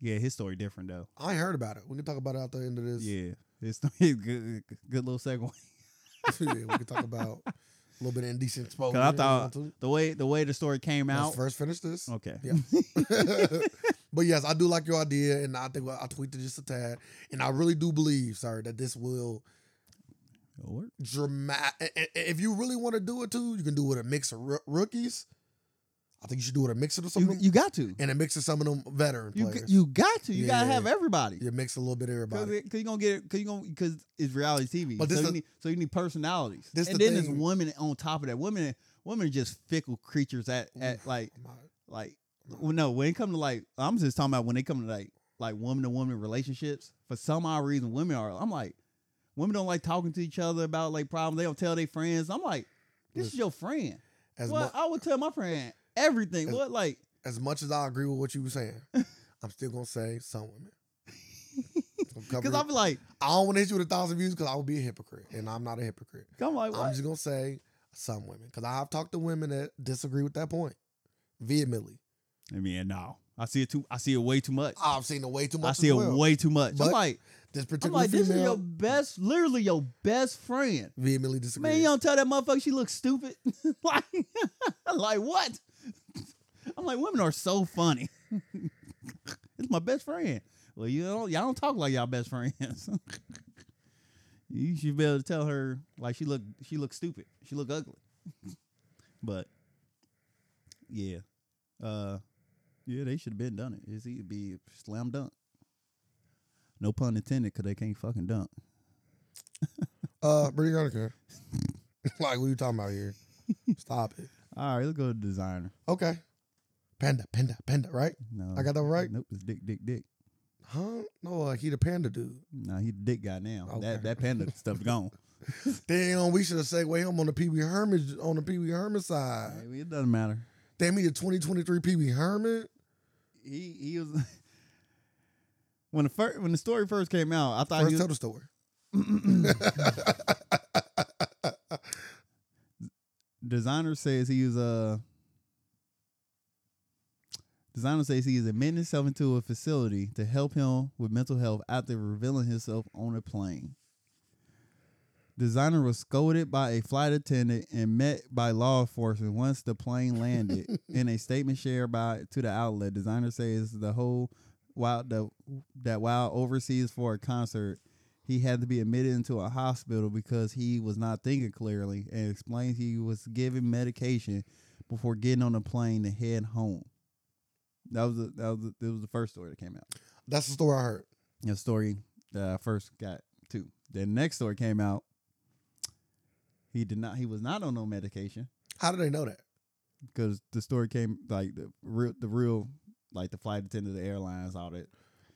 A: yeah, his story different though.
B: I ain't heard about it. We can talk about it at the end of this.
A: Yeah. His story good good little segue.
B: Yeah, we can talk about a little bit of indecent exposure.
A: I
B: if you
A: thought-
B: want to.
A: The way the way the story came
B: Let's
A: out.
B: first finish this.
A: Okay.
B: Yeah.
A: Oh.
B: but yes, I do like your idea, and I think I tweeted just a tad, and I really do believe, sir, that this will
A: It'll work.
B: dramatic. If you really want to do it too, you can do it with a mix of roo- rookies. I think you should do it a mix of some
A: You,
B: of them
A: you got to.
B: and a mix of some of them veteran
A: You,
B: players.
A: you got to. You got to
B: Yeah.
A: have everybody.
B: You mix a little bit of
A: Cause,
B: everybody.
A: it, cause you gonna get it, cause you gonna because it's reality TV.
B: But this
A: so,
B: the-
A: you need, so you need personalities.
B: this
A: and
B: the
A: then there's
B: thing-
A: women on top of that. Women, women are just fickle creatures. At
B: Mm.
A: at like
B: I'm not-
A: like well, no, when it comes to like I'm just talking about when it comes to like like woman to woman relationships. For some odd reason, women are. I'm like, women don't like talking to each other about like problems. They don't tell their friends. I'm like, this is
B: Listen,
A: your friend.
B: as,
A: well,
B: mu-
A: I would tell my friend everything.
B: as-
A: what like
B: as much as I agree with what you were saying, I'm still gonna say some women.
A: because
B: Because
A: I'm like
B: I don't want to hit you with a thousand views because I would be a hypocrite, and I'm not a hypocrite.
A: I'm like
B: I'm
A: what?
B: just gonna say some women because I've talked to women that disagree with that point vehemently.
A: I mean, no, I see it too. I see it way too much.
B: I've seen it way too much.
A: I
B: as
A: see it
B: well.
A: way too much. I'm
B: But-
A: like,
B: This
A: I'm
B: particular
A: like, this is
B: female
A: your best, literally your best friend.
B: vehemently disagrees.
A: Man, you don't tell that motherfucker she looks stupid. like, like what? I'm like, women are so funny. it's my best friend. Well, you don't, y'all don't talk like y'all best friends. you should be able to tell her like she look, she look stupid. She look ugly. but yeah, uh, yeah, they should have been done it. It's either be slam dunk. No pun intended, because they can't fucking dunk.
B: Uh, Brittany Griner. like, what are you talking about here? Stop it.
A: All right, let's go to designer.
B: Okay. Panda, panda, panda, right?
A: No,
B: I got that right?
A: Nope, it's Dick, Dick, Dick.
B: Huh? No, uh, he the panda dude.
A: No, he the dick guy now.
B: Okay. Uh,
A: That that panda stuff's gone.
B: Damn, we should have segued him on the Pee Wee Herman on the Pee Wee Herman side.
A: Maybe it doesn't matter.
B: Damn, he the 2023 Pee Wee Herman.
A: He he was when the first when the story first came out. I thought
B: First,
A: he
B: tell
A: was,
B: the story.
A: designer says he was uh designer says he is admitting himself into a facility to help him with mental health after revealing himself on a plane. Designer was scolded by a flight attendant and met by law enforcement once the plane landed. In a statement shared by to the outlet, designer says the whole while the that while overseas for a concert, he had to be admitted into a hospital because he was not thinking clearly and explains he was given medication before getting on a plane to head home. That was the, that was the, that was the first story that came out.
B: That's the story I heard.
A: That story that I first got too. The next story came out. He did not. He was not on no medication
B: How do they know that?
A: because the story came like the real, the real, like the flight attendant, the airlines, all that.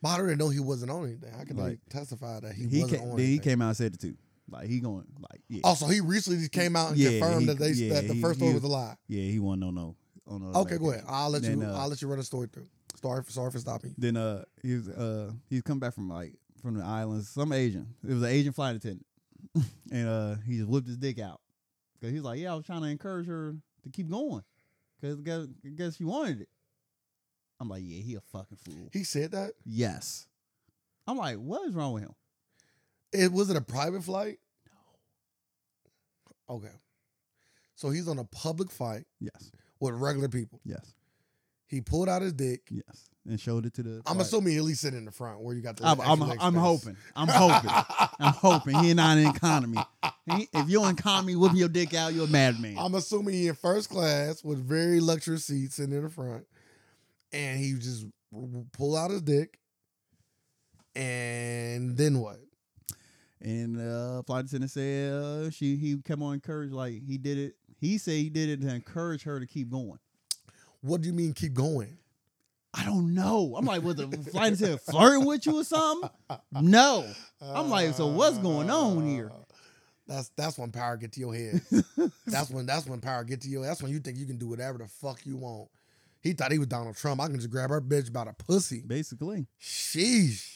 B: But How do they know he wasn't on anything? How can
A: Like,
B: they testify that he,
A: He,
B: wasn't
A: came,
B: on
A: then he
B: anything? Oh.
A: came out and said it too. Like he going like yeah,
B: Also, he recently just came out and
A: Yeah,
B: confirmed
A: he-
B: that they
A: yeah,
B: that the
A: he-
B: first
A: he
B: story
A: was-
B: was a lie.
A: yeah. He wasn't on no on no.
B: Okay, go
A: medication.
B: ahead. I'll let
A: Then,
B: you.
A: uh,
B: I'll let you run the story through. Sorry, for, sorry for stopping. you.
A: Then uh, he was uh, he's come back from like from the islands. Some Asian. It was an Asian flight attendant, and uh, he just whipped his dick out because he was like, "Yeah, I was trying to encourage her to keep going because guess, guess she wanted it." I'm like, "Yeah, he a fucking fool."
B: He said that
A: Yes, I'm like, "What is wrong with him?"
B: it was it a private flight. No. Okay. So he's on a public flight
A: Yes,
B: with regular people.
A: yes,
B: He pulled out his dick.
A: yes, and showed it to the.
B: I'm
A: flight-
B: assuming he at least sit in the front where you got the.
A: I'm,
B: extra
A: I'm,
B: leg
A: I'm
B: space.
A: hoping. I'm hoping. I'm hoping he not in economy. He- if you're in economy, whipping your dick out, you're a madman.
B: I'm assuming he in first class with very luxury seats sitting in the front, and he just r- r- pull out his dick, and then what?
A: And uh, flight attendant said uh, she he kept on encourage like he did it. He said he did it to encourage her to keep going.
B: What do you mean keep going?
A: I don't know. I'm like, was the flight attendant flirting with you or something? No. I'm like, so what's going on here?
B: Uh, That's that's when power get to your head. that's when that's when power get to your. That's when you think you can do whatever the fuck you want. He thought he was Donald Trump. I can just grab her bitch by the pussy.
A: Basically,
B: Sheesh.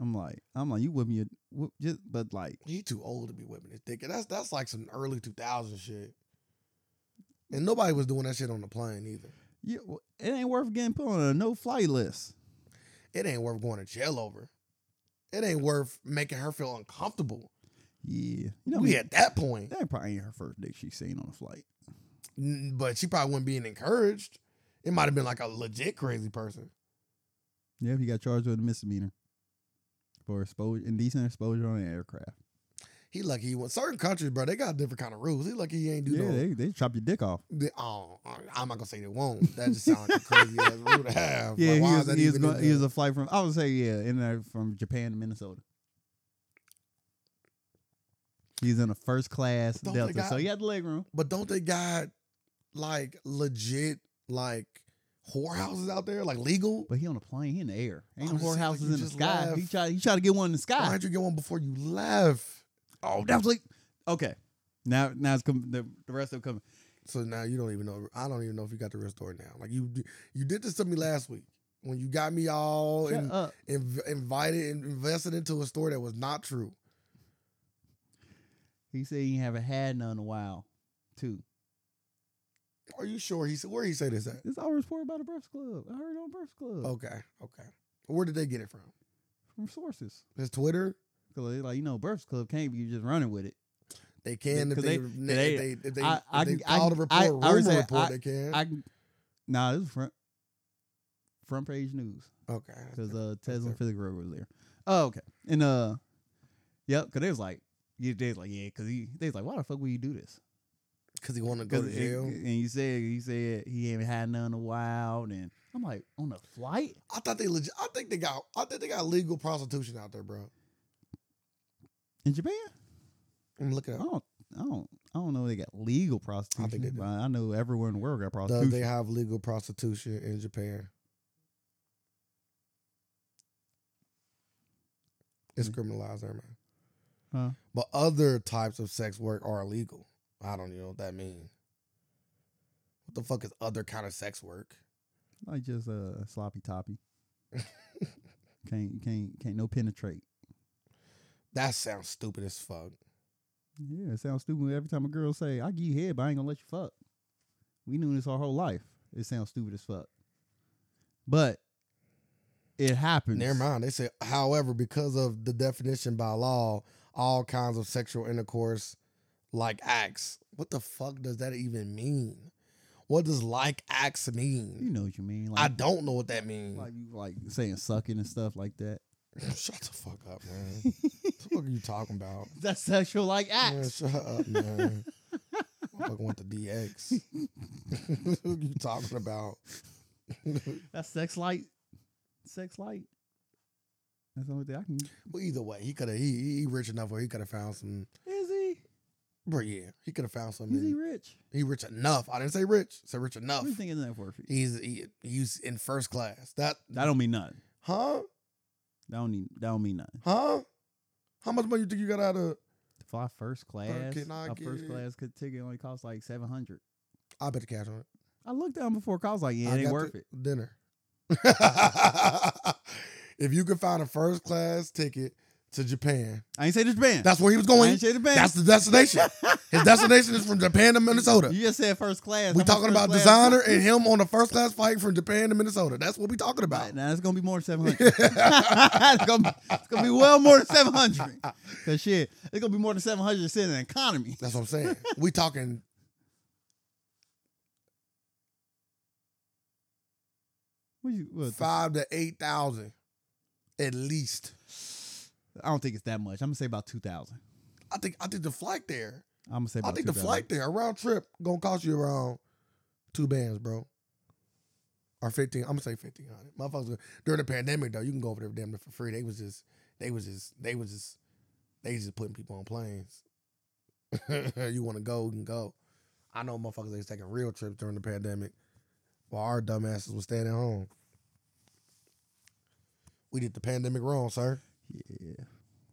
A: I'm like, I'm like, you whipping your whoop, just, but like,
B: He too old to be whipping his dick. And That's that's like some early 2000 shit. And nobody was doing that shit on the plane either.
A: you, it ain't worth getting put on a no fly list.
B: It ain't worth going to jail over. It ain't worth making her feel uncomfortable.
A: Yeah, you know,
B: we
A: yeah.
B: at that point.
A: that probably ain't her first dick she's seen on a flight.
B: N- But she probably wasn't being encouraged. It might have been like a legit crazy person.
A: Yeah, he got charged with a misdemeanor for exposure, indecent exposure on an aircraft.
B: He lucky he went. Certain countries, bro, they got different kind of rules. He lucky he ain't do
A: yeah,
B: no.
A: they, they chop your dick off.
B: the- oh, I'm not gonna say they won't. That just sounds like a crazy ass rule to have.
A: Yeah,
B: Like, why
A: he
B: is
A: was,
B: that
A: he, was
B: even
A: going,
B: in
A: he
B: there?
A: was a flight from I would say yeah, in there from Japan to Minnesota. He's in a first class
B: Don't they
A: Delta,
B: got-
A: so he had the leg room.
B: But don't they got like legit like whorehouses out there, like legal?
A: But he on a plane, he in the air. Ain't
B: I'm
A: no
B: just saying,
A: whorehouses
B: Oh, like, you
A: in the
B: just
A: sky. He
B: left.
A: tried he tried to get one in the
B: Why
A: sky.
B: did you get one before you left?
A: Oh, that was like okay. Now now it's coming the, the rest of it coming.
B: So now you don't even know. I don't even know if you got the rest door now. Like you, you did this to me last week when you got me all
A: Shut
B: in,
A: up.
B: inv- invited and invested into a story that was not true.
A: He said he haven't had none in a while, too.
B: Are you sure he said where he say this at?
A: This all reported by the Breakfast Club. I heard it on Breakfast Club
B: Okay, okay. Where did they get it from?
A: from sources.
B: His Twitter.
A: Cause they like you know, Breakfast Club can't be just running with it.
B: They can if
A: 'Cause they-
B: they, if they, if they, if they,
A: I- I can- I
B: call the
A: can-
B: report,
A: I- I would
B: rumor
A: say
B: report,
A: I-
B: they can.
A: I can- nah, this is front front page news
B: okay.
A: because uh Tesla and
B: different.
A: Physical Road were there. Oh, okay, and uh, yep, because they was like, yeah, they was like, yeah, because he they was like, why the fuck would you do this?
B: Because he want to go
A: Because
B: to jail.
A: and you said he said he ain't had none in a while, and I'm like on a flight.
B: I thought they legit. I think they got. I think they got legal prostitution out there, bro.
A: In Japan,
B: I'm looking
A: I
B: at.
A: don't, I don't, I don't know. If they got legal prostitution. I,
B: think they do.
A: but I know everywhere in the world got
B: Does
A: prostitution.
B: they have legal prostitution in Japan? It's
A: Mm.
B: criminalized there, man.
A: Huh?
B: But other types of sex work are illegal. I don't even know what that means. What the fuck is other kind of sex work?
A: Like just a uh, sloppy toppy. can't, can't, can't no penetrate.
B: That sounds stupid as fuck.
A: Yeah, it sounds stupid every time a girl say, "I give you head, but I ain't gonna let you fuck." We knew this our whole life. It sounds stupid as fuck, but it happens.
B: Never mind. They said, however, because of the definition by law, all kinds of sexual intercourse, like acts. What the fuck does that even mean? What does like acts
A: You
B: mean?
A: know what you mean?
B: I
A: Like,
B: don't know what that means.
A: like you like saying sucking and stuff like that.
B: shut the fuck up, man. what the fuck are you talking about?
A: That's sexual like
B: Man,
A: acts.
B: shut up, man. I fucking want the DX. what are you talking about?
A: That's sex light. Sex light. That's the only thing I can.
B: well, either way, he could have. He, he rich enough where he could have found some.
A: Is he?
B: Bro, yeah, he could have found some.
A: Is
B: in-
A: he rich?
B: He rich enough. I didn't say rich. I said rich enough.
A: What do you think is that for?
B: He's uh, he, he's in first class. That
A: That don't mean nothing.
B: huh
A: That don't mean that don't mean nothing.
B: huh? How much money you think you got out of?
A: To fly first class,
B: can I
A: a first
B: get-
A: class c- ticket only costs like seven hundred.
B: I bet the cash on it.
A: I looked down before. 'cause I was like, yeah,
B: I
A: it ain't
B: got
A: worth
B: the
A: it.
B: Dinner. if you could find a first class ticket to Japan,
A: I ain't say this band.
B: that's where he was
A: I
B: going.
A: ain't say this band.
B: That's the destination. His destination is from Japan to Minnesota.
A: you just said first class.
B: We
A: How much
B: talking
A: first
B: about
A: class?
B: designer and him on a first class flight from Japan to Minnesota. That's what we talking about.
A: Right, now it's gonna be more than seven hundred. it's, gonna be- it's gonna be well more than seven hundred. Cause shit, it's gonna be more than seven hundred sitting in the economy.
B: That's what I'm saying. we talking.
A: What you, what the-
B: five to eight thousand, at least.
A: I don't think it's that much. I'm gonna say about two thousand.
B: I think I think the flight there.
A: I'm gonna say.
B: I
A: About
B: think the
A: 2,000.
B: flight there, a round trip, gonna cost you around two bands, bro. Or fifteen. I'm gonna say fifteen hundred. Motherfuckers during the pandemic though, you can go over there damn near for free. They was just they was just they was just they just putting people on planes. you wanna go, you can go. I know motherfuckers they was taking real trips during the pandemic while our dumbasses was staying at home. We did the pandemic wrong, sir.
A: Yeah,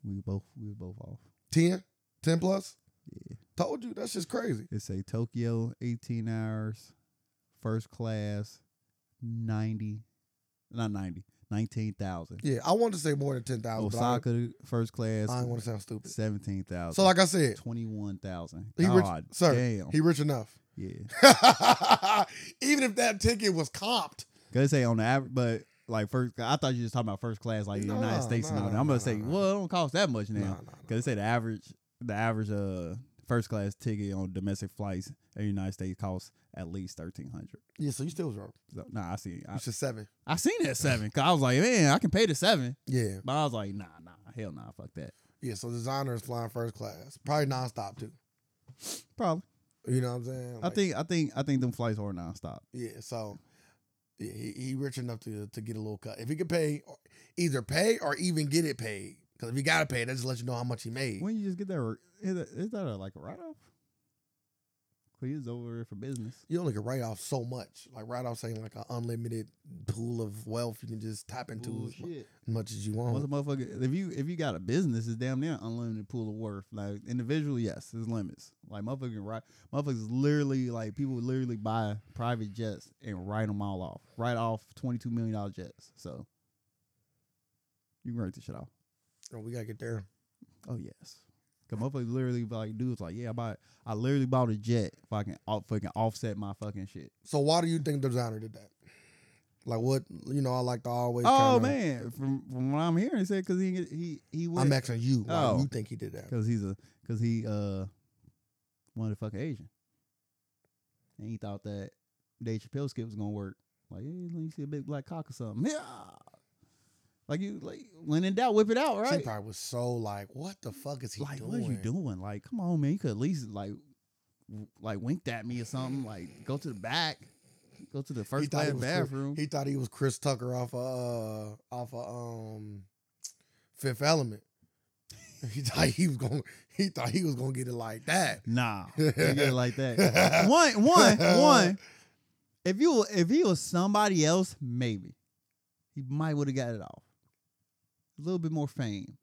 A: we both we were both off.
B: 10? 10 plus?
A: Yeah.
B: Told you, that's just crazy.
A: It say Tokyo, eighteen hours, first class, ninety, not ninety, nineteen thousand.
B: Yeah, I wanted to say more than
A: Oh,
B: 10,000. but I-
A: Osaka, first class,
B: I don't want to sound stupid.
A: seventeen thousand.
B: So like I said,
A: twenty-one thousand.
B: He rich-
A: God
B: sir,
A: damn.
B: he rich enough.
A: yeah,
B: Even if that ticket was comped,
A: gonna say on the average, but like first, I thought you were just talking about first class, like the United
B: Nah,
A: States and
B: nah,
A: all that. I'm gonna
B: nah,
A: say,
B: nah.
A: well, it don't cost that much
B: no,
A: now. Cause they say the average, the average uh first class ticket on domestic flights in the United States costs at least thirteen hundred.
B: Yeah, so you still was wrong.
A: So nah, I see, I,
B: You said seven.
A: I seen that seven. Cause I was like, man, I can pay the seven,
B: Yeah,
A: but I was like, nah, nah, hell nah, fuck that.
B: Yeah, so designer is flying first class, probably nonstop too.
A: Probably.
B: You know what I'm saying?
A: I
B: Like,
A: think I think I think them flights are nonstop.
B: Yeah, so yeah, he, he rich enough to to get a little cut if he could pay, either pay or even get it paid. Because if he gotta pay, that just lets you know how much he made.
A: When you just get that, re- is that, is that a, like a write off? Cause he's over there for business.
B: you only can write off so much. Like write off saying like an unlimited pool of wealth you can just tap into Oh. as mu-
A: Bullshit.
B: much as you
A: Once a
B: want.
A: motherfucker, if you if you got a business, it's damn near unlimited pool of worth. Like individually, yes, there's limits. Like motherfucking right, motherfuckers literally like people literally buy private jets and write them all off. Write off twenty two million dollar jets. So you can write this shit off.
B: Oh, we gotta get there.
A: Oh yes. Cause motherfuckers literally be like dudes like yeah I bought I literally bought a jet if I can off, fucking offset my fucking shit.
B: So why do you think the designer did that? Like what you know? I like to always.
A: Oh
B: kinda-
A: man, from from what I'm hearing, he said because he didn't get- he he
B: I'm
A: went
B: asking you. Why
A: Oh.
B: do you think he did that?
A: because he's a because he uh wanted to fuck an Asian, and he thought that Dave Chappelle skit was gonna work. Like hey, let me see a big black cock or something. Yeah, like you like when in doubt, whip it out,
B: She
A: right?
B: probably was so like, what the fuck is he
A: like
B: doing?
A: what are you doing? Like come on, man, you could at least like w- like winked at me or something. Like go to the back, go to the
B: He
A: first
B: thought
A: class
B: he was Chris-
A: bathroom.
B: He thought he was Chris Tucker off of, uh, off of um, Fifth Element. He thought he was going. He thought he was going to get it like that.
A: Nah, you get it like that. One, one, one. If you if he was somebody else, maybe he might would have got it off. A little bit more fame,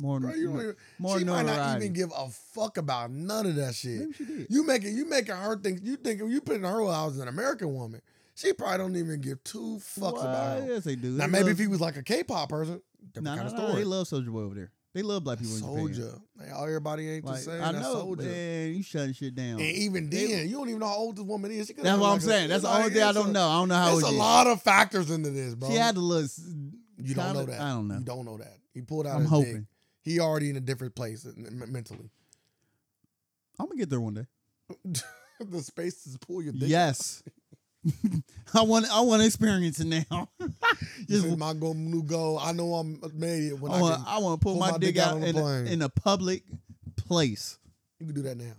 A: more
B: Bro, you don't even-
A: more
B: she might not
A: notoriety.
B: even give a fuck about none of that shit.
A: maybe she did.
B: You making you making her think you think you putting her out as an American woman. She probably don't even give two fucks about
A: Well,
B: him.
A: Yes, they do.
B: Now
A: They
B: maybe
A: love,
B: if he was like a K-pop person, different
A: nah,
B: kind
A: nah,
B: of
A: nah,
B: story.
A: they love Soldier Boy over there. They love black people in Japan.
B: soldier. Like, all everybody ain't the
A: Like,
B: same.
A: I
B: That's
A: know,
B: soldier.
A: man. You shutting shit down.
B: And even
A: They-
B: then, you don't even know how old this woman is. She could've
A: That's
B: been
A: what
B: like
A: I'm
B: a-
A: saying. That's the
B: like,
A: only thing I
B: it's a-
A: don't know. I don't know how
B: It's
A: it
B: a
A: is.
B: lot of factors into this, bro.
A: She had to look. s-
B: you don't know
A: kinda-
B: that.
A: I don't know.
B: You don't know that. He pulled out.
A: I'm
B: his
A: hoping.
B: Dick. He already in a different place uh, m- mentally.
A: I'm gonna get there one day.
B: the space to pull your dick.
A: Yes. I want I want to experience it now.
B: This
A: Just-
B: is my go- new goal. I know I'm made it when
A: I
B: I,
A: want
B: can.
A: I want to pull my, dick out,
B: on the
A: in, a,
B: plane.
A: in a public place.
B: You can do that now.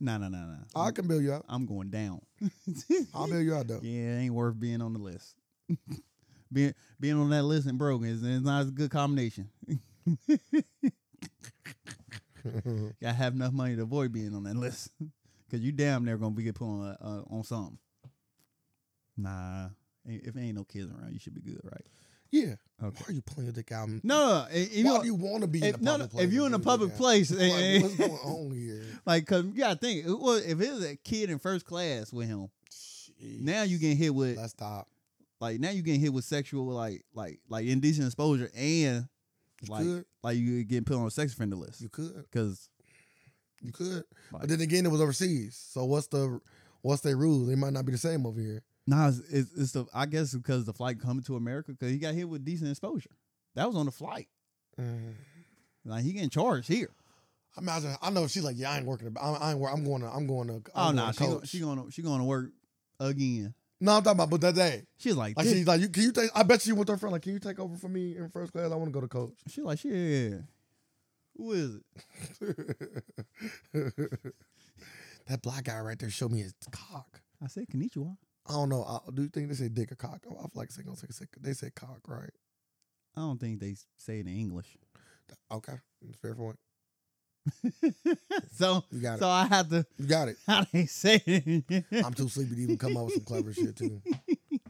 A: No, no, no, no.
B: I can bail you out.
A: I'm going down.
B: I'll bail you out though.
A: yeah, it ain't worth being on the list. being being on that list and broke is it's not a good combination. Gotta have enough money to avoid being on that list, cause you damn near gonna be get put on a- uh, on something. Nah, ain't- if ain't no kids around, you should be good, right?
B: yeah.
A: Okay.
B: Why are you pulling your dick out?
A: No, no, no. If, if
B: Why
A: you-
B: do you want to be in a
A: if, no,
B: public
A: no,
B: place?
A: if you're in a
B: and
A: public
B: pull
A: place,
B: your dick out?
A: eh,
B: Like, what's going on here?
A: like, cause you gotta think, it was, if it was a kid in first class with him,
B: Jeez.
A: now you getting hit with
B: Let's stop.
A: like now you getting hit with sexual like like like indecent exposure and
B: You
A: like
B: could.
A: like you getting put on a sex offender list
B: You could.
A: because
B: You could.
A: Like-
B: but then again, it was overseas. So what's the what's their rules? They might not be the same over here.
A: nah, it's, it's, it's the I guess because the flight coming to America because he got hit with decent exposure that was on the flight Mm. like he getting charged here.
B: I imagine. I know she's like, yeah, I ain't working. I, I ain't. wor- I'm going to. I'm going to. I'm
A: Oh
B: going
A: no, nah,
B: to
A: she, gon-
B: coach.
A: she gonna she gonna work again.
B: no, I'm talking about. But that day,
A: She's like,
B: Like
A: "This-
B: she's like, you can you take? I bet she went to her friend. Like, can you take over for me in first class? I want to go to coach.
A: She like, shit. Who is it?
B: that black guy right there showed me his cock.
A: I said Konnichiwa.
B: I don't know. I, do you think they say dick or cock? Oh, I feel like they gonna say they say cock, right?
A: I don't think they s- say it in English.
B: Okay, that's fair point.
A: so
B: You got it.
A: so I have to
B: You got it.
A: how they say it.
B: I'm too sleepy to even come up with some clever shit too.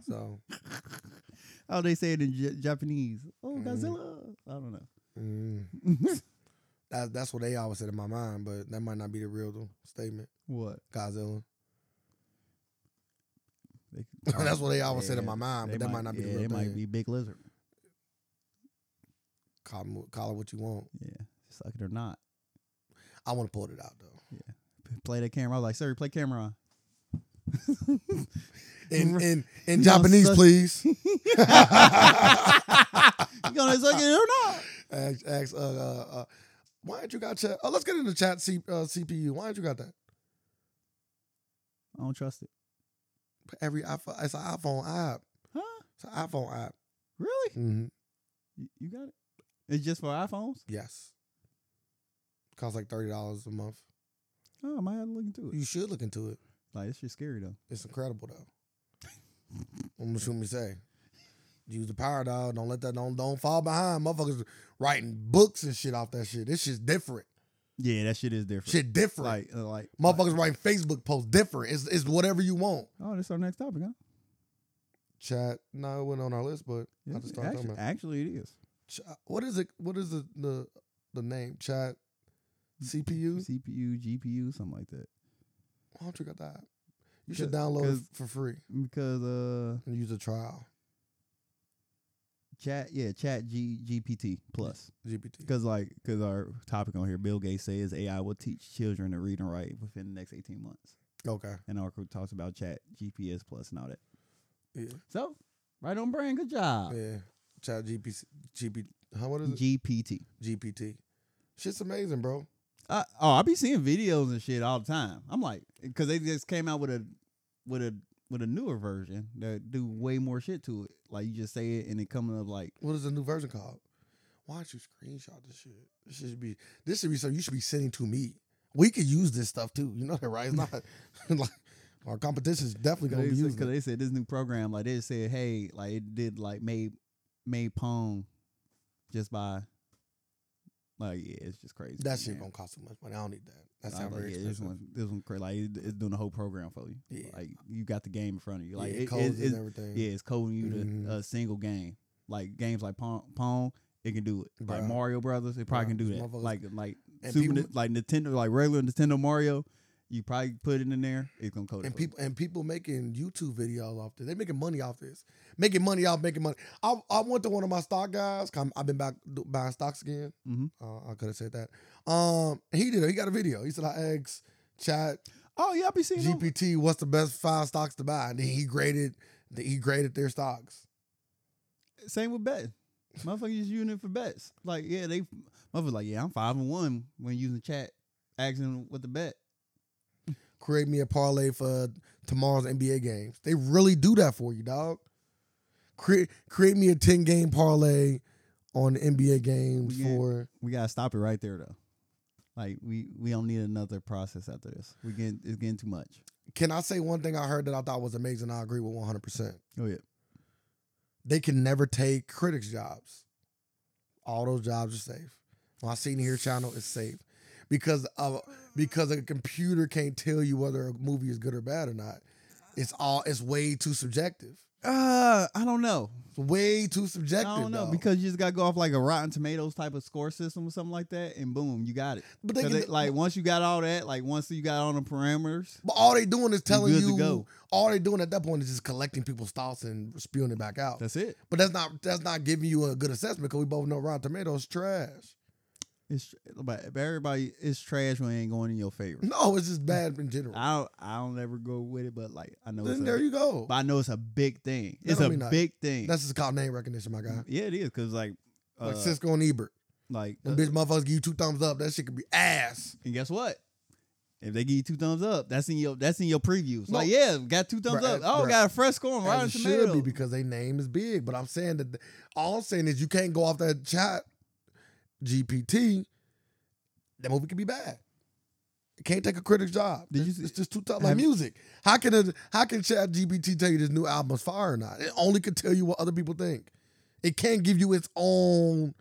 B: So
A: oh, they say it in J- Japanese. Oh,
B: Mm.
A: Godzilla. I don't know.
B: mm, that, that's what they always said in my mind, but that might not be the real statement.
A: what?
B: Godzilla.
A: They-
B: that's what they always said in
A: Yeah,
B: my mind,
A: they
B: but that might, not be
A: yeah,
B: the real
A: It
B: thing.
A: might be big lizard.
B: Call, 'em- call it what you want.
A: Yeah, suck it or not.
B: I want to pull it out though.
A: Play that camera. I was like, sir, play camera on.
B: in
A: Right.
B: in, in
A: You gonna
B: Japanese,
A: suck-
B: please. ask
A: You gonna suck it or not?
B: ask uh, uh, uh, why ain't you got chat? Oh, let's get in the chat C, uh, CPU. Why ain't you got that?
A: I don't trust it.
B: Every iPhone, it's an iPhone app.
A: Huh?
B: It's an iPhone app.
A: Really?
B: Mm-hmm.
A: You, you got it? It's just for iPhones.
B: Yes. Costs like thirty dollars a month.
A: Oh, I might have to look into it.
B: You should look into it.
A: Like it's just scary though.
B: It's incredible though. I'm just gonna say. Use the power dog. Don't let that don't don't fall behind. Motherfuckers writing books and shit off that shit. This shit's different.
A: Yeah, that shit is different.
B: Shit different.
A: like uh, like
B: Motherfuckers writing Facebook posts different. It's it's whatever you want.
A: Oh, this our next topic, huh?
B: Chat. No, it wasn't on our list, but I
A: Yes,
B: just started talking
A: actually,
B: about.
A: actually, it is
B: Ch- what is it? What is the the, the name? Chat CPU.
A: CPU, GPU, something like that.
B: Why don't you got that? You should
A: Cause-
B: download it
A: cause-
B: for free
A: Because uh,
B: and use a trial.
A: chat, yeah, chat G, GPT plus.
B: GPT.
A: Because like, because our topic on here, Bill Gates says AI will teach children to read and write within the next eighteen months,
B: Okay.
A: and Oracle talks about chat GPS plus and all that.
B: Yeah.
A: So, right on brand. Good job,
B: Yeah. Chat GPT. GPT. How what is it?
A: GPT.
B: GPT. Shit's amazing, bro.
A: I, oh, I be seeing videos and shit all the time. I'm like, because they just came out with a with a with a newer version that do way more shit to it. Like you just say it and it coming up like,
B: What is the new version called? Why don't you screenshot this shit? This should be this should be something you should be sending to me. We could use this stuff too. You know that, right? It's not like our competition's definitely gonna be
A: because
B: using it.
A: they said this new program like they said, hey, like it did like made made pong just by like yeah, it's just crazy.
B: That shit
A: man.
B: gonna cost too much money. I don't need that. That
A: I was
B: sounds
A: like,
B: very
A: yeah, this
B: expensive.
A: one, this one crazy. Like it, it's doing the whole program for you.
B: Yeah.
A: Like you got the game in front of you. Like
B: yeah,
A: it- it-
B: codes
A: it's-
B: and everything.
A: Yeah, it's coding you to
B: Mhm.
A: a single game. Like games like Pong, Pong it can do it. Like
B: Bruh.
A: Mario Brothers, it probably
B: Bruh,
A: can do
B: these
A: that.
B: motherfuckers-
A: Like like
B: And
A: Super,
B: people-
A: Ni- like Nintendo, like regular Nintendo Mario, you probably put it in there. It's gonna code it.
B: and
A: for you.
B: people and people making YouTube videos off this. They making money off this. Making money off making money. I, I went to one of my stock guys. 'cause I'm- I've been back do- buying stocks again.
A: Mhm.
B: Uh, I could have said that. Um, he did. it. He got a video. He said, "I asked Chat
A: Oh yeah, I be seeing. them.
B: GPT what's the best five stocks to buy," and then he graded. the- He graded their stocks.
A: Same with bets. Motherfuckers just using it for bets. Like yeah, they motherfuckers like yeah, I'm five and one when using chat, asking what the bet.
B: Create me a parlay for tomorrow's NBA games. They really do that for you, dog. Create create me a ten game parlay on NBA games
A: We ain't-
B: for.
A: We gotta stop it right there though. Like we we don't need another process after this. We getting it's getting too much.
B: Can I say one thing I heard that I thought was amazing? I agree with 100%.
A: Oh yeah.
B: They can never take critics' jobs. All those jobs are safe. My senior here channel is safe because of because a computer can't tell you whether a movie is good or bad or not. It's all it's way too subjective.
A: Uh, I don't know.
B: It's way too subjective.
A: I don't know
B: dog.
A: because you just gotta go off like a Rotten Tomatoes type of score system or something like that, and boom, you got it.
B: but they
A: 'Cause
B: can,
A: they- like once you got all that, like once you got on the parameters,
B: but all they doing is telling
A: good to
B: you
A: go.
B: all they doing at that point is just collecting people's thoughts and spewing it back out.
A: that's it.
B: but that's not that's not giving you a good assessment because we both know Rotten Tomatoes trash.
A: It's tr- but but everybody it's trash when it ain't going in your favor.
B: No, it's just bad in general.
A: I don't, I don't ever go with it, but like I know it's
B: then
A: a,
B: there you go.
A: but I know it's a big thing.
B: That
A: It's
B: don't
A: a
B: mean nothing.
A: big thing.
B: That's just called name recognition, my guy.
A: yeah, it is because like uh,
B: Like Cisco and Ebert.
A: like uh,
B: Them bitch motherfuckers give you two thumbs up. That shit could be ass.
A: And guess what? If they give you two thumbs up, that's in your that's in your previews.
B: No.
A: Like, yeah, got two thumbs
B: Bruh, eh,
A: up. Oh,
B: bruh.
A: got a fresh score on Rotten
B: As it should be
A: Tomatoes.
B: because they name is big. But I'm saying that th- all I'm saying is you can't go off that chat GPT. That movie could be bad. It can't take a critic's job.
A: Did you
B: it's,
A: see-
B: it's just too tough.
A: have
B: Like
A: you-
B: music. How can it, how can Chat GPT tell you this new album's fire or not? It only could tell you what other people think. It can't give you its own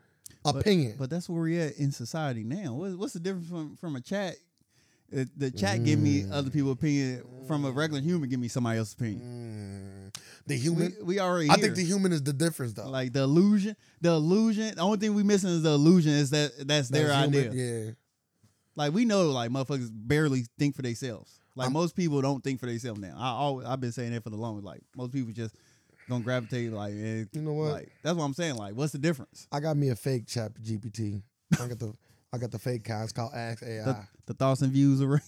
B: opinion.
A: But that's where we're at in society now. What, what's the difference from, from a chat? Uh, The chat give me
B: Mm.
A: other people's opinion from a regular human give me somebody else's opinion.
B: Mm. The
A: We,
B: human.
A: we already
B: I
A: here.
B: think the human is the difference, though.
A: like the illusion, the illusion. The only thing we missing is the illusion. Is that that's,
B: That's
A: their idea.
B: human- Yeah.
A: Like we know, like motherfuckers barely think for themselves. Like
B: I'm-
A: most people don't think for themselves now. I always I've been saying that for the long. Like most people just gonna gravitate like eh,
B: You know what?
A: like that's what I'm saying. Like what's the difference?
B: I got me a fake chat GPT. I got the I got the fake kind. It's called Ask AI.
A: The, the thoughts and views array,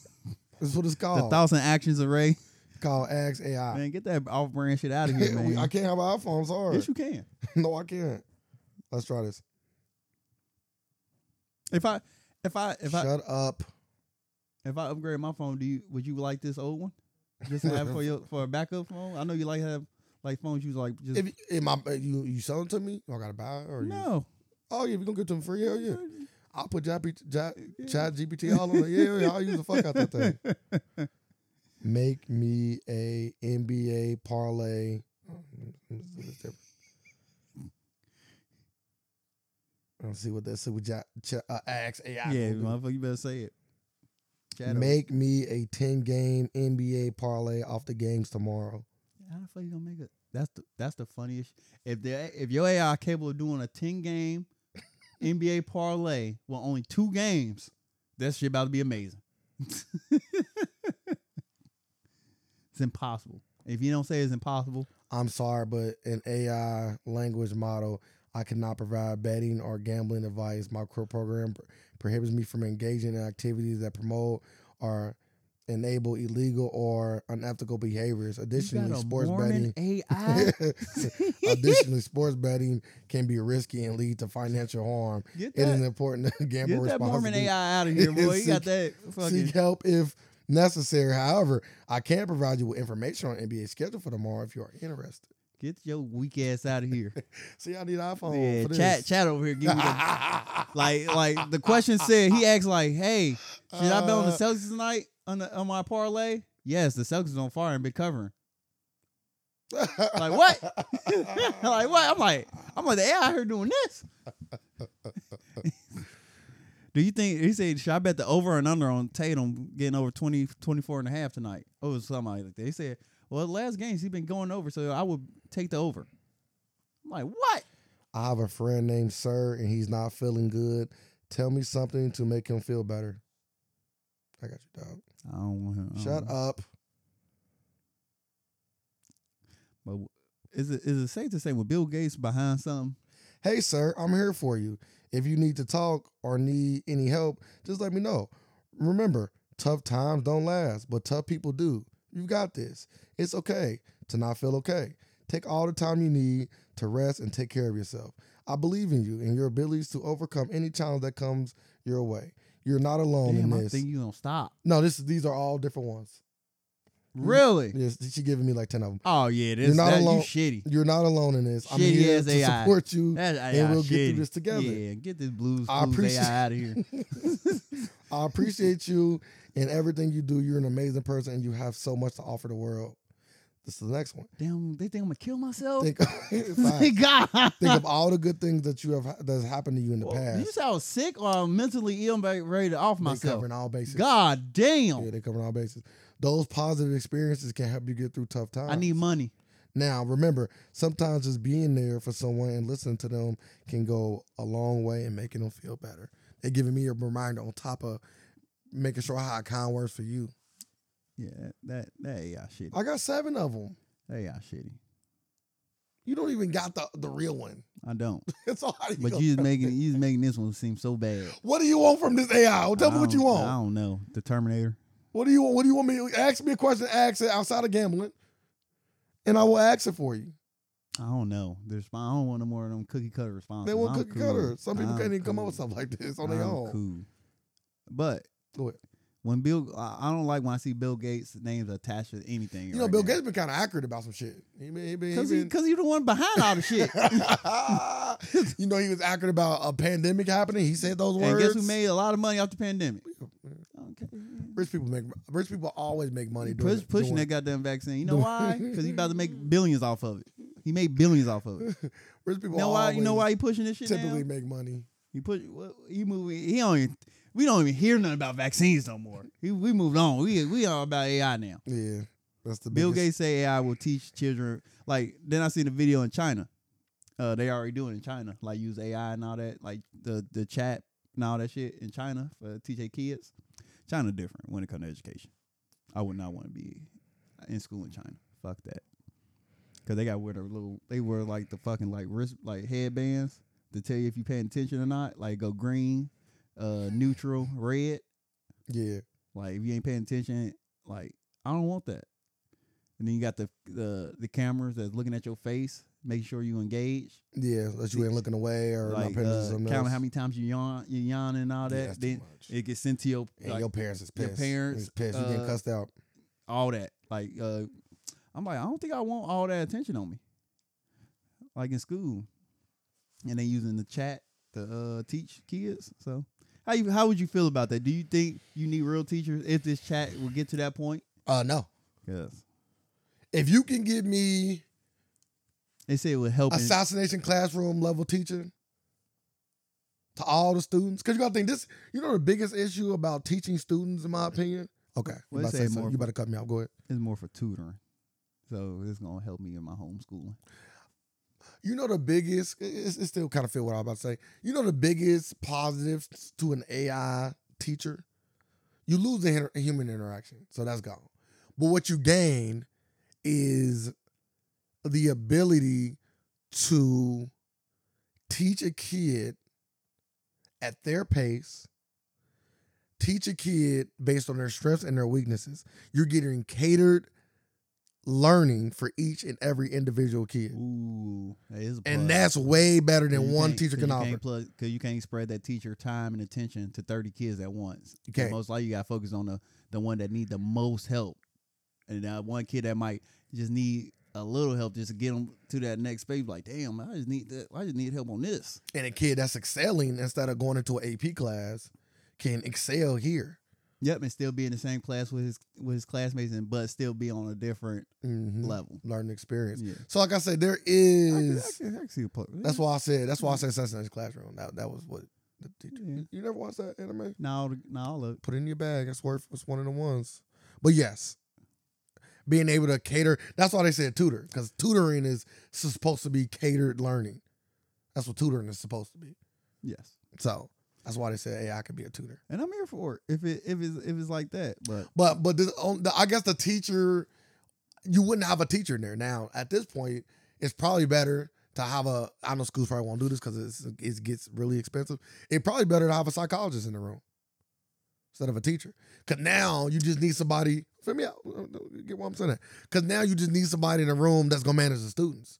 B: That's what it's
A: the
B: called.
A: thoughts and actions array.
B: It's called Ask AI.
A: Man, get that off brand shit out of here, man.
B: I can't have an iPhone. I'm Sorry.
A: yes, you can.
B: no, I can't. Let's try this.
A: If I if I if I
B: Shut up.
A: if I upgrade my phone, do you would you like this old one? Just to have for your for a backup phone. I know you like have like phones. You like just
B: uh, If, if my if you you selling to me, do I gotta buy it or you,
A: no.
B: Oh yeah, if you're gonna give it to them free, hell yeah. I'll put Chat GPT all over. Yeah, yeah, I'll use the fuck out that thing. Make me a NBA parlay. Oh, let me see what's different. Let's see what that see what Chat Chat- uh, Ask AI.
A: Yeah,
B: gonna do.
A: motherfucker, you better say it. Shadow.
B: Make me a 10 game NBA parlay off the games tomorrow.
A: How the fuck you gonna make it? That's the that's the funniest. If the if your AI capable of doing a ten game NBA parlay with only two games, that shit about to be amazing. it's impossible. If you don't say it's impossible,
B: I'm sorry, but in AI language model, I cannot provide betting or gambling advice. My core program pr- prohibits me from engaging in activities that promote or enable illegal or unethical behaviors.
A: you
B: Additionally,
A: got a
B: sports
A: morning
B: betting.
A: AI.
B: Additionally, sports betting can be risky and lead to financial harm.
A: Get
B: It is
A: that,
B: important to gamble
A: get that Mormon
B: responsibly.
A: AI out of here, boy. You got
B: Seek-
A: that fucking.
B: seek help if necessary. However, I can provide you with information on NBA schedule for tomorrow if you are interested.
A: Get your weak ass out of here.
B: See, I need an iPhone
A: yeah,
B: Oh, for this.
A: chat chat over here. Give me the Like, like the question said, he asked, like, "Hey, should I bet on the
B: Uh,
A: Celtics tonight on the, on my parlay?" Yes, the Celtics on fire and big covering. Like what? like what? I'm like, I'm like, the AI out here doing this. Do you think he said, should I bet the over and under on Tatum getting over 20, 24 and a half tonight? Oh, somebody like that. He said, well, the last games he been going over, so I would take the over. I'm like, what?
B: I have a friend named Sir, and he's not feeling good. Tell me something to make him feel better. I got you, dog.
A: I don't want him. I don't
B: Shut
A: want-
B: up.
A: But w- is it is it safe to say when Bill Gates behind something?
B: Hey, sir, I'm here for you. If you need to talk or need any help, just let me know. Remember, tough times don't last, but tough people do. You got this. It's okay to not feel okay. Take all the time you need to rest and take care of yourself. I believe in you and your abilities to overcome any challenge that comes your way. You're not alone
A: Damn,
B: in
A: I
B: this.
A: think you don't stop.
B: no, this these are all different ones.
A: Really?
B: Yes, she giving me like ten of them.
A: Oh yeah, this
B: Mm-hmm. You're not
A: that, you
B: alone.
A: shitty.
B: You're not alone in this. I'm
A: Shitty
B: here
A: ass
B: to
A: AI.
B: support you,
A: That AI
B: and we'll get
A: shitty.
B: through this together.
A: Yeah, get this blues
B: I
A: blues
B: appreciate-
A: AI out of here.
B: I appreciate you and everything you do. You're an amazing person and you have so much to offer the world. This is the next one.
A: Damn, they think I'm gonna kill myself.
B: Think, Fine.
A: God,
B: Think of all the good things that you have that's happened to you in the
A: Well, You
B: past.
A: said I was sick or I'm mentally ill, and about ready to off
B: They
A: myself.
B: covering all bases.
A: God damn,
B: Yeah, they covering all bases. Those positive experiences can help you get through tough times.
A: I need money.
B: Now, remember, sometimes just being there for someone and listening to them can go a long way in making them feel better. They're giving me a reminder on top of making sure how I kind words for you.
A: Yeah, that that AI shitty.
B: I got seven of them.
A: That AI shitty.
B: You don't even got the, the real one.
A: I don't.
B: It's all how do you
A: But
B: go-
A: you just making you just making this one seem so bad.
B: What do you want from this AI? Well, tell me
A: I
B: what you
A: don't-
B: want.
A: I don't know. The Terminator.
B: What do you want? What do you want me to ask me a question? Ask it outside of gambling, and I will ask it for you.
A: I don't know. There's I don't want no more of them cookie cutter responses.
B: They want
A: I'm
B: cookie
A: cool.
B: cutter. Some people
A: I'm
B: can't even come up
A: cool.
B: with stuff like this on
A: I'm
B: their own.
A: Cool. But
B: Go ahead.
A: when Bill, I I don't like when I see Bill Gates' names attached to anything.
B: You know, Bill Gates been kind of accurate about some shit. He been, he been, he
A: because
B: been-
A: because he, the one behind all the shit.
B: you know, he was accurate about a pandemic happening. He said those
A: and
B: words.
A: guess who made a lot of money off the pandemic? Okay.
B: rich people make rich people always make money. doing-
A: Push, pushing that
B: doing-
A: goddamn vaccine. You know why? Because he about to make billions off of it. He made billions off of it.
B: Rich people
A: You know why? You know why
B: always
A: he pushing this shit
B: typically
A: now?
B: make money.
A: He put what- he moving. He don't. Even, we don't even hear nothing about vaccines no more. He, we moved on. We we all about AI now.
B: Yeah, that's the
A: Bill
B: biggest-
A: Gates say AI will teach children. Like then I seen a video in China. Uh, they already doing it in China, like use AI and all that, like the the chat and all that shit in China for teach their kids. China different when it comes to education. I would not want to be in school in China. Fuck that. Cause they got wear their little, they wear like the fucking like wrist, like headbands to tell you if you paying attention or not. Like go green, uh, neutral, red.
B: Yeah.
A: Like if you ain't paying attention, like I don't want that. And then you got the the the cameras that's looking at your face, making sure you engage.
B: Yeah, unless you ain't looking away or
A: Like
B: not paying
A: uh,
B: attention to something
A: counting
B: else.
A: how many times you yawn, you yawn and all
B: Yeah,
A: that.
B: that's too
A: then
B: much.
A: it gets sent to your,
B: And
A: like,
B: your parents is
A: your
B: pissed.
A: parents,
B: is pissed. You getting
A: uh,
B: cussed out.
A: all that. Like uh, I'm like I don't think I want all that attention on me. Like in school, and they using the chat to uh, teach kids. So how you how would you feel about that? Do you think you need real teachers if this chat will get to that point?
B: Uh, no.
A: Yes.
B: If you can give me
A: They say it would help. in-
B: assassination classroom level teacher to all the students, because you gotta think this. You know the biggest issue about teaching students, in my opinion. Okay, you,
A: Well,
B: about
A: say
B: to say
A: it
B: something.
A: more.
B: you better cut me off. Go ahead.
A: it's more for tutoring. So it's gonna help me in my homeschooling.
B: You know the biggest. It's, it's still kind of feel what I'm about to say. You know the biggest positives to an AI teacher. You lose the inter- human interaction, so that's gone. But what you gain is the ability to teach a kid at their pace. Teach a kid based on their strengths and their weaknesses. You're getting catered learning for each and every individual kid
A: Ooh, that is a plus.
B: and that's way better than
A: You
B: one
A: can't-
B: teacher
A: so
B: can
A: you
B: offer.
A: Can't plug, Cause you can't spread that teacher time and attention to thirty kids at once.
B: You
A: 'Cause
B: can't.
A: Most likely, you got to focus on the the one that need the most help, and that one kid that might just need a little help just to get them to that next space. Like, damn, I just need that. I just need help on this.
B: And a kid that's excelling instead of going into an AP class can excel here.
A: Yep, and still be in the same class with his with his classmates, and but still be on a different
B: Mhm.
A: level.
B: Learning experience.
A: Mm-hmm. Yeah,
B: So, like I said, there
A: I can- I
B: is.
A: can- I can see a plus.
B: That's why I said. That's why I said assassination classroom. That that was what the teacher.
A: Yeah.
B: You never watched that anime?
A: Now, now all of it.
B: Put it in your bag. It's worth. It's one of the ones. But yes, being able to cater. That's why they said tutor because tutoring is supposed to be catered learning. That's what tutoring is supposed to be.
A: yes,
B: So that's why they said AI could be a tutor.
A: and I'm here for it if it if it's if it's like that. But
B: But but the, on the, I guess the teacher, you wouldn't have a teacher in there now. At this point, it's probably better to have a. I know schools probably won't do this because it gets really expensive. It probably better to have a psychologist in the room instead of a teacher. Because now you just need somebody. Feel me out. You Get what I'm saying? Because now you just need somebody in the room that's gonna manage the students.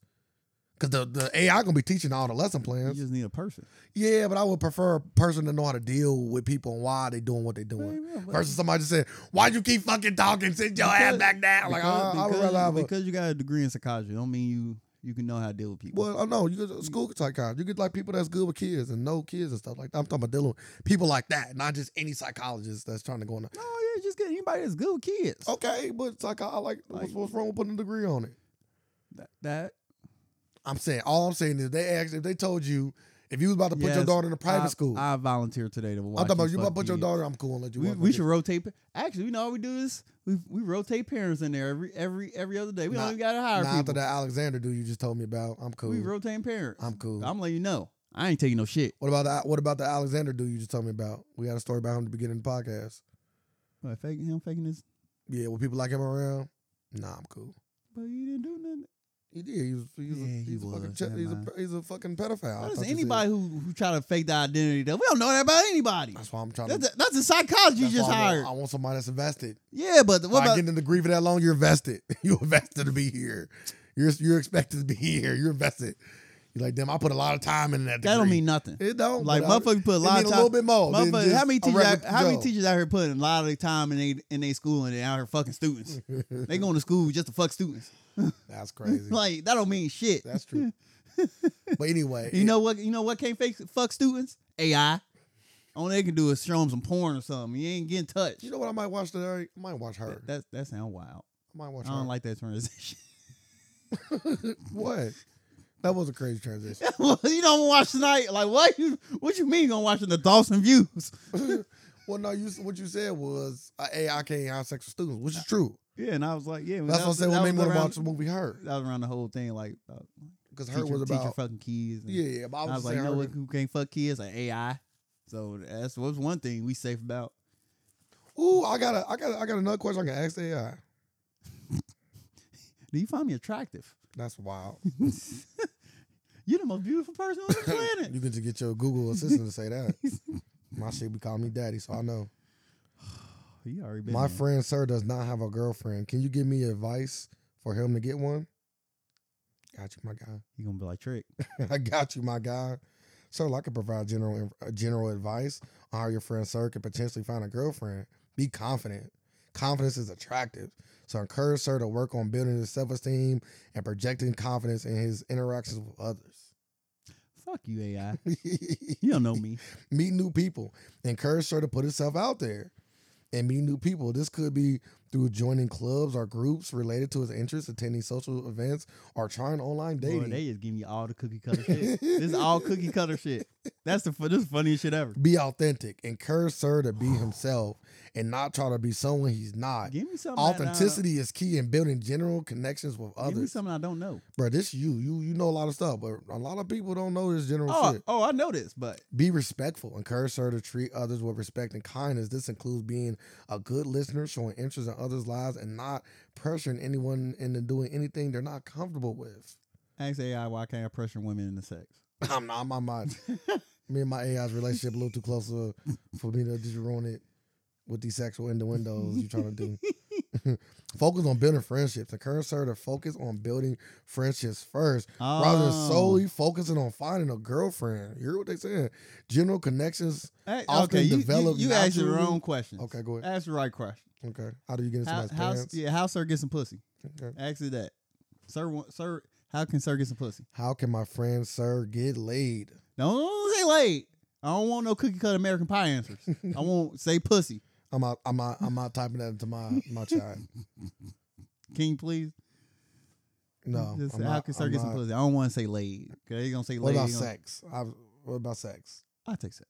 B: Because the, the AI gonna be teaching all the lesson
A: you
B: plans.
A: just need a person.
B: Yeah, but I would prefer a person to know how to deal with people and why they doing what they doing.
A: Man, yeah, but-
B: Versus somebody just said, "Why'd you keep fucking talking? Sit your
A: Because-
B: ass back down." Like oh, I, I would
A: because,
B: rather have a.
A: because you got a degree in psychology don't mean you you can know how to deal with people.
B: Well, I know you get school psychology. You get like people that's good with kids and know kids and stuff like that. I'm talking about dealing with people like that, not just any psychologist that's trying to go in. The,
A: no, yeah, just get anybody that's good with kids.
B: okay, but psychology, like, what's,
A: Like-
B: what's wrong with putting a degree on it?
A: that, that-
B: I'm saying all I'm saying is they asked if they told you if you was about to put your
A: Yes,
B: daughter in a private
A: I,
B: school. I,
A: I volunteered today to watch.
B: am talking about
A: these
B: you about to
A: fuck
B: put your
A: kids.
B: daughter. I'm cool and let you.
A: We,
B: walk
A: we
B: with
A: should
B: it.
A: rotate. pa- Actually, we know how we do this. We we rotate parents in there every every every other day. We
B: Nah,
A: don't even gotta hire
B: Now after
A: people.
B: that Alexander dude you just told me about, I'm cool.
A: We rotate parents.
B: I'm cool.
A: I'm letting you know. I ain't taking no shit.
B: What about the, what about the Alexander dude you just told me about? We had a story about him at the beginning of the podcast.
A: What, faking him faking this,
B: Yeah, were people like him around? Nah, I'm cool.
A: but you didn't do nothing.
B: He did. He was. He was. a,
A: Yeah, he
B: he's, a fucking
A: was,
B: che-
A: never
B: he's a.
A: mind.
B: He's a fucking pedophile.
A: What
B: I thought
A: is
B: you said-
A: anybody who who try to fake the identity? Though we don't know that about anybody.
B: That's why I'm trying
A: That's
B: to.
A: a, that's a psychology you
B: that's
A: just
B: why I
A: hired.
B: want, I want somebody that's invested.
A: Yeah, but what
B: What
A: about
B: getting in the degree for that long, you're invested. you invested to be here. You're you're expected to be here. You're invested. You're like, damn, I put a lot of time in that. Degree.
A: that? Don't mean nothing.
B: it don't.
A: Like
B: but I-
A: motherfuckers put a
B: it
A: lot
B: mean
A: of
B: A little
A: time.
B: bit more. than
A: Motherfuckers,
B: just
A: how many
B: a
A: teachers? Out,
B: regular
A: how many
B: Joe.
A: teachers out here putting a lot of their time in they in they school and they out here fucking students? they going to school just to fuck students.
B: That's crazy.
A: Like that don't mean shit.
B: That's true. but anyway,
A: You know what? You know what can't fake fuck students? AI. Only they can do is show them some porn or something. You ain't getting touched.
B: You know what I might watch today? I might watch her.
A: That, that that sound wild.
B: I might watch
A: I
B: her.
A: don't like that transition.
B: what? That was a crazy transition.
A: well, you don't watch tonight. Like what? You what you mean? You gonna watch the Dawson views?
B: well, no, you what you said was uh, AI can't have sex with students, which is true.
A: Yeah, and I was like, yeah. when
B: That's
A: that
B: what I
A: was-
B: said.
A: that
B: What made
A: was
B: me want to
A: around-
B: watch the movie Her
A: that was around the whole thing, like about
B: because Her
A: teacher,
B: was
A: teacher
B: about
A: fucking kids. and-
B: yeah, yeah. But I
A: I
B: was,
A: was like, you
B: saying
A: know
B: her-
A: what, who can't fuck kids? Like AI. So that's what's one thing we safe about.
B: Ooh, I got a, I got, a, I got another question I can ask AI.
A: Do you find me attractive?
B: That's wild.
A: You're the most beautiful person on the planet.
B: you can just get your Google assistant to say that. My shit be calling me daddy, so I know.
A: you already been
B: My
A: there.
B: friend sir does not have a girlfriend. Can you give me advice for him to get one? Got you, my guy.
A: You gonna be like trick?
B: I got you, my guy. Sir, I can provide general uh, general advice on how your friend Sir can potentially find a girlfriend. Be confident. Confidence is attractive. So encourage Sir to work on building his self esteem and projecting confidence in his interactions with others.
A: Fuck you, AI. You don't know me.
B: meet new people. Encourage her to put herself out there and meet new people. This could be through joining clubs or groups related to his interests, attending social events, or trying online
A: Boy,
B: dating.
A: they just give me all the cookie cutter shit. this is all cookie cutter shit. That's the fu- this is the funniest shit ever.
B: be authentic. Encourage her to be himself and not try to be someone he's not.
A: Give me something. that I don't-
B: Authenticity is key in building general connections with
A: Give me
B: others.
A: something I don't know.
B: Bro, this you. You you know a lot of stuff, but a lot of people don't know this general
A: Oh,
B: shit.
A: oh, I know this, but
B: Be respectful. Encourage her to treat others with respect and kindness. This includes being a good listener, showing interest in others' lives, and not pressuring anyone into doing anything they're not comfortable with.
A: ask AI why can't I pressure women into sex?
B: I'm not my mind. me and my AI's relationship a little too close for, for me to just ruin it with these sexual innuendos you trying to do. focus on building friendships. Encourage her to focus on building friendships first rather than
A: Oh.
B: solely focusing on finding a girlfriend. You hear what they saying? General connections.
A: Hey,
B: often
A: okay, you, you,
B: develop
A: you asked the
B: naturally-
A: wrong question.
B: Okay, go ahead.
A: Ask the right question.
B: Okay. How do you get into
A: How,
B: somebody's
A: how,
B: pants?
A: yeah, how sir get some pussy?
B: Okay.
A: Ask it that. Sir, wa- sir, how can sir get some pussy?
B: How can my friend sir get laid?
A: No, don't say late. I don't want no cookie cutter American pie answers. I won't say pussy.
B: I'm out I'm out I'm out typing that into my my chat.
A: Can you please?
B: No.
A: Just
B: I'm
A: say, how
B: not-
A: can sir
B: I'm
A: get some
B: not.
A: pussy? I don't want to say laid. Cause they gonna say
B: What
A: laid.
B: about
A: they gonna-
B: sex? I, what about sex?
A: I take sex.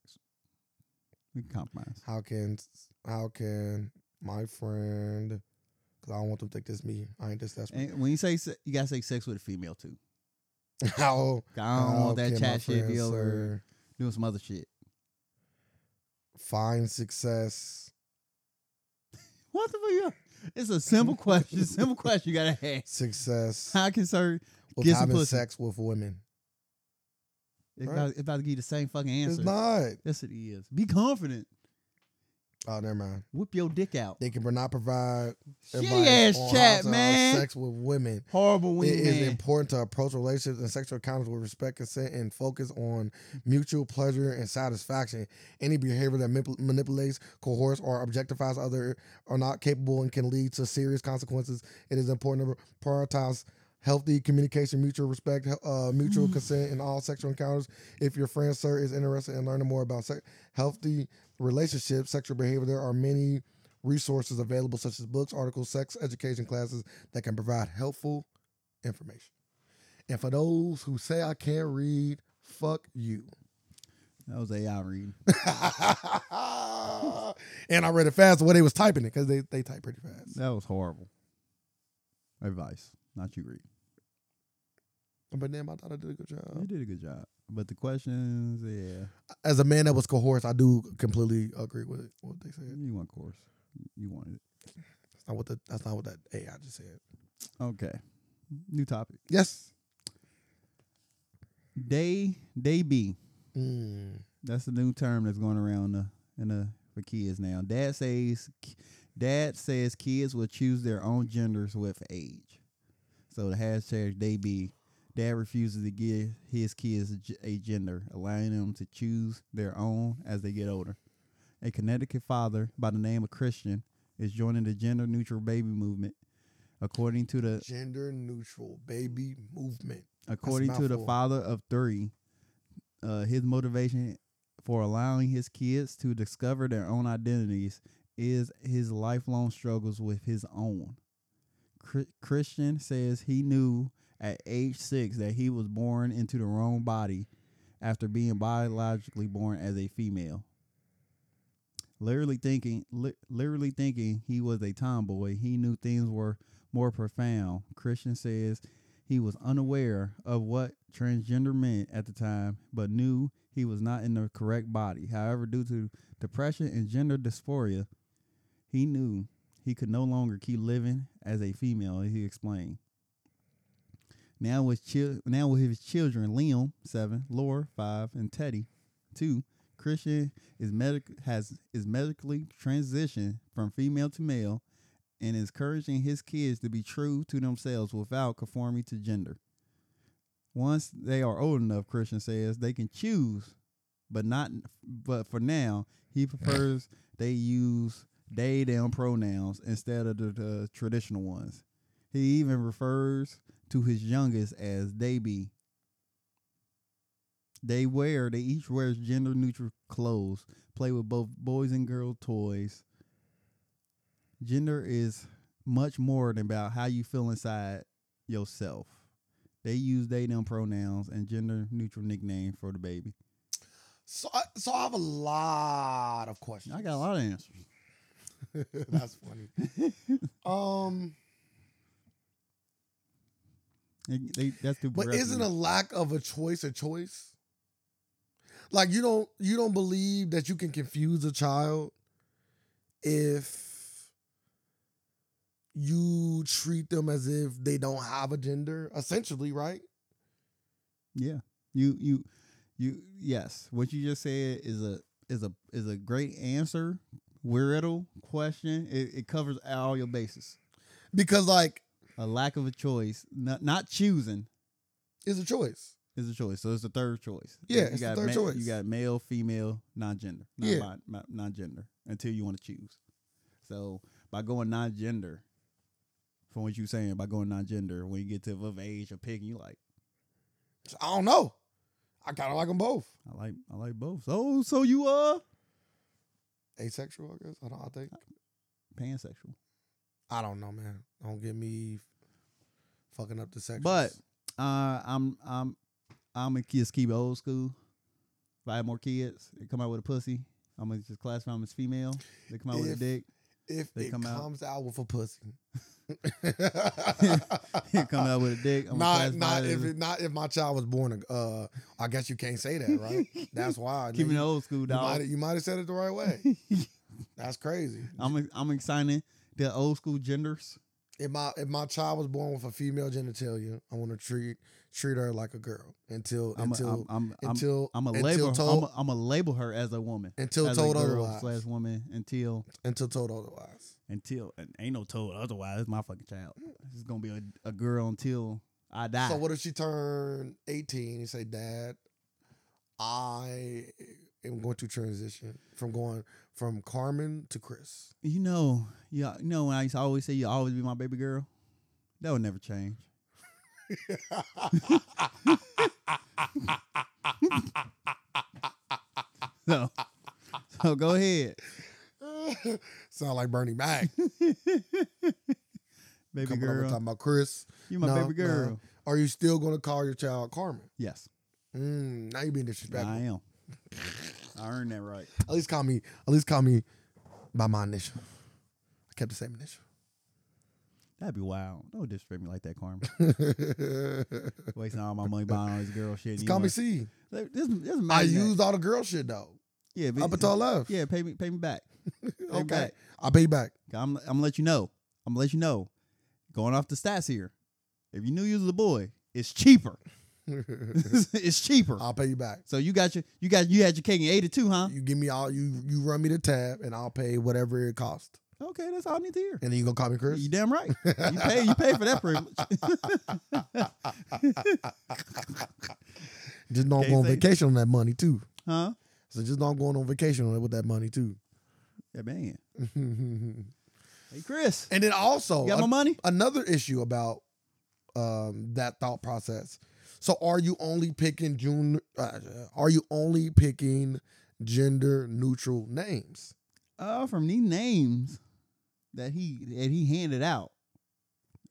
A: We can compromise.
B: how can how can my friend because I don't want them to think this me. I ain't this desperate.
A: And when you say se- you gotta say sex with a female too.
B: How
A: 'Cause I don't
B: how
A: want that
B: can my
A: chat shit
B: friend,
A: be over
B: sir,
A: doing some other shit.
B: Find success.
A: What the fuck? you- It's a simple question. simple question you gotta ask.
B: Success
A: How can sir?
B: with
A: Get some
B: having
A: pussy.
B: sex with women.
A: It's
B: Right.
A: about, it's about to give you the same fucking answer.
B: It's not.
A: That's what it is. Be confident.
B: Oh, never mind.
A: Whip your dick out.
B: They can not provide
A: Shitty
B: advice
A: ass
B: on how
A: chat,
B: to have
A: man.
B: Sex with women.
A: Horrible
B: It is
A: wingman.
B: important to approach relationships and sexual encounters with respect, consent, and focus on mutual pleasure and satisfaction. Any behavior that manip- manipulates, coerces, or objectifies other are not capable and can lead to serious consequences. It is important to prioritize healthy communication, mutual respect, he- uh, mutual consent in all sexual encounters. If your friend, sir, is interested in learning more about se- healthy relationships, sexual behavior, there are many resources available such as books, articles, sex education classes that can provide helpful information. And for those who say I can't read, fuck you.
A: That was AI reading.
B: and I read it fast the way they was typing it because they, they type pretty fast.
A: That was horrible. Advice, not you reading.
B: But damn, I thought I did a good
A: You
B: job.
A: did a good job. But the questions, yeah.
B: As a man that was coerced, I do completely agree with what they said.
A: You want course. You wanted it.
B: That's not what the, that's not what that AI just said.
A: Okay. New topic.
B: Yes.
A: Day day B.
B: Mm.
A: That's the new term that's going around the, in the for kids now. Dad says dad says kids will choose their own genders with age. So the hashtag day B. Dad refuses to give his kids a g- a gender, allowing them to choose their own as they get older. A Connecticut father by the name of Christian is joining the gender neutral baby movement. According to the
B: Gender neutral baby movement.
A: According to the
B: mouthful.
A: father of three, uh, his motivation for allowing his kids to discover their own identities is his lifelong struggles with his own. Chri- Christian says he knew at age six that he was born into the wrong body after being biologically born as a female. Literally thinking, li- literally thinking he was a tomboy, he knew things were more profound. Christian says he was unaware of what transgender meant at the time, but knew he was not in the correct body. However, due to depression and gender dysphoria, he knew he could no longer keep living as a female, he explained. Now with chil- now with his children, Liam seven, Laura five, and Teddy two, Christian is medic has is medically transitioned from female to male and is encouraging his kids to be true to themselves without conforming to gender. Once they are old enough, Christian says they can choose, but not but for now, he prefers they use they them pronouns instead of the, the traditional ones. He even refers to his youngest as they be. They wear they each wear gender neutral clothes. Play with both boys and girl toys. Gender is much more than about how you feel inside yourself. They use they them pronouns and gender neutral nickname for the baby.
B: So, I, so I have a lot of questions.
A: I got a lot of answers.
B: That's funny. Um,
A: They, they, that's the
B: but isn't a lack of a choice a choice? Like you don't you don't believe that you can confuse a child if you treat them as if they don't have a gender, essentially, right?
A: Yeah. You you you yes. What you just said is a is a is a great answer. Riddle question. It, it covers all your bases.
B: Because like
A: A lack of a choice, not not choosing
B: it's a choice.
A: is a choice. So it's the third choice.
B: Yeah, it's the
A: got
B: third
A: ma-
B: choice.
A: You got male, female, non-gender,
B: Yeah.
A: non non-gender until you want to choose. So by going non-gender, from what you saying, by going non-gender, when you get to of age or picking, you like.
B: I don't know. I kind of like them both.
A: I like I like both. So so you uh, are
B: Asexual, I guess. I don't. I think.
A: pansexual.
B: I don't know, man. Don't get me fucking up the section.
A: But uh, I'm I'm I'm gonna just keep it old school. If I have more kids, they come out with a pussy. I'm gonna just classify them as female. They come out with a
B: If-
A: dick.
B: if
A: They
B: it
A: come out-
B: comes out. with a pussy.
A: They come out with a dick. I'm gonna
B: not
A: classify
B: not
A: it
B: if
A: as-
B: it, not if my child was born. a- Uh, I guess you can't say that, right? That's why.
A: keep it
B: you,
A: old school,
B: you might
A: dog.
B: you might have said it the right way. That's crazy.
A: I'm I'm excited. The old school genders.
B: If my if my child was born with a female genitalia, I want to treat treat her like a girl until
A: I'm
B: until
A: a, I'm I'm, I'm,
B: until
A: I'm a
B: until
A: label.
B: told
A: I'm a label her as a woman.
B: until
A: as
B: told
A: a girl
B: otherwise.
A: slash woman until
B: until told otherwise.
A: until and ain't no told otherwise. It's my fucking child. It's gonna be a, a girl until I die.
B: So what if she turned 18 and say, Dad, I am going to transition from going from Carmen to Chris.
A: You know, yeah, you know when I used to always say you always be my baby girl? That would never change. So so go ahead.
B: Sound like Bernie Mac.
A: Baby
B: Coming over
A: girl.
B: talking about Chris.
A: You my
B: No,
A: baby
B: no.
A: girl.
B: Are you still going to call your child Carmen?
A: Yes.
B: Mm, now you're being disrespectful.
A: I am. I earned that right.
B: At least call me. At least call me by my initial. I kept the same
A: That'd be wild. Don't disrespect me like that, Carmen.
B: initial.
A: Wasting all my money buying all this girl shit.
B: Just
A: You
B: call me
A: wanna-
B: C.
A: Like, this, this is
B: I
A: mad
B: used all the girl shit though.
A: yeah, but-
B: Up until I left.
A: yeah, pay me pay me back. Pay me
B: Okay.
A: back.
B: I'll pay you back.
A: I'm I'm gonna let you know. I'm gonna let you know. Going off the stats here. If you knew you was a boy, it's cheaper. it's cheaper.
B: I'll pay you back.
A: So you got your you got you had your cake and ate it too, huh?
B: You give me all you you run me the tab and I'll pay whatever it costs.
A: Okay, that's all I need to hear.
B: And then you gonna call me Chris?
A: You damn right. You pay you pay for that privilege.
B: Just know I'm
A: Can't
B: going on
A: say-
B: vacation on that money too.
A: huh?
B: So just know I'm going on vacation on it with that money too.
A: Yeah, man.
B: and
A: Hey Chris.
B: then also
A: You got my
B: an-
A: money?
B: another issue about um that thought process. So are you only picking June uh, are you only picking gender neutral names?
A: Uh from these names that he that he handed out.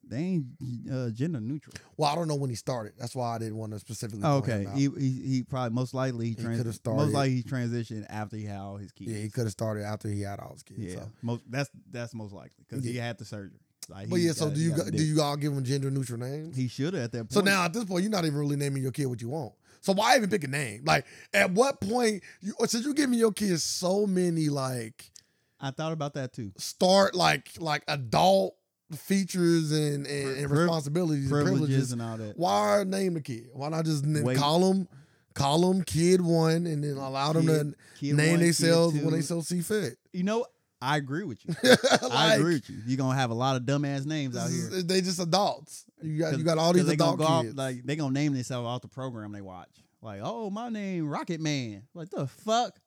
A: They ain't uh, gender neutral.
B: Well, I don't know when he started. That's why I didn't want to specifically. point
A: okay,
B: him out.
A: he, he he probably most likely he,
B: He
A: trans-
B: coulda started-
A: most likely he transitioned after he had all his kids.
B: yeah, he could have started after he had all his kids.
A: Yeah,
B: so.
A: most that's that's most likely because he
B: Yeah.
A: had the surgery. Like,
B: But
A: he
B: yeah, so
A: got-
B: do
A: he
B: you
A: got
B: got-
A: the
B: do
A: dick.
B: you all give them gender neutral names?
A: He should have at that point.
B: So now at this point, you're not even really naming your kid what you want. So why even pick a name? Like, at what point you or since you're giving your kids so many like
A: I thought about that too.
B: start like like adult features and and, and
A: Pri-
B: responsibilities and
A: Privileges,
B: privileges,
A: and all that.
B: why name the kid? Why not just n-
A: Wait.
B: call them call them kid one and then allow them to
A: Kid
B: name
A: one, kid
B: themselves when they
A: two.
B: so see fit?
A: You know, I agree with you. I
B: Like,
A: agree with you. You're gonna have a lot of dumbass names out
B: this is-
A: here.
B: They just adults. You got
A: 'Cause-
B: you got all
A: 'cause
B: these
A: they gonna
B: adult
A: go off-
B: kids.
A: like they gonna name themselves off the program they watch. Like, oh, my name Rocket Man. Like the fuck.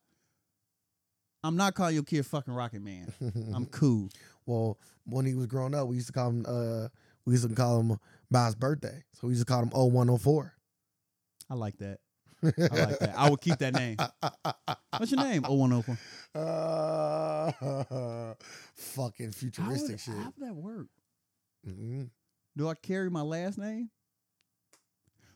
A: I'm not calling your kid fucking Rocket Man. I'm cool.
B: well, when he was growing up, we used to call him uh oh we used to call him by his birthday. So we used to call him 0104.
A: I like that. I like that. I would keep that name. What's your name? 0104.
B: Uh, fucking
A: How
B: futuristic
A: would,
B: shit.
A: how would that work?
B: Mhm.
A: Do I carry my last name?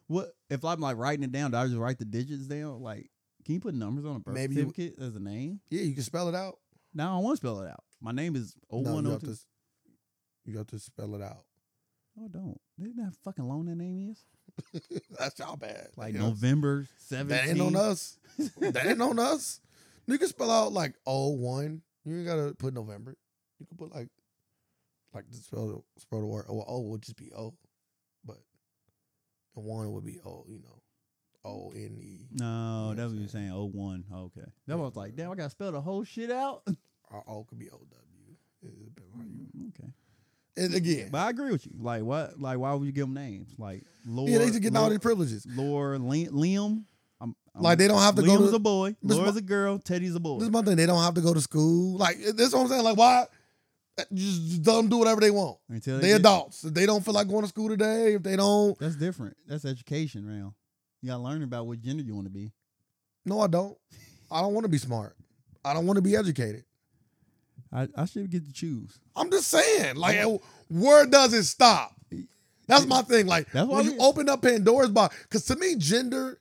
A: What if I'm like writing it down? Do I just write the digits down? Like, can you put numbers on a birth
B: Maybe you-
A: certificate as a name?
B: Yeah, you can spell it out.
A: Now I don't want to spell it out. My name is
B: No, you have
A: 0102.
B: to. You have to spell it out.
A: No, I don't. Isn't that fucking long that name is?
B: That's y'all bad.
A: Like
B: You know?
A: November 17th.
B: That ain't on us. that ain't on us. You can spell out like oh one. You ain't gotta put November. You can put like like just spell the spell the word oh oh would just be O. But the one would be O, you know. O N E
A: No,
B: Yeah,
A: that's what you're
B: it's
A: saying. Oh one. Okay. That was like, damn, I gotta spell the whole shit out.
B: or O could be O W. It depends on you.
A: okay.
B: And again,
A: But I agree with you. Like what like why would you give them names? Like Lord
B: yeah, they just getting all these
A: Lord,
B: privileges.
A: Lord Li- Liam. I'm, I'm,
B: Like they don't have to
A: Liam's
B: go to
A: a boy.
B: This
A: Laura's
B: my-
A: a girl. Teddy's a boy.
B: This is my thing. They don't have to go to school. Like this, is what I'm saying. Like why? Just, just let them do whatever they want.
A: Until
B: They,
A: get-
B: adults. If they don't feel like going to school today, if they don't,
A: That's different. That's education, round. You gotta learn about what gender you want to be.
B: no, I don't. I don't want to be smart. I don't want to be educated.
A: I, I should get to choose.
B: I'm just saying. Like where does it stop? That's my thing. Like
A: That's why
B: when you
A: we-
B: open up Pandora's box, because to me, gender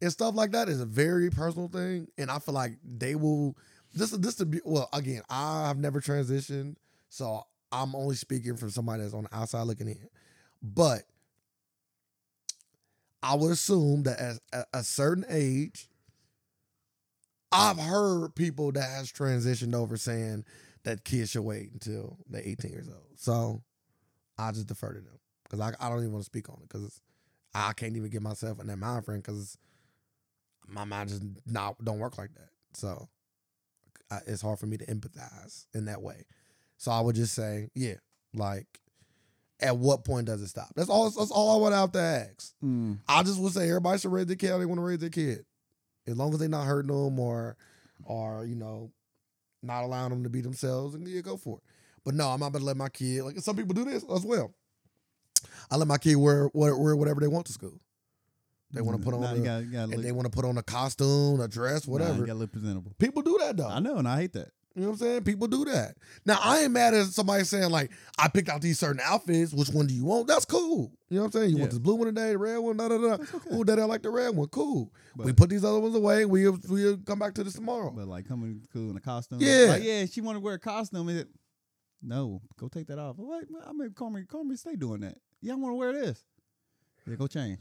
B: and stuff like that is a very personal thing, and I feel like they will. This this to be well again. I've never transitioned, so I'm only speaking from somebody that's on the outside looking in. But I would assume that at a- a certain age, I've heard people that has transitioned over saying that kids should wait until they're 18 years old. So I just defer to them because I, I don't even want to speak on it because I can't even get myself in that mind frame because my mind just not don't work like that. So I, it's hard for me to empathize in that way. So I would just say, yeah, like at what point does it stop? That's all. That's all I would have to ask. I just would say everybody should raise their kid. how They want to raise their kid, as long as they're not hurting them or, or you know, not allowing them to be themselves. And yeah, go for it. But no, I'm not about to let my kid. Like some people do this as well. I let my kid wear wear, wear whatever they want to school. They want to put on,
A: Nah,
B: a,
A: you gotta, you gotta
B: and
A: look,
B: they want to put on a costume, a dress,
A: nah,
B: whatever. Oh.
A: you gotta look presentable.
B: people do that though.
A: I know, and I hate that.
B: You know what I'm saying? People do that. Now I ain't mad at somebody saying like, I picked out these certain outfits. Which one do you want? That's cool. You know what I'm saying? You want
A: Yeah.
B: this blue one today, the red one, da da da.
A: That's okay.
B: Oh, daddy, I like the red one. Cool. we
A: But-
B: put these other ones away. We we'll come back to this tomorrow.
A: But like coming cool in a costume.
B: Yeah.
A: Like, yeah, she wanna wear a costume. Is it, no, go take that off. What? I mean Cormier, Cormier stay doing that. Yeah, I wanna wear this. Yeah, go change.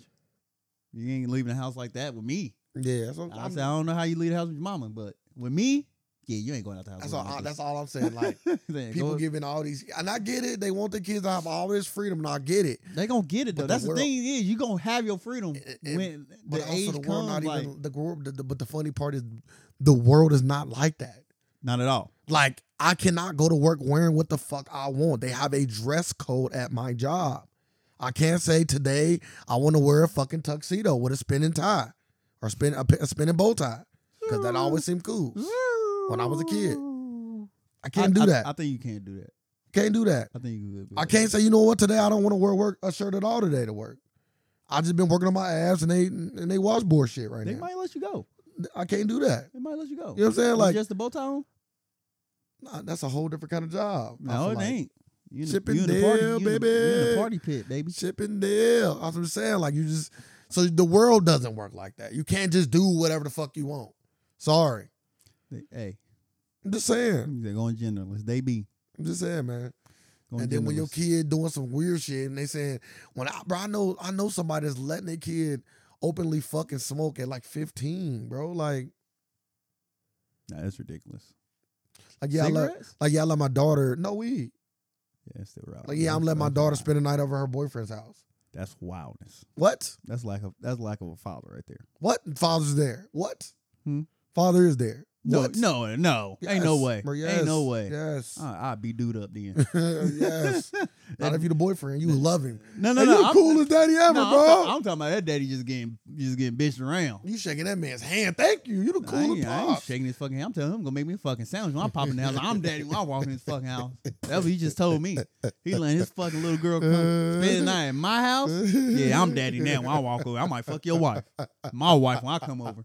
A: You ain't leaving the house like that with me.
B: yeah, that's what
A: I
B: I'm
A: said, I don't know how you leave the house with your mama, but with me, yeah, you ain't going out the house.
B: That's
A: looking
B: all.
A: like
B: That's all I'm saying. Like
A: this. They ain't
B: people
A: going-
B: giving all these, and I get it. They want their kids to have all this freedom, and I get it.
A: They gonna get it
B: But
A: though.
B: the
A: That's the,
B: world-
A: thing is you gonna have your freedom
B: It- it-
A: when
B: But
A: the
B: also,
A: age
B: the world
A: comes.
B: not
A: like,
B: even the, world. The, the- but the funny part is, the world is not like that.
A: not at all.
B: Like I cannot go to work wearing what the fuck I want. They have a dress code at my job. I can't say today I want to wear a fucking tuxedo with a spinning tie or spin a, a spinning bow tie because that always seemed cool.
A: when
B: I was a kid. I
A: I
B: can't do
A: I-
B: that.
A: I, think you can't do that.
B: can't do that.
A: I think you could. do
B: I
A: that.
B: can't say you know what today I don't want to wear work a shirt at all today to work. I just been working on my abs and they and they washboard shit right
A: They
B: now.
A: might let you go.
B: I can't do that.
A: They might let you go.
B: You know what I'm saying?
A: With
B: Like
A: just the bow tie on?
B: nah, that's a whole different kind of job.
A: No,
B: I feel
A: it
B: like.
A: ain't. You in,
B: Chip
A: the,
B: and
A: you in the party,
B: Dale,
A: you in the, you in the
B: baby.
A: party pit, baby.
B: Chip and deal. That's what I'm saying. Like you just so the world doesn't work like that. You can't just do whatever the fuck you want. Sorry.
A: They- Hey,
B: I'm just saying.
A: they're going genderless. They be
B: I'm just saying, man.
A: going
B: and then when your
A: genderless.
B: kid doing some weird shit and they saying when I bro, I know I know somebody that's letting their kid openly fucking smoke at like 15, bro. Like
A: Nah, that's ridiculous.
B: like yeah, I let,
A: Cigarettes?
B: like yeah, I let my daughter no weed.
A: Oh, Yeah, that's still right.
B: Like yeah, I'm letting my daughter spend the night over her boyfriend's house.
A: That's wildness.
B: What?
A: That's lack of that's lack of a father right there.
B: What? Father's there. What?
A: Hmm.
B: Father is there.
A: No,
B: Once.
A: no, no. Ain't no
B: Yes,
A: way.
B: bro,
A: Ain't no
B: yes,
A: way. Uh.
B: Yes.
A: I, I'd be dude up then.
B: yes. Not
A: That-
B: if you the boyfriend. You love him.
A: no, no,
B: and
A: no.
B: you the
A: I'm-
B: coolest daddy
A: no,
B: ever,
A: I'm,
B: bro.
A: talk- I'm talking about that daddy just getting just getting bitched around.
B: you shaking that man's hand. Thank you. You the
A: I ain't,
B: coolest
A: I ain't
B: pops.
A: shaking his fucking hand. I'm telling him, gonna make me a fucking sandwich when I pop in the house. I'm daddy when I walk in his fucking house. That's what he just told me. He letting his fucking little girl come spend the night in my house. Yeah, I'm daddy now. When I walk over, I might fuck your wife. My wife when I come over.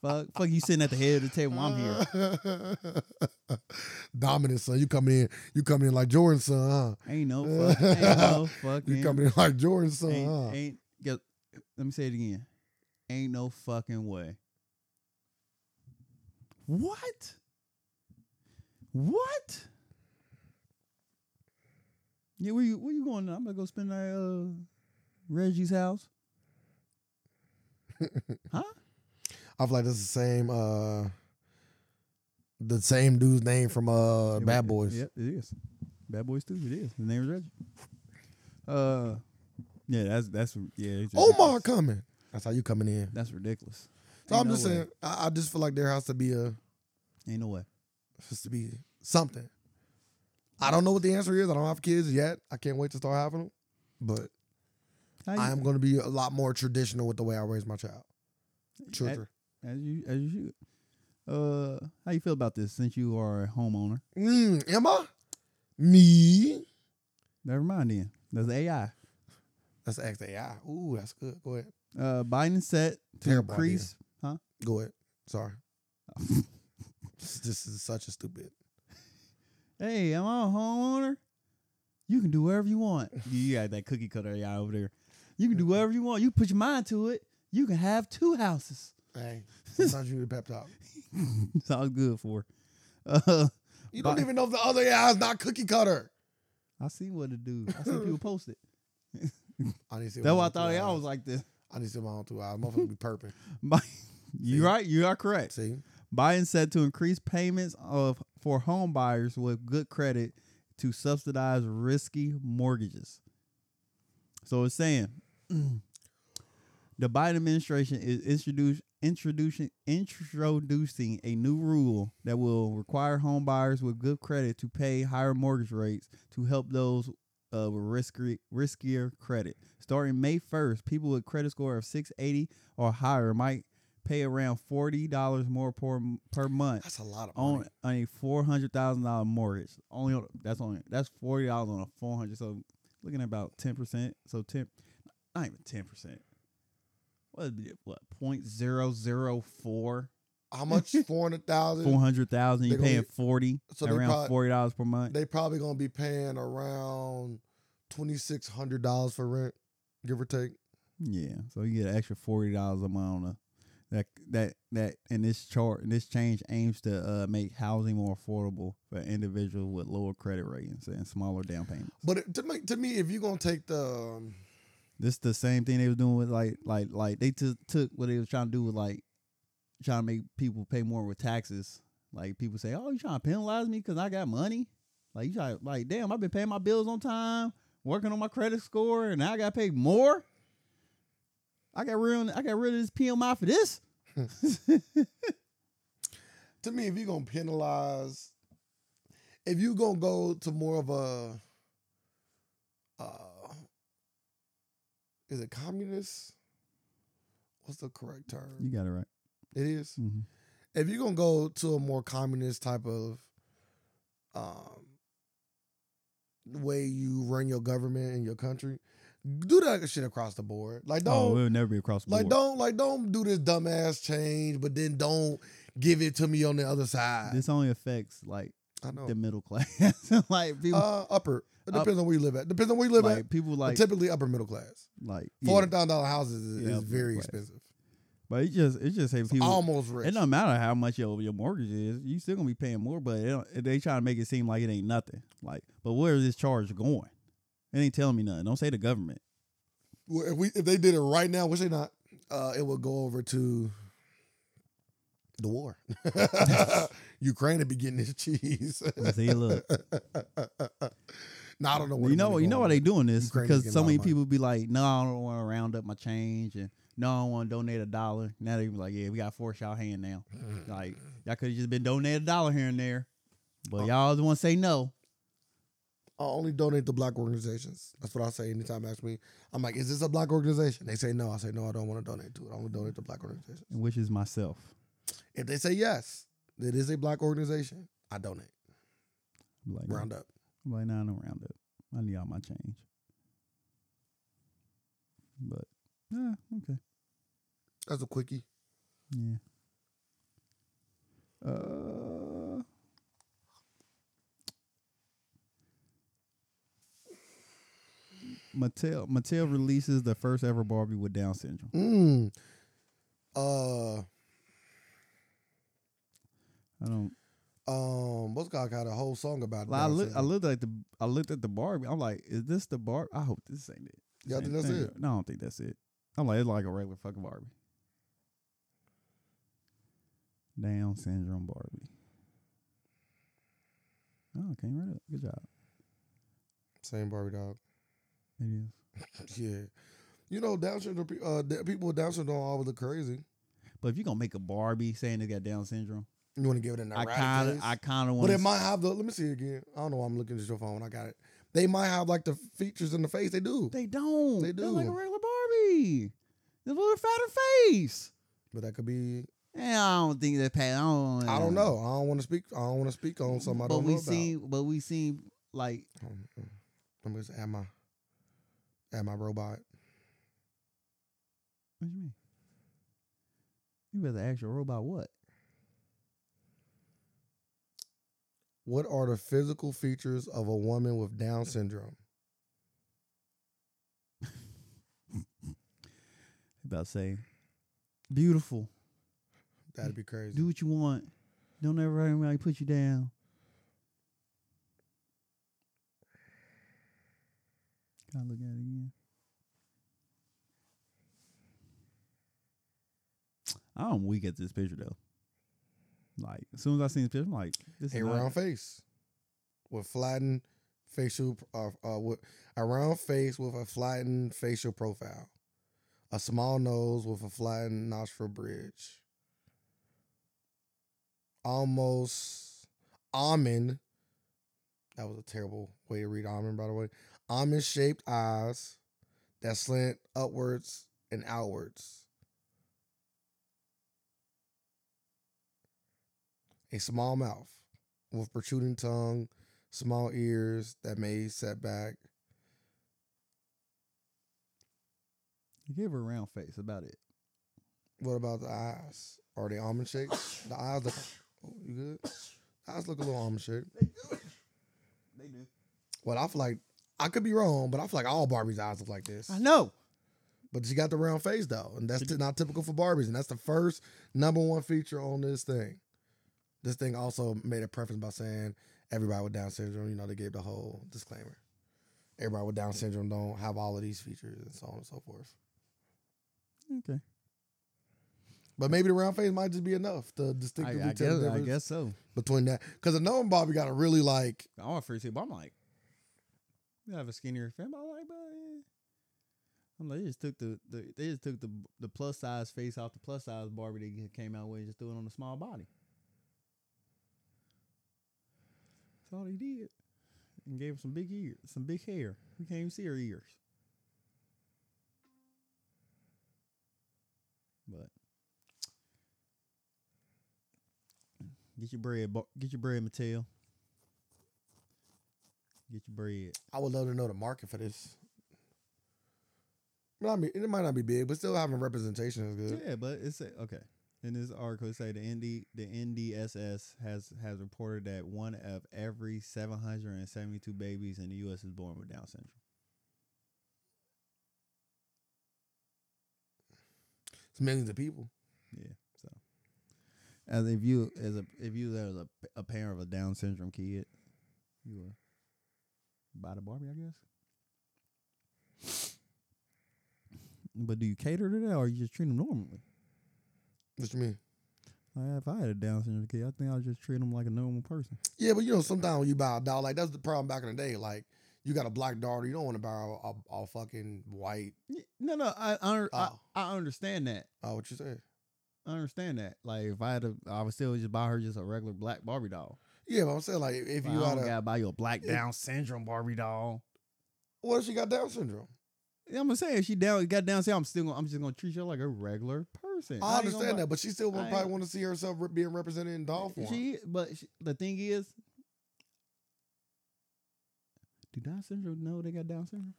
A: Fuck, fuck you sitting at the head of the table when I'm here.
B: here. Dominant son, you coming in, you coming in like Jordan's son, huh?
A: Ain't no fuck. Ain't no fucking.
B: You coming in like Jordan's son,
A: ain't,
B: huh?
A: ain't get, let me say it again. Ain't no fucking way. What? What? Yeah, where you where you going? Now? I'm gonna go spend at uh, Reggie's house. huh?
B: I feel like that's the same, uh, the same dude's name from uh
A: It
B: Bad
A: was-
B: Boys.
A: Yep, it is. Bad Boys too. It is. The name is Reggie. Uh, yeah, that's that's yeah. it's
B: Omar
A: ridiculous.
B: coming. That's how you coming in.
A: That's ridiculous.
B: So
A: Ain't
B: I'm
A: no
B: just
A: way.
B: saying, I, I just feel like there has to be a
A: Ain't no way.
B: has to be something. I don't know what the answer is. I don't have kids yet. I can't wait to start having them, but
A: How you-
B: I am going to be a lot more traditional with the way I raise my child. Children.
A: As you as you should. Uh, how you feel about this since you are a homeowner?
B: Mm, am I? Me?
A: Never mind then. That's AI.
B: That's ask AI. Ooh, that's good. Go ahead.
A: Uh, Biden set to
B: Terrible idea.
A: increase.
B: Go ahead. Sorry. this this is such a stupid.
A: Hey, I'm a homeowner. You can do whatever you want. You got that cookie cutter AI over there. You can do whatever you want. You put your mind to it. You can have two houses.
B: Hey, sometimes you need a pep talk.
A: It's all good for. Uh,
B: You don't
A: Bye.
B: even know if the other AI is not cookie cutter.
A: I seen what it do. I seen people post it.
B: I need to see
A: That's why I
B: my own
A: thought
B: two
A: AI
B: eyes.
A: was like this.
B: I need to see my own two eyes. Motherfucker be perping.
A: Bi- You
B: See?
A: right? You are correct.
B: See?
A: Biden said to increase payments of for home buyers with good credit to subsidize risky mortgages. So it's saying the Biden administration is introduce, introducing introducing a new rule that will require home buyers with good credit to pay higher mortgage rates to help those uh, with risky, riskier credit. Starting May 1st, people with credit score of 680 or higher might pay around $40 more per, per month
B: That's a lot of money.
A: on, on a four hundred thousand dollar mortgage. Only on, that's only that's forty dollars on a four hundred. So looking at about ten percent. So ten, not even ten percent. What would be it, what point zero zero four
B: How much? 400,000?
A: four hundred thousand? You
B: they gonna
A: paying
B: be-
A: forty
B: so they
A: around
B: prob-
A: forty dollars per month.
B: They probably going to be paying around $2,600 for rent, give or take.
A: yeah, so you get an extra forty dollars a month on a. That that that and this chart and this change aims to uh, make housing more affordable for individuals with lower credit ratings and smaller down payments.
B: But it, to, me, to me, if you're going to take the. um,
A: This the same thing they was doing with like like like they t- took what they was trying to do with like trying to make people pay more with taxes. Like people say, "Oh, you trying to penalize me because I got money?" Like you try like, "Damn, I've been paying my bills on time, working on my credit score, and now I got to pay more." I got rid I got rid of this PMI for this.
B: to me, if you're gonna penalize, if you're gonna go to more of a, uh, is it communist? What's the correct
A: You
B: term?
A: got it right.
B: It is.
A: Mm-hmm.
B: If you're gonna go to a more communist type of, um, way you run your government and your country, do that shit across the board. Like don't
A: Oh, it would never be across the
B: like
A: board.
B: don't like don't do this dumbass change, but then don't give it to me on the other side.
A: This only affects like
B: I know.
A: the middle class, like people,
B: Oh. Uh, upper. It
A: Up-
B: depends on where you live at. Depends on where you live at.
A: like people
B: But
A: like
B: typically upper middle class.
A: like yeah.
B: Four hundred thousand dollar houses is,
A: Yeah,
B: is
A: upper
B: very
A: middle class.
B: expensive.
A: But it just it just say
B: It's
A: people um,
B: almost rich.
A: It don't matter how much your your mortgage is, you still gonna be paying more. But it don't, they trying to make it seem like it ain't nothing. Like, but where is this charge going? It ain't telling me nothing. Don't say the government.
B: Well, if we if they did it right now, which they not, uh, it would go over to the war. Ukraine would be getting this cheese.
A: Just Say, look,
B: no, I don't know. Where
A: you know, you know why they doing this
B: Ukraine is
A: because
B: getting a
A: so
B: lot
A: many
B: of money.
A: people be like, no, I don't want to round up my change, and no, I don't want to donate a dollar. Now they be like, yeah, we got to force y'all hand now.
B: Mm-hmm.
A: Like, y'all could have just been donating a dollar here and there. But
B: Uh,
A: y'all the want to say no.
B: I only donate to black organizations. That's what I say anytime they ask me. I'm like, is this a black organization? They say no. I say no. I don't want to donate to it. I only donate to black organizations.
A: Which is myself.
B: If they say yes, it is a black organization. I donate.
A: I'm like,
B: Round up.
A: I'm like, nah, no round up. I need all my change. But, yeah, okay.
B: That's a quickie.
A: Yeah. Uh, Mattel Mattel releases the first ever Barbie with Down syndrome.
B: Mm. Uh.
A: I don't.
B: Um. What's God got a whole song about?
A: Well, I
B: Down
A: look. I
B: syndrome.
A: looked at the. I looked at the Barbie. I'm like, is this the Barbie? I hope this ain't it.
B: Y'all
A: This
B: think
A: ain't-
B: that's
A: ain't- No, I don't think that's it. I'm like, it's like a regular fucking Barbie. Down syndrome Barbie. Oh, came right up. Good job.
B: Same Barbie dog.
A: It is.
B: Yeah. You know, Down syndrome. pe- Uh, the people with Down syndrome always look crazy.
A: But if you're gonna make a Barbie saying they got Down syndrome,
B: You want to give it an
A: I
B: erratic
A: kind of,
B: face?
A: I kind of
B: But
A: want.
B: it might have the. Let me see again. I don't know. why I'm looking at your phone. I got it. They might have like the features in the face. They do,
A: They don't.
B: They
A: They're like a
B: do.
A: regular Barbie. They little fatter face.
B: but that could be.
A: Yeah, I don't think that. Pat, I don't.
B: I don't know. I don't want to speak. I don't want to speak on something I
A: but
B: don't
A: we
B: know
A: seen, but we seen like
B: about. Um, um, Let me just add my, add my robot.
A: What you mean? You better ask your robot what?
B: What are the physical features of a woman with Down syndrome?
A: You about to say, beautiful.
B: That'd be crazy.
A: Do what you want. Don't ever let anybody put you down. Gotta look at it again. I'm weak at this picture though. Like as soon as I seen this picture, I'm like, this
B: a
A: is not-
B: round face, with flattened facial. Uh, uh, with a round face with a flattened facial profile, a small nose with a flattened nostril bridge. Almost almond. That was a terrible way to read almond, by the way. Almond shaped eyes that slant upwards and outwards. A small mouth with protruding tongue, small ears that may set back.
A: You gave her a round face about it.
B: What about the eyes? Are they almond shaped? The eyes look. Oh, you good? The eyes look a little almond shaped.
A: They do.
B: Well, I feel like I could be wrong, but I feel like all Barbie's eyes look like this.
A: I know.
B: But she got the round face though, and that's
A: She did.
B: not typical for Barbies, and that's the first number one feature on this thing. This thing also made a preference by saying everybody with Down syndrome, you know, they gave the whole disclaimer. Everybody with Down syndrome don't have all of these features, and so on and so forth.
A: Okay.
B: But maybe the round face might just be enough to
A: I,
B: distinctly
A: I
B: tell the
A: guess, I
B: difference
A: guess so.
B: between that. Because I know Bobby got a really like
A: I want free tip, but I'm like, you have a skinnier fan. But I'm like, but eh. I'm like, they just took the, the they just took the the plus size face off the plus size Barbie they get- came out with and just threw it on the small body. That's all they did, and gave her some big ears, some big hair. You can't even see her ears. But get your bread, Bar- get your bread, Mattel. Get your bread.
B: I would love to know the market for this. But I mean, it might not be big, but still having representation is good.
A: Yeah, but it's a- okay. In this article, it say the ND the NDSS has has reported that one of every 772 babies in the U.S. is born with Down syndrome.
B: It's millions of people.
A: So, as if you as a if you as a, a parent of a Down syndrome kid, you were buy the Barbie, I guess. But do you cater to that, or you just treat them normally?
B: What you mean?
A: Like if I had a Down syndrome kid, I think I'd just treat them like a normal person.
B: Yeah, but you know, sometimes when you buy a doll, like that's the problem back in the day. Like You got a black daughter. You don't want to buy a, a, a fucking white.
A: Y- No, no, I I, un- I
B: Oh.
A: I understand that.
B: Oh, what you say?
A: I understand that. Like if I had a, I would still just buy her just a regular black Barbie doll.
B: Yeah, but I'm saying like if
A: If
B: you
A: you I
B: got
A: don't
B: a
A: gotta buy you a black
B: Yeah.
A: Down syndrome Barbie doll.
B: what if she got Down syndrome?
A: Yeah, I'm gonna say if she down got down, say I'm still gonna, I'm just gonna treat her like a regular person.
B: I
A: ain't gonna
B: understand
A: buy-
B: that, but she still would
A: I
B: probably
A: ain't-
B: want to see herself re- being represented in doll form.
A: She, but she, the thing is, do Down syndrome know they got Down syndrome?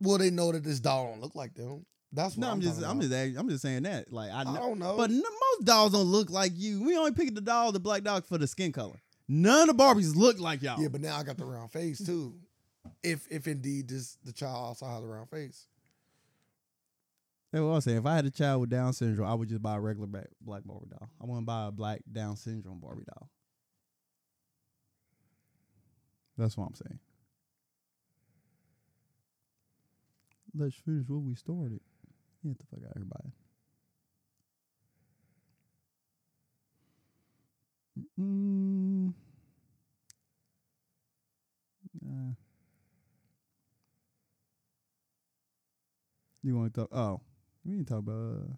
B: well, they know that this doll don't look like them. That's what
A: No,
B: I'm,
A: I'm just,
B: talking
A: I'm
B: about.
A: just, act- I'm just saying that. Like I,
B: I
A: know,
B: don't know.
A: but no, most dolls don't look like you. We only picked the doll, the black dog, for the skin color. None of the Barbies look like y'all.
B: yeah, but now I got the round face too. If if indeed this the child also has a round face,
A: That's what I'm saying. If I had a child with Down syndrome, I would just buy a regular black, black Barbie doll. I wouldn't buy a black Down syndrome Barbie doll. That's what I'm saying. Let's finish what we started. Get the fuck out of here, bye. Mm. Nah. You want to talk? Oh, we didn't talk about uh,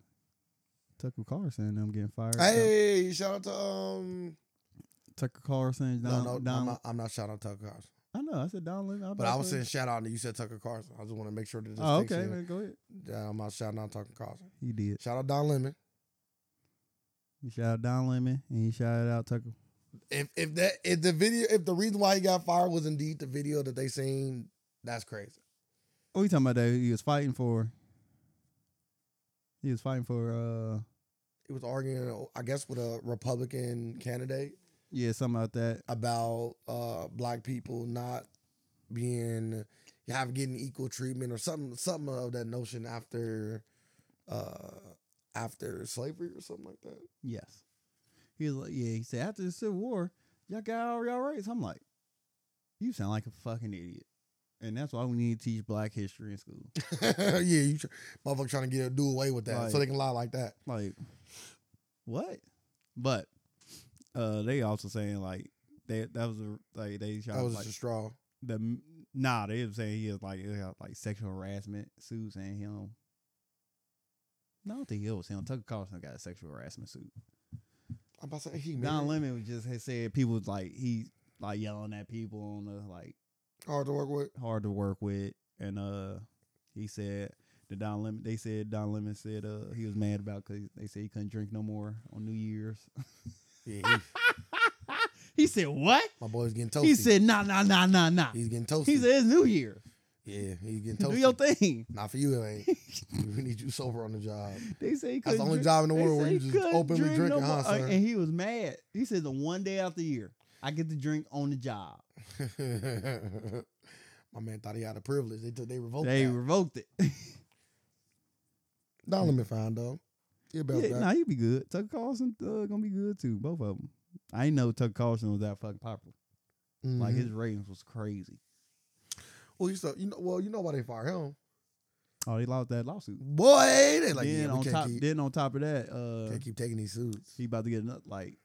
A: Tucker Carlson. and Them getting fired.
B: hey, shout out to um.
A: Tucker Carlson.
B: No,
A: Don,
B: no,
A: Don,
B: I'm not. I'm not shouting out Tucker Carlson,
A: I know. I said Don Lemon.
B: but I was saying shout out, and you said Tucker Carlson. I just want to make sure that this
A: Oh, okay. Man, go ahead.
B: I'm not shouting out Tucker Carlson.
A: He did.
B: Shout out Don Lemon.
A: He shouted out Don Lemon and he shouted out Tucker.
B: If if that if the video if the reason why he got fired was indeed the video that they seen, that's crazy.
A: Oh, you talking about that? He was fighting for. He was fighting for. uh
B: He was arguing, I guess, with a Republican candidate
A: Yeah, something about that.
B: about uh black people not being have getting equal treatment or something something of that notion after uh after slavery or something like that.
A: Yes. He was like, yeah. He said after the Civil War, y'all got all y'all rights. I'm like, you sound like a fucking idiot. And that's why we need to teach black history in school.
B: yeah, you tr- motherfucker trying to get do away with that so
A: Right.
B: they can lie like that.
A: Like, what? But uh they also saying like they that was a, like they
B: That
A: shot
B: was
A: like
B: just a straw.
A: the nah they was saying he is like they got, like sexual harassment suit saying him. No, I don't think he was him. Tucker Carlson got a sexual harassment suit.
B: I'm about to say he
A: Don
B: man.
A: Lemon was just had said people was like he like yelling at people on the like
B: Hard to work with.
A: hard to work with and uh he said the Don Lemon they said Don Lemon said uh he was mad about cuz they said he couldn't drink no more on New Year's.
B: Yeah, he,
A: He said, What?
B: Ah, my boy's getting toasty.
A: He said, Nah, nah, nah, nah, nah.
B: he's getting toasty.
A: He said, It's New Year.
B: yeah, he's getting
A: Do your
B: toasty.
A: thing.
B: Not for you, it ain't. we need you sober on the job.
A: They say he
B: That's
A: couldn't
B: the only
A: drink-
B: job in the
A: they
B: world where
A: say
B: you
A: he
B: just
A: couldn't
B: openly
A: drink
B: drinking,
A: no
B: huh,
A: more. Uh,
B: sir?
A: And he was mad. He said, The one day out the year, I get to drink on the job.
B: my man thought he had a privilege. They took, they revoked
A: they
B: that.
A: revoked it.
B: Don Lemon fine though. He about
A: mm. yeah,
B: that.
A: nah, you be good. Tucker Carlson uh, gonna be good too. Both of them. I didn't know Tucker Carlson was that fucking popular. Like
B: Mhm.
A: his ratings was crazy.
B: well, you, so, you know, well, you know why they fired him,
A: Oh, he lost that lawsuit.
B: boy. They like
A: then
B: yeah, we
A: on
B: can't,
A: top,
B: keep,
A: then on top of that, uh,
B: can't keep taking these suits.
A: he about to get another like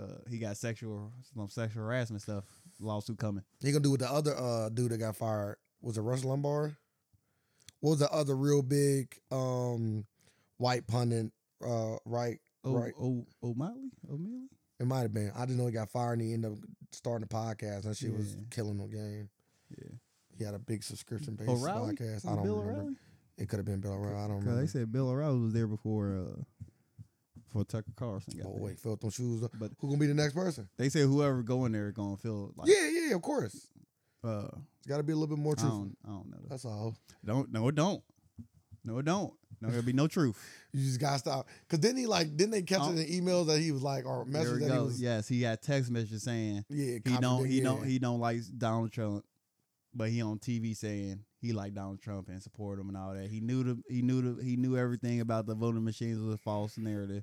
A: uh he got sexual some sexual harassment stuff lawsuit coming.
B: He gonna do what the other uh dude that got fired was it Russ Lombard? What was the other real big um white pundit uh right?
A: Oh,
B: Right.
A: oh, O'Malley, O'Malley.
B: It might have been. I just know he got fired and he ended up starting a podcast. That shit was
A: Yeah.
B: killing the game.
A: Yeah.
B: He had a big subscription based
A: O'Reilly.
B: podcast.
A: Was
B: I don't
A: Bill
B: remember.
A: O'Reilly?
B: It could have been Bill O'Reilly. I don't
A: 'Cause
B: remember.
A: They said Bill O'Reilly was there before uh before Tucker Carlson got
B: Boy,
A: there.
B: Oh, wait, felt them shoes. up.
A: But
B: Who gonna be the next person?
A: they said whoever go in there is gonna feel like
B: yeah, yeah, of course. It's
A: uh
B: got to be a little bit more
A: I
B: truthful.
A: don't, I don't know.
B: That's all.
A: Don't no it don't. No it don't. No there'll be no truth.
B: You just gotta stop. Cause then he like, then they catch
A: Oh.
B: it in emails that he was like, or
A: There
B: messages
A: we
B: that he
A: go.
B: was.
A: Yes, he got text messages saying
B: Yeah,
A: he don't he
B: contradict-
A: don't
B: yeah.
A: he don't like Donald Trump, but he on TV saying he like Donald Trump and support him and all that. He knew the he knew the he knew everything about the voting machines was a false narrative.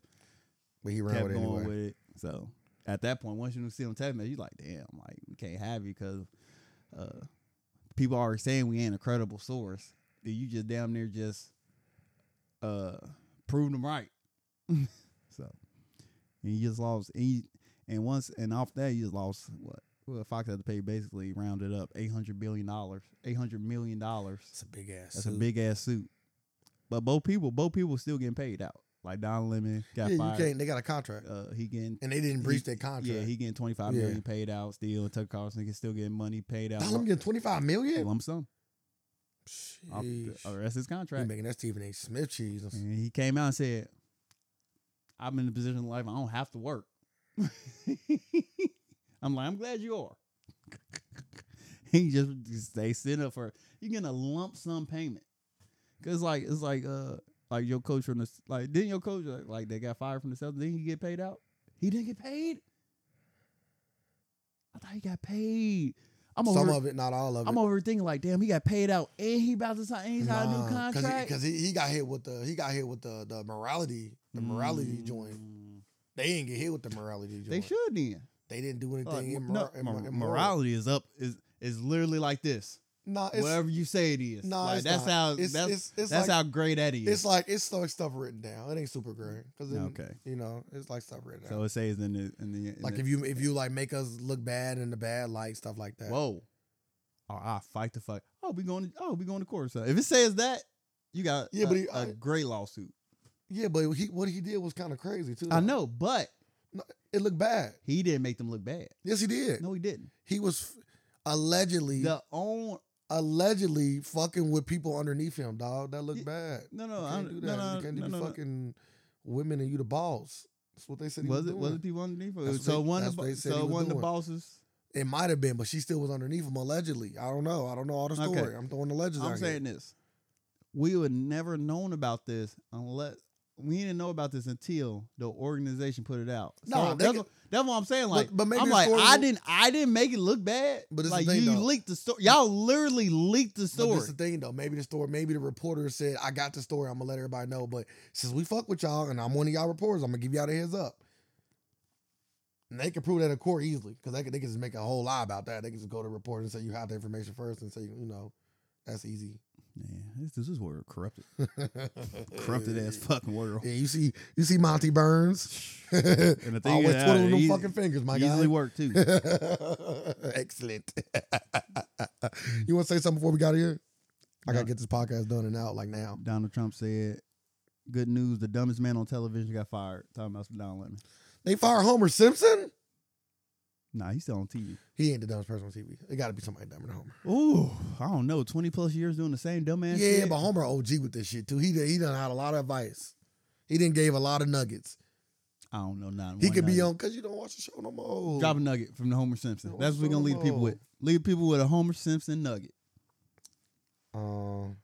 B: but he ran
A: Kept
B: with it
A: going
B: anyway.
A: with it. So at that point, once you see him text message, you like, damn, like we can't have you because uh, people are saying we ain't a credible source. Then You just damn near just uh proved them right. so and you just lost and, you, and once and off that you just lost what Well, Fox had to pay basically rounded up eight hundred billion dollars, eight hundred million dollars.
B: It's a big ass.
A: That's a
B: suit.
A: big ass suit. But both people, both people still getting paid out. Like Don Lemon got
B: Yeah, you
A: fired.
B: can't. They got a contract,
A: Uh, he getting
B: and they didn't breach their contract.
A: yeah, he getting twenty five
B: Yeah.
A: million paid out still. Tucker Carlson can still getting money paid out.
B: Donald getting twenty five million.
A: lump sum. Off the-
B: Sheesh.
A: Or that's his
B: You
A: contract.
B: making that Stephen A. Smith cheese?
A: And he came out and said, "I'm in a position in life I don't have to work." I'm like, I'm glad you are. he just, just they send up for you getting a lump sum payment because like it's like uh like your coach from the like didn't your coach like, like they got fired from the Celtics didn't he get paid out he didn't get paid I thought he got paid I'm
B: Some
A: over
B: of it, not all of it.
A: I'm over thinking like damn he got paid out and he about to sign and he signed a new
B: Nah, he-
A: contract
B: he, he got hit with the he got hit with the the morality the morality joint.
A: Mm,
B: They didn't get hit with the morality joint.
A: they should then
B: They didn't do anything
A: Like,
B: immor-
A: no,
B: immor-
A: mor-
B: immoral.
A: morality is up is is literally like this
B: Nah, it's
A: whatever you say it is.
B: nah,
A: Like,
B: it's
A: that's
B: not.
A: how
B: It's-
A: that's
B: it's- it's
A: that's
B: like-
A: how great that is.
B: it's like it's like stuff written down. It ain't super great because
A: Okay.
B: you know it's like stuff written down.
A: so it says in the in the in
B: like
A: the-
B: if you if you like make us look bad in the bad light stuff like that.
A: whoa, oh I fight the fuck. Oh we going to oh we going to court. So if it says that, you got
B: Yeah,
A: a,
B: but he-
A: a
B: I-
A: great lawsuit.
B: yeah, but he, what he did was kind of crazy too.
A: I
B: though.
A: know, but
B: it looked bad.
A: he didn't make them look bad.
B: Yes, he did.
A: No, he didn't.
B: He was f- allegedly
A: The own
B: allegedly fucking with people underneath him, dog. That looked
A: Yeah,
B: bad.
A: no
B: You
A: no I,
B: can't do
A: no
B: that.
A: no
B: you can't
A: no,
B: do
A: no,
B: the
A: no.
B: fucking women and you the boss. That's what they said. He was,
A: Was it was
B: doing.
A: it people underneath? Him?
B: That's what
A: So
B: they-
A: one
B: that's
A: of the
B: what
A: bo-
B: they said he
A: so
B: was
A: one of the
B: doing.
A: bosses.
B: It might have been, but she still was underneath him allegedly. I don't know. I don't know all the
A: Okay.
B: story. I'm throwing the legends
A: I'm
B: out
A: saying this. We would never known about this unless we didn't know about this until the organization put it out. So
B: Nah, they
A: that's,
B: could-
A: what, that's what I'm saying. Like,
B: but maybe
A: I'm
B: the
A: like,
B: story
A: I
B: will-
A: didn't, I didn't make it look bad.
B: But
A: But
B: this is
A: like,
B: the thing,
A: you
B: though.
A: leaked the story. Y'all literally leaked the
B: here. But
A: story.
B: this is the thing though. Maybe the story, maybe the reporter said, I got the story, I'm gonna let everybody know. But since we fuck with y'all and I'm one of y'all reporters, I'm gonna give y'all the heads up. And they can prove that in court easily. Cause they can, they can just make a whole lie about that. They can just go to the reporter and say you have the information first and say, you know, that's easy.
A: Man, this, this is where corrupted,
B: Eh.
A: corrupted ass fucking world.
B: Yeah, you see, you see Monty Burns. Always
A: And the thing is, uh,
B: twiddling them
A: easy-
B: fucking fingers, my
A: easily
B: guy.
A: worked too.
B: Excellent. you want to say something before we got here? I gotta get this podcast done and out like now.
A: Donald Trump said, "Good news: the dumbest man on television got fired." Talking about Don Lemon.
B: They fire Homer Simpson.
A: Nah, he's still on TV.
B: He ain't the dumbest person on TV. It gotta be somebody dumber than Homer.
A: Ooh, I don't know. Twenty plus years doing the same dumb ass.
B: yeah,
A: shit.
B: but Homer OG with this shit too. He done, he done had a lot of advice. He didn't gave a lot of nuggets.
A: I don't know. Not
B: He
A: one
B: could be
A: nugget.
B: on because you don't watch the show no more.
A: Drop a nugget from the Homer Simpson. That's what we're gonna leave the people with.
B: Oh.
A: Leave people with a Homer Simpson nugget.
B: Um,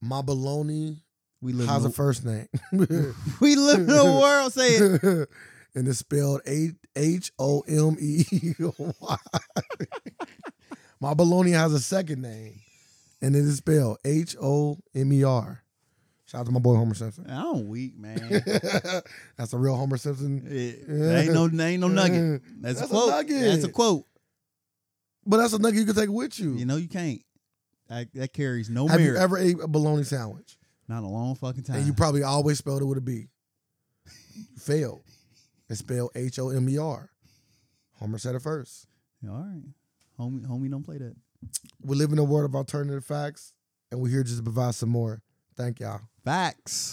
B: my baloney.
A: We live.
B: How's
A: in
B: the
A: a,
B: first name?
A: we live in a world. Say it.
B: and it's spelled H O M E Y. My baloney has a second name, and it is spelled H O M E R. Shout out to my boy Homer Simpson.
A: I'm weak, man.
B: That's a real Homer Simpson.
A: It- there ain't no, there ain't no nugget. That's,
B: That's a
A: a quote.
B: nugget.
A: That's a quote.
B: But that's a nugget you can take with you.
A: You know you can't. That, that carries no
B: Have
A: merit.
B: you ever ate a bologna sandwich?
A: Not a long fucking time.
B: And you probably always spelled it with a B. You failed. It's spelled H O M E R. Homer said it first.
A: Yeah, All right, homie, homie, don't play that.
B: We live in a world of alternative facts, and we're here just to provide some more. Thank y'all.
A: Facts.